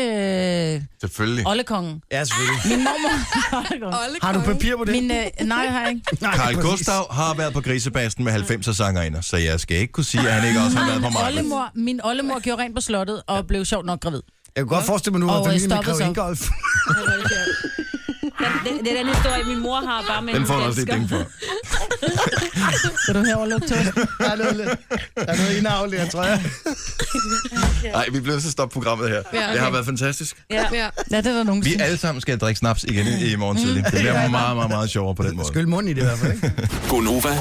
Speaker 6: øh,
Speaker 1: Selvfølgelig.
Speaker 6: oldekongen.
Speaker 4: Ja, selvfølgelig.
Speaker 6: Min mormor.
Speaker 5: Olle
Speaker 4: Har du
Speaker 5: konge.
Speaker 4: papir på det?
Speaker 6: min, øh, nej, jeg har jeg ikke.
Speaker 4: Nej,
Speaker 1: Carl
Speaker 4: præcis.
Speaker 1: Gustav har været på grisebasten med 90'er sangerinder, så jeg skal ikke kunne sige, at han ikke også har været på mig.
Speaker 6: Oldemor, min oldemor gjorde rent på slottet og blev sjovt nok gravid.
Speaker 4: Jeg kunne godt forestille mig nu,
Speaker 6: Og,
Speaker 4: at
Speaker 6: øh,
Speaker 4: familien med
Speaker 6: stoppet
Speaker 4: Grev
Speaker 6: så.
Speaker 4: Ingolf.
Speaker 2: Den- det, det er den historie, min mor har bare med
Speaker 1: Den
Speaker 2: en
Speaker 1: får du også lidt
Speaker 2: dansker.
Speaker 1: ding for.
Speaker 6: Vil du herover lukke toasten?
Speaker 4: Der er noget, der er noget indavl, jeg tror jeg.
Speaker 1: Nej, vi bliver nødt til at stoppe programmet her.
Speaker 6: Ja, okay.
Speaker 1: Det har været fantastisk.
Speaker 6: Ja. ja, det er der nogen,
Speaker 1: Vi alle sammen skal drikke snaps igen i morgen tidlig. Det bliver meget, meget, meget sjovere på den måde.
Speaker 4: Skyld munden i det i hvert fald, ikke?
Speaker 15: Gonova.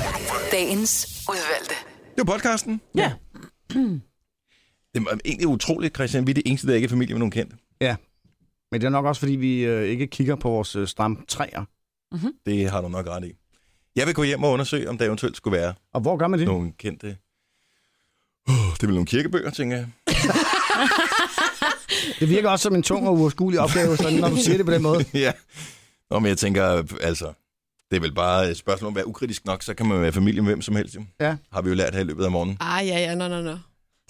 Speaker 8: Dagens udvalgte.
Speaker 1: Det var podcasten.
Speaker 3: Ja.
Speaker 1: Det er egentlig utroligt, Christian. Vi er det eneste, der ikke er familie med nogen kendt.
Speaker 4: Ja. Men det er nok også, fordi vi øh, ikke kigger på vores øh, stram træer.
Speaker 1: Det har du nok ret i. Jeg vil gå hjem og undersøge, om der eventuelt skulle være
Speaker 4: Og hvor gør man det?
Speaker 1: nogle kendte... Uh, det er vel nogle kirkebøger, tænker jeg.
Speaker 4: Det virker også som en tung og uoverskuelig opgave, sådan, når du siger det på den måde.
Speaker 1: ja. Nå, men jeg tænker, altså... Det er vel bare et spørgsmål om at være ukritisk nok, så kan man være familie med hvem som helst. jo.
Speaker 4: Ja.
Speaker 1: Har vi jo lært her i løbet af morgenen.
Speaker 5: Ah, ja, ja, no, no, no.
Speaker 1: Prøv at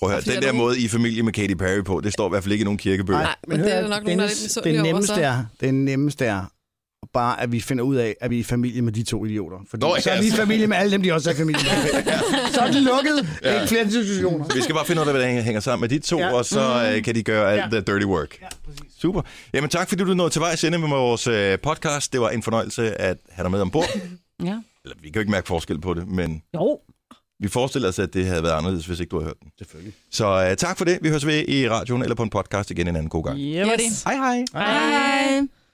Speaker 5: Og
Speaker 1: høre, den
Speaker 5: fordi der
Speaker 1: der
Speaker 5: er nogen-
Speaker 1: måde, I er familie med Katy Perry på, det står i hvert fald ikke i nogen kirkebøger.
Speaker 5: Nej, men det er der nok nogen, der er lidt misundelige
Speaker 4: det
Speaker 5: over,
Speaker 4: nemmeste
Speaker 5: så.
Speaker 4: er, det nemmeste er bare, at vi finder ud af, at vi er i familie med de to idioter. Fordi
Speaker 1: Nå, ja,
Speaker 4: så er vi i
Speaker 1: altså.
Speaker 4: familie med alle dem, de også er i familie med. Så er det lukket. Ja. Ikke flere institutioner.
Speaker 1: Vi skal bare finde ud af, hvordan det hænger sammen med de to,
Speaker 4: Ja. Mm-hmm.
Speaker 1: ja. og så øh, kan de gøre alt
Speaker 4: Ja.
Speaker 1: ja. the dirty work. Ja, Super. Jamen tak, fordi du nåede til vej sende med vores øh, podcast. Det var en fornøjelse at have dig med ombord.
Speaker 3: Ja.
Speaker 1: Eller, vi kan jo ikke mærke forskel på det, men
Speaker 3: Jo.
Speaker 1: vi forestiller os, at det havde været anderledes, hvis ikke du havde hørt den. Selvfølgelig. Så øh, tak for det. Vi høres ved i radioen eller på en podcast igen en anden god gang.
Speaker 3: Yep.
Speaker 5: Yes.
Speaker 1: Hej hej.
Speaker 3: Hej.